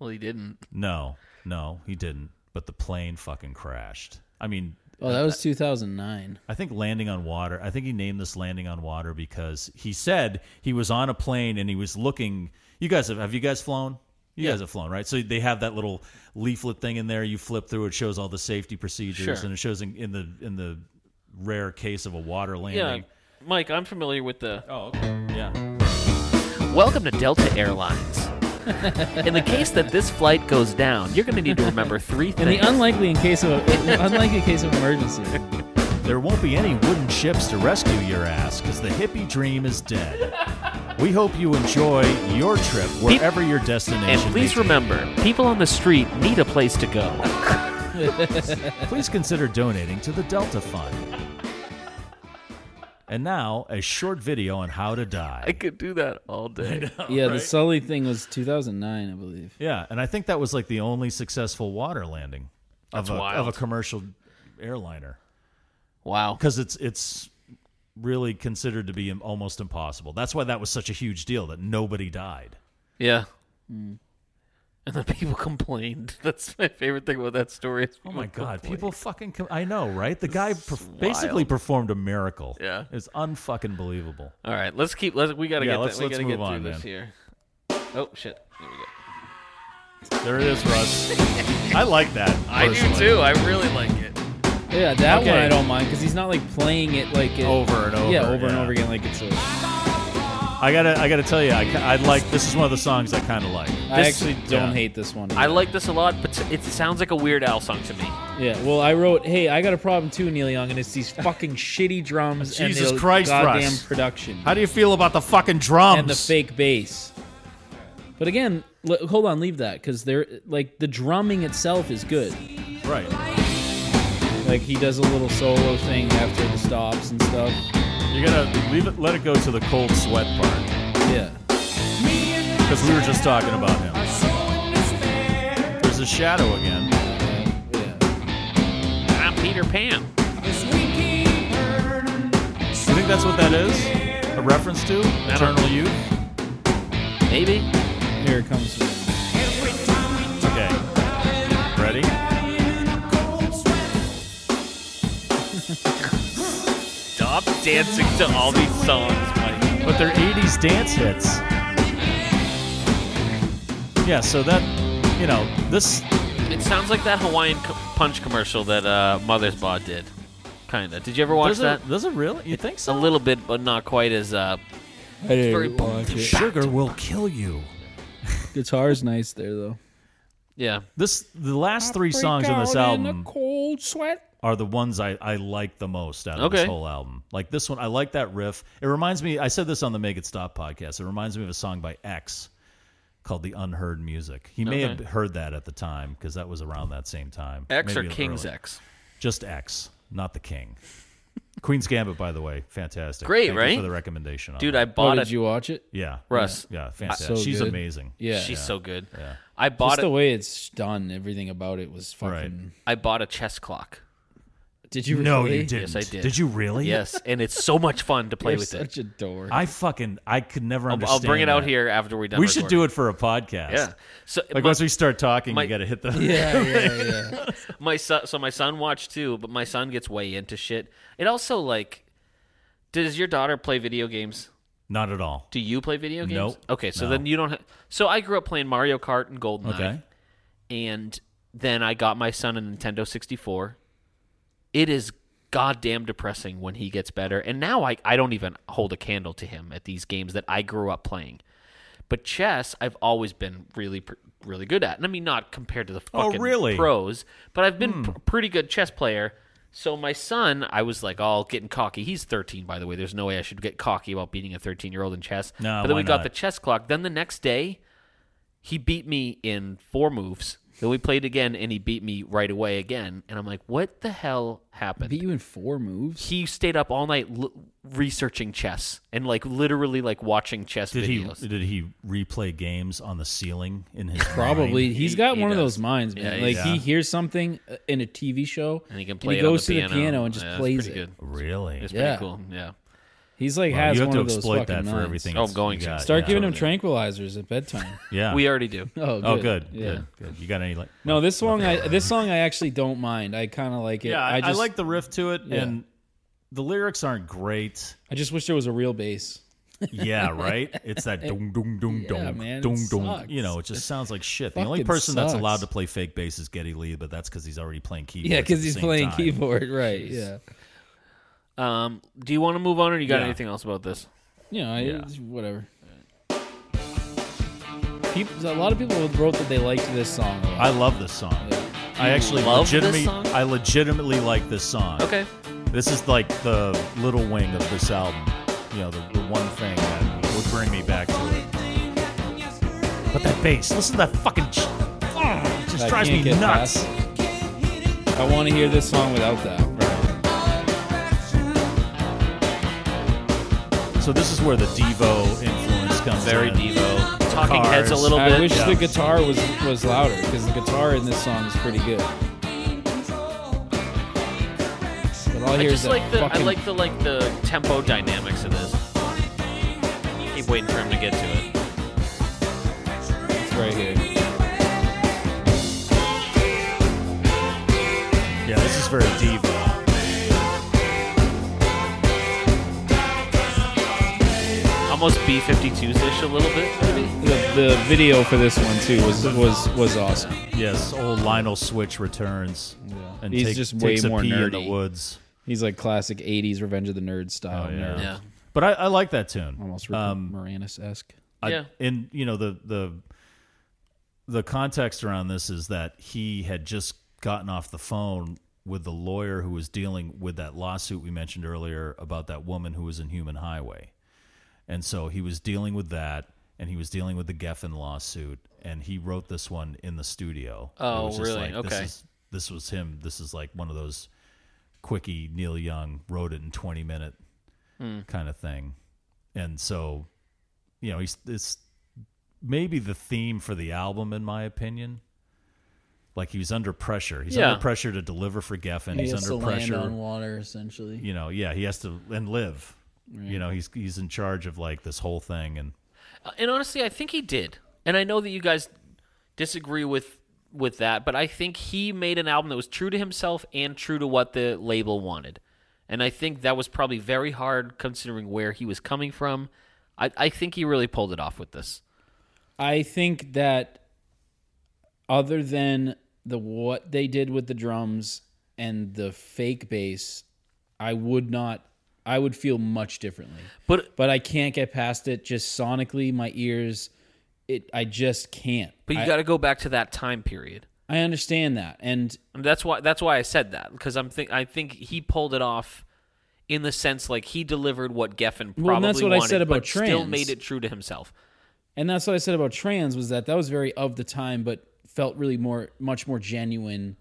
well, he didn't. No. No, he didn't. But the plane fucking crashed. I mean, Oh, that was 2009. I think landing on water. I think he named this landing on water because he said he was on a plane and he was looking. You guys have have you guys flown? You guys have flown, right? So they have that little leaflet thing in there. You flip through it, shows all the safety procedures, Sure. and it shows in, in the in the rare case of a water Yeah, landing. Mike, I'm familiar with the Oh, okay. Yeah. Welcome to Delta Airlines. In the case that this flight goes down, you're going to need to remember three In things. the unlikely in case of unlikely case of emergency. There won't be any wooden ships to rescue your ass because the hippie dream is dead. we hope you enjoy your trip wherever your destination. and may please take remember, people on the street need a place to go. please consider donating to the Delta Fund. And now, a short video on how to I die. could do that all day. Yeah, the Sully thing was 2009, I believe. Yeah, and I think that was like the only successful water landing of, That's a, of a wild. commercial airliner Wow. because it's it's really considered to be im- almost impossible. That's why that was such a huge deal that nobody died. Yeah. Mm. And then people complained. That's my favorite thing about that story. is Oh my god, complained. people fucking com- I know, right? The guy perf- basically wild. performed a miracle. Yeah. It's unfucking believable. All right, let's keep. Let's, we gotta Yeah, get. let's- that, we let's gotta move get on, through man. this here. Oh shit! There we go. There it is, Russ. I like that. I do personally. too. I really like it. Yeah, that one Okay. I don't mind because he's not like playing it like it, Over and over. Yeah, over and over again like it's. A, I gotta, I gotta tell you, I, ki- I like this is one of the songs I kind of like. I This- actually don't yeah. hate this one. I like this a lot, but it sounds like a Weird Al song to me. Yeah, well, I wrote, "Hey, I got a problem too, Neil Young, and it's these fucking shitty drums Jesus and the Christ, goddamn Russ. production How do you feel about the fucking drums? and the fake bass." But again, l- hold on, leave that because they're like the drumming itself is good. Right. Like he does a little solo thing after the stops and stuff. You're gonna leave it, let it go to the cold sweat part Yeah, because we were just talking about him. There's a shadow again. yeah. And I'm Ah, Peter Pan. You think that's what that is? A reference to Eternal Youth? Maybe. Here it comes. Okay. Ready? Stop dancing to all these songs, Mike. But they're 80s dance hits. Yeah. So that, you know, this It sounds like that Hawaiian co- Punch commercial that uh, Mother's Baw did. Kinda. Did you ever watch does that? it. Does it really? You think A so? little bit, but not quite as. Uh, it's very Sugar will kill you. Guitar's nice there though. Yeah. This the last three songs in this album are the ones I, I like the most out of this Okay. whole album. Like this one, I like that riff. It reminds me. I said this on the Make It Stop podcast. It reminds me of a song by X called "The Unheard Music." He may have Okay. heard that at the time because that was around that same time. X Maybe or a little King's earlier. X? Just X, not the King. Queen's Gambit, by the way, fantastic. Great, Thank you right? for the recommendation, on Dude, that. I Oh, bought did it. you watch it? yeah, Russ. yeah, fantastic. So She's good. amazing. Yeah. She's so good. Yeah. I bought Just the it. way it's done, everything about it was fucking. Right. I bought a chess clock. Did you? No, really? you didn't. I did. Did you really? Yes, and it's so much fun to play You're with it. such a dork. I fucking I could never I'll, understand. I'll bring it out that. here after we're done. We should do recording. it for a podcast. Yeah. So Like my, once we start talking, my- you got to hit the. yeah, yeah, yeah. my son, so my son watched too, but my son gets way into shit. It also like, does your daughter play video games? Not at all. Do you play video games? Nope. Okay, so No. then you don't. Ha- so I grew up playing Mario Kart and GoldenEye, Okay. and then I got my son a Nintendo 64. It is goddamn depressing when he gets better, and now I I don't even hold a candle to him at these games that I grew up playing. But chess, I've always been really pr- really good at, and I mean not compared to the Oh, fucking really? pros, but I've been pr- pretty good chess player. So my son, I was like all getting cocky. He's 13, by the way. There's no way I should get cocky about beating a 13 year old in chess. No, but then why we got not? the chess clock. Then the next day, he beat me in four moves. Then we played again, and he beat me right away again. And I'm like, what the hell happened? Beat you in four moves. he stayed up all night l- researching chess and like literally like watching chess Did he videos. did he replay games on the ceiling in his Probably. mind? He's He- got he one of does. those minds, man. Yeah, like yeah. he hears something uh, in a TV show, and he can play he it on goes the to piano. the piano and just Yeah, it's plays it. pretty Good. Really? It's Yeah. pretty cool. Yeah. He's like Wow, has you have one to of those exploit fucking that for minds. everything. Oh, I'm it's- going you to. got, Start yeah. giving him tranquilizers at bedtime. Yeah. We already do. Oh, good. Oh, good. Yeah. Good. Good. You got any like? No, this song I this song I actually don't mind. I kind of like it. Yeah, I, I just like the riff to it, and the lyrics aren't great. I just wish there was a real bass. yeah, right. It's that dong dong dong Yeah, dong man, it dong dong. sucks. You know, it just sounds like shit. The fucking only person that's sucks. allowed to play fake bass is Getty Lee, but that's because he's already playing keyboard. Yeah, because he's playing keyboard, right? Yeah. Um, do you want to move on, or you got Yeah. anything else about this? Yeah, I, Yeah. it's whatever. People, a lot of people wrote that they liked this song. a lot. I love this song. I actually love this legitimately, song? I legitimately like this song. Okay. This is like the little wing of this album. You know, the, the one thing that would bring me back to it. But that bass, listen to that fucking. Ch- oh, it just I drives can't me get nuts. I want to hear this song without that. So this is where the Devo influence comes Very in. Devo. Talking heads a Cars. little I bit. wish yeah. the guitar was was louder because the guitar in this song is pretty good. But all I I hear is just that like the fucking I like the like the tempo dynamics of this. Keep waiting for him to get to it. right here. Yeah, this is very Devo. Almost B52s ish a little bit, maybe. The, the video for this one too was was was awesome. Yes, old Lionel Switch returns and He's take- just way takes more a pee in the nerdy. woods. He's like classic '80s Revenge of the Nerd style. Oh, yeah. nerd. Yeah. But I, I like that tune. almost Rick Um, Moranis esque. I, Yeah. And you know the the the context around this is that he had just gotten off the phone with the lawyer who was dealing with that lawsuit we mentioned earlier about that woman who was in Human Highway. And so he was dealing with that and he was dealing with the Geffen lawsuit and he wrote this one in the studio. It Oh, was just really? like, this Okay. is- this was him. This is like one of those quickie Neil Young wrote it in 20 minute Hmm. kind of thing. And so, you know, he's it's maybe the theme for the album, in my opinion. Like he was under pressure. He's Yeah. under pressure to deliver for Geffen. he's under pressure. water essentially. you know, yeah, he has to and live. You know, he's he's in charge of like this whole thing and Uh, And honestly, I think he did. And I know that you guys disagree with with that, but I think he made an album that was true to himself and true to what the label wanted. And I think that was probably very hard considering where he was coming from. I, I think he really pulled it off with this. I think that other than the what they did with the drums and the fake bass, I would not I would feel much differently. But But I can't get past it just sonically my ears it I just can't. but you I, got to go back to that time period. I understand that. And And that's why that's why I said that because I'm think I think he pulled it off in the sense like he delivered what Geffen probably Well, and that's what I wanted, said about but still Trans. made it true to himself. and that's what I said about trans was that that was very of the time but felt really more much more genuine.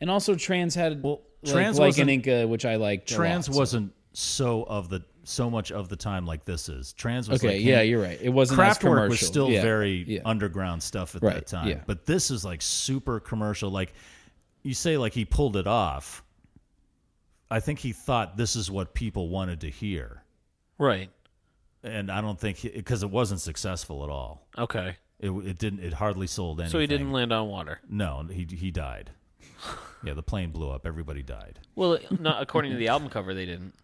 And also trans had well, like, Trans like an wasn't- Inca which I liked. a trans lot, so- wasn't so of the so much of the time like this is. Trans was Okay, like yeah, him- you're right. It wasn't as Kraftwerk was commercial. still Yeah, very yeah. underground stuff at that Right, time. yeah. But this is like super commercial. Like you say, like he pulled it off. I think he thought this is what people wanted to hear, Right. and I don't think because it wasn't successful at all. Okay. It, it didn't. It hardly sold anything. So he didn't land on water. No, he he died. yeah, the plane blew up. Everybody died. Well, not according to the album cover, they didn't.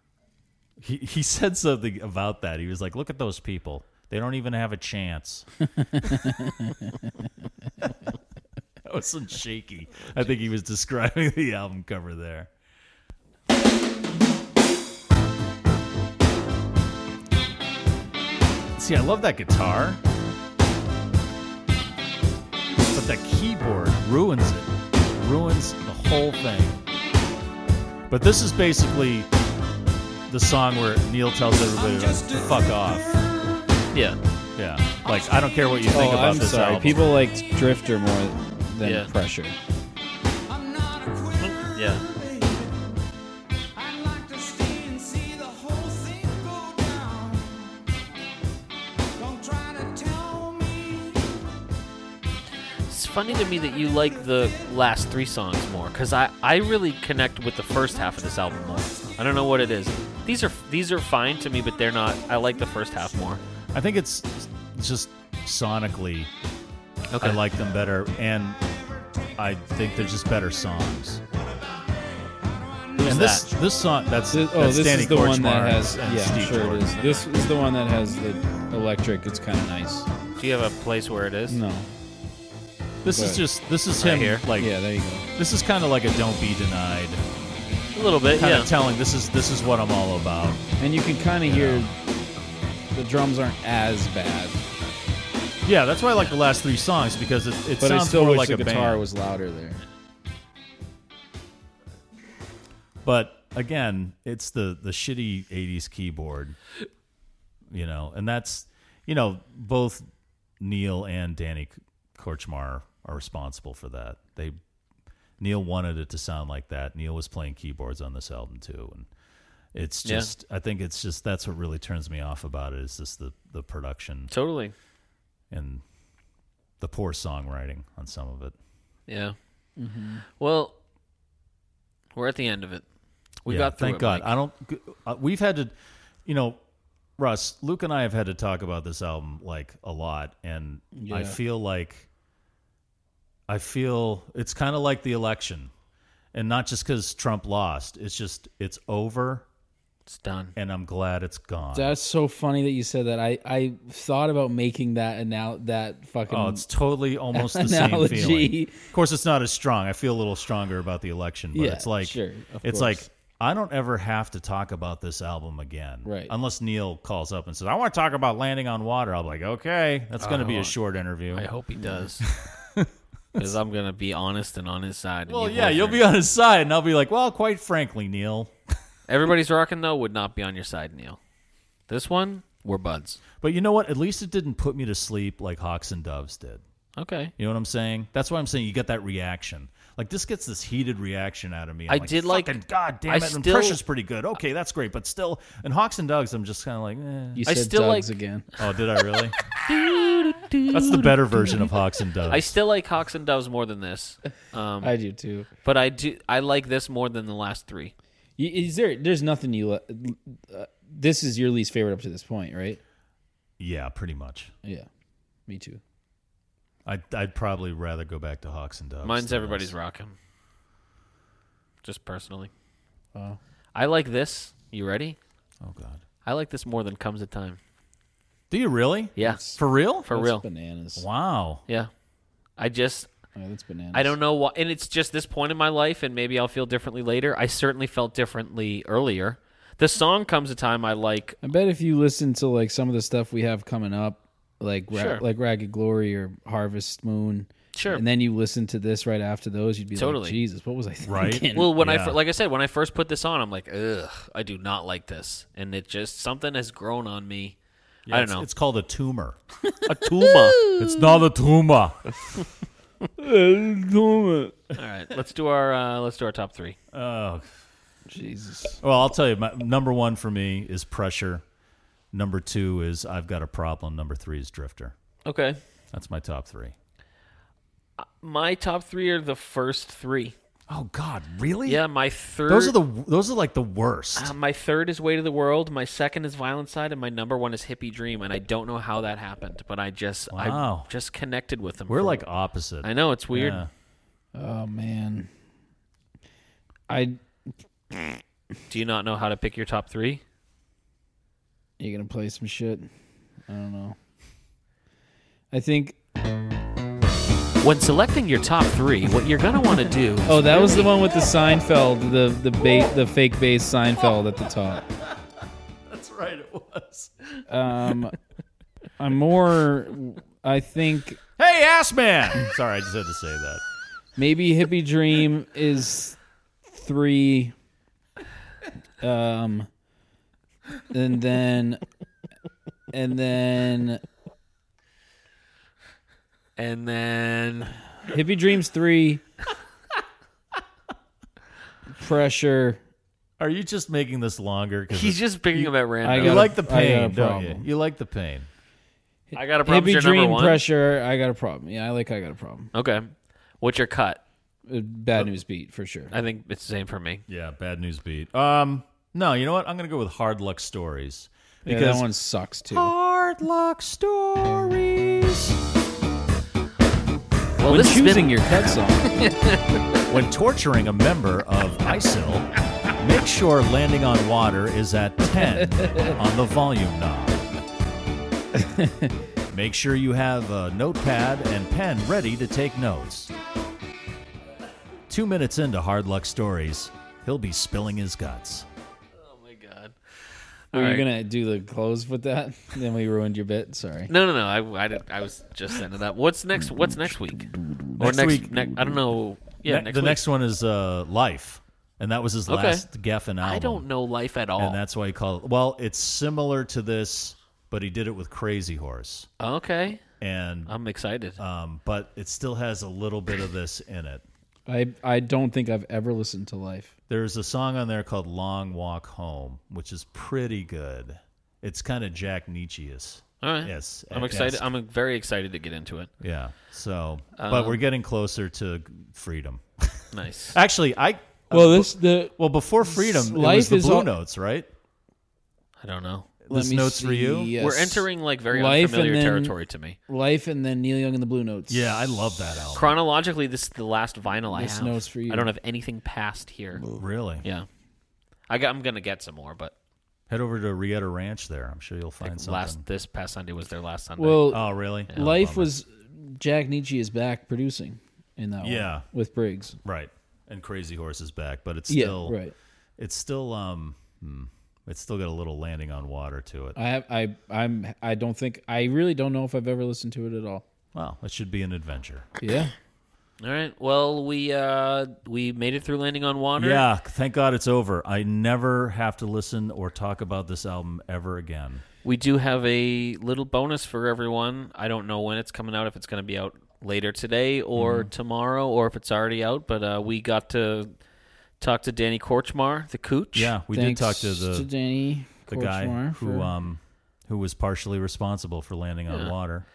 He he said something about that. He was like, "Look at those people. They don't even have a chance." that was some shaky. I think he was describing the album cover there. See, I love that guitar. But the keyboard ruins it. Ruins the whole thing. But this is basically the song where Neil tells everybody to fuck off. Yeah. Yeah. Like I don't care what you think oh, about I'm this sorry. album. People liked Drifter more than Yeah. Pressure. Yeah. It's funny to me that you like the last three songs more, because I, I really connect with the first half of this album more. I don't know what it is. These are these are fine to me, but they're not. I like the first half more. I think it's just sonically Okay. I like them better and I think they're just better songs. Who's and this that? this song that's This, oh, that's this Danny is the one that Korchmar has. and Yeah, Steve sure it Jordan. is. This is the one that has the electric. It's kind of nice. Do you have a place where it Mm. is? No. This Right. is just this is Right him here? like Yeah, there you go. this is kind of like a don't be denied A little bit, kind yeah. of telling this is this is what I'm all about. And you can kind of hear the drums aren't as bad, Yeah, that's why I like the last three songs because it, it but I sounds still more wish like the a guitar band. was louder there. But again, it's the the shitty '80s keyboard, you know, and that's you know both Neil and Danny Korchmar are responsible for that. They Neil wanted it to sound like that. Neil was playing keyboards on this album too, and it's Yeah. just I think it's just that's what really turns me off about it is just the the production Totally. and the poor songwriting on some of it. Yeah. Mm-hmm. Well, we're at the end of it. We Yeah, got through thank it, God. Mike. I don't. g- Uh, we've had to, you know, Russ, Luke, and I have had to talk about this album like a lot, and I Yeah. feel like I feel it's kind of like the election, and not just because Trump lost. It's just it's over, It's done. and I'm glad it's gone. That's so funny that you said that. I, I thought about making that and now that fucking. oh, it's totally almost the same Analogy. feeling. Of course, it's not as strong. I feel a little stronger about the election, but Yeah, it's like sure, of it's course. like I don't ever have to talk about this album again, Right. Unless Neil calls up and says, "I want to talk about Landing on Water." I'll be like, "Okay, that's going to Oh, be a short interview." I hope he does. Because I'm going to be honest and on his side. and well, you yeah, won't you'll hear be on his side, and I'll be like, "Well, quite frankly, Neil." it. Everybody's Rocking, though, would not be on your side, Neil. This one, we're buds. But you know what? At least it didn't put me to sleep like Hawks and Doves did. Okay. You know what I'm saying? That's why I'm saying you get that reaction. Like this gets this heated reaction out of me. I'm I did like- "Fucking God damn I it! and still- Pressure's pretty good. Okay, that's great, but still, and Hawks and Dogs, I'm just kind of like, eh. You I said still Doug's like- again. oh, did I really? that's the better version of Hawks and Dogs. I still like Hawks and Doves more than this, um, I do too. but I do I like this more than the last three. Y- Is there? There's nothing you. li- Uh, this is your least favorite up to this point, right? yeah, pretty much. Yeah, me too. I'd, I'd probably rather go back to Hawks and Doves. Mine's than everybody's this. rocking. Just personally. I like this. You ready? Oh God, I like this more than comes a time. do you really? Yeah. For real? For That's real. bananas. wow. Yeah. I just Yeah, that's bananas. I don't know why and it's just this point in my life and maybe I'll feel differently later. I certainly felt differently earlier. The song comes a time I like I bet if you listen to like some of the stuff we have coming up, like Ra- Sure. like Ragged Glory or Harvest Moon, Sure. and then you listen to this right after those, you'd be Totally. like, Jesus, what was I thinking? Right? well, when I Yeah. fir- like I said, when I first put this on, I'm like, ugh, I do not like this, and it just something has grown on me. I don't It's- know. It's called a tumor. a tumor. it's not a tumor. All right, let's do our uh, let's do our top three. Oh Jesus. Well, I'll tell you, my, number one for me is pressure. Number two is I've got a problem. Number three is drifter. Okay, That's my top three. my top three are the first three. Oh God, really? Yeah, my third. Those are the those are like the worst. Uh, my third is Way to the World. My second is Violent Side, and my number one is Hippie Dream. And I don't know how that happened, but I just Wow. I just connected with them. We're for- like opposite. I know it's weird. Yeah. Oh man. I Do you not know how to pick your top three? you gonna play some shit? I don't know. I think. When selecting your top three, what you're gonna want to do. Oh, that was the one with the Seinfeld, the the ba- the fake bass Seinfeld at the top. That's right. It was. Um, I'm more. I think Hey, ass man. Sorry, I just had to say that. maybe hippie dream is three um and then and then And then hippie dreams three pressure Are you just making this longer? Because he's just picking them at I random. you got like the a- I got a pain, don't you? problem. You like the pain. I got a problem. hippie Your number dream one. pressure i got a problem yeah i like i got a problem Okay, what's your cut? Uh, bad Oh. news beat for sure I think it's the same for me. Yeah. Bad news beat. Um. No. You know what? I'm gonna go with hard luck stories yeah, because that one sucks too hard luck stories. Well, when this has choosing been your cut song when torturing a member of ISIL, Make sure landing on water is at 10 on the volume knob. Make sure you have a notepad and pen ready to take notes. Two minutes into Hard Luck Stories, he'll be spilling his guts. Oh my god. Were you right. gonna do the close with that? then we ruined your bit. Sorry. No, no, no. I, I, did- I was just sending that. What's next? What's next week? Or Next next, week- ne- I don't know. Yeah, Ne- next the week. next one is uh, Life, and that was his Okay. last Geffen album. I don't know life at all. And that's why he called it. Well, it's similar to this, but he did it with Crazy Horse. okay. And I'm excited. um, but it still has a little bit of this in it. I I don't think I've ever listened to Life. There's a song on there called Long Walk Home, which is pretty good. It's kind of Jack Nietzscheus. all right. Yes. I'm excited. I'm very excited to get into it. Yeah. So, but Um, we're getting closer to freedom. Nice. Actually, I uh, Well, this the well before freedom, it was Life the is Blue all- Notes, right? I don't know. let This me notes for you? see, yes. We're entering like very Life and unfamiliar then- territory to me. Life and then Neil Young and the Blue Notes. Yeah, I love that album. Chronologically, this is the last vinyl I This have. note's for you. I don't have anything past here. really. Yeah. I got, I'm gonna get some more, but Head over to Rieta Ranch there. I'm sure you'll find like, something. last this past Sunday was their last Sunday. Well, oh, really? Oh, Life bummer. was Jack Nietzsche is back producing in that one. Yeah. with Briggs. right. And Crazy Horse is back, but it's Yeah, still right. It's still um, hmm, it's still got a little landing on water to it. I have I I'm I don't think I really don't know if I've ever listened to it at all. Wow, that should be an adventure. Yeah, All right. Well, we uh we made it through landing on water. Yeah, thank God it's over. I never have to listen or talk about this album ever again. We do have a little bonus for everyone. I don't know when it's coming out, if it's going to be out later today or Mm-hmm. tomorrow, or if it's already out. But uh, we got to talk to Danny Korchmar, the Cooch. Yeah, we Thanks did talk to the Danny the guy Korchmar who for- um who was partially responsible for landing on water.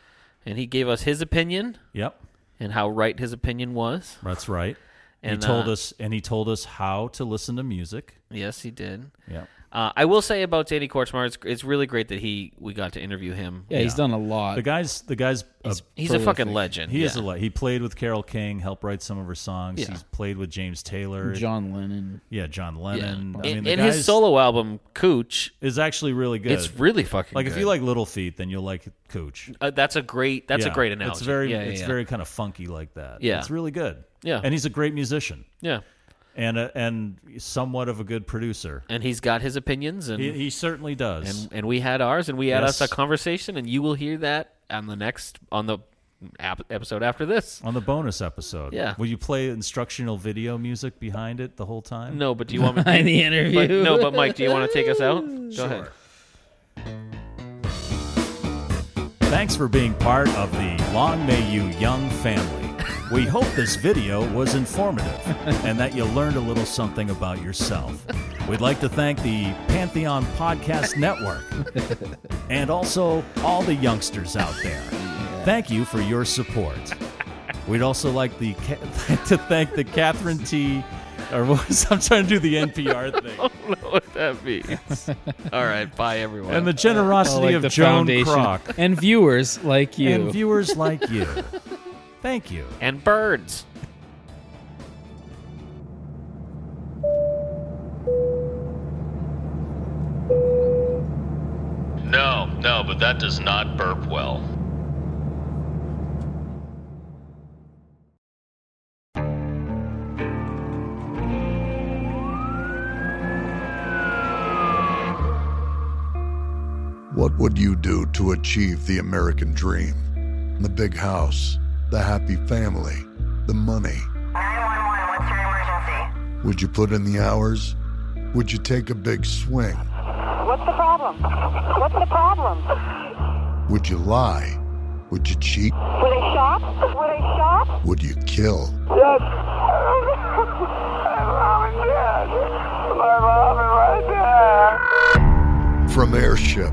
and he gave us his opinion Yep, and how right his opinion was. that's right. And, he told uh, us and he told us how to listen to music. Yes, he did. Yep. Uh, I will say about Danny Korchmar, it's, it's really great that he we got to interview him. yeah, he's done a lot. The guy's the guy's a He's a Prolific. fucking legend. He is yeah. a lot. He played with Carol King, helped write some of her songs. Yeah. He's played with James Taylor. John Lennon. yeah, John Yeah. Lennon. I mean, and the and guy's- his solo album, Cooch, is actually really good. it's really fucking like if you good. like Little Feet, then you'll like Cooch. Uh, that's a great. That's Yeah. a great analogy. It's very, Yeah, yeah, it's yeah. very kind of funky like that. Yeah. it's really good. Yeah. and he's a great musician Yeah, and a, and somewhat of a good producer. and he's got his opinions, and He, he certainly does. and, and we had ours, and we had Yes. us a conversation, and you will hear that on the next on the ap- episode after this. on the bonus episode, Yeah. will you play instructional video music behind it the whole time? No, but do you want me to the interview? But, no, but Mike, do you want to take us out? Go ahead. Thanks for being part of the Long May You Young family. We hope this video was informative and that you learned a little something about yourself. We'd like to thank the Pantheon Podcast Network and also all the youngsters out there. Thank you for your support. We'd also like the ca- to thank the Catherine T. Or what was, I'm trying to do the NPR thing. I don't know what that means. All right, bye everyone. and the generosity Oh, like of the Joan foundation. Kroc and viewers like you. and viewers like you. Thank you. and birds. No, no, but that does not burp well. What would you do to achieve the American dream? The big house, the happy family, the money. 911, what's your emergency? Would you put in the hours? Would you take a big swing? What's the problem? What's the problem? Would you lie? Would you cheat? Were they shot? Were they shot? Would you kill? Yes. My mom and dad. My mom and my dad. From Airship,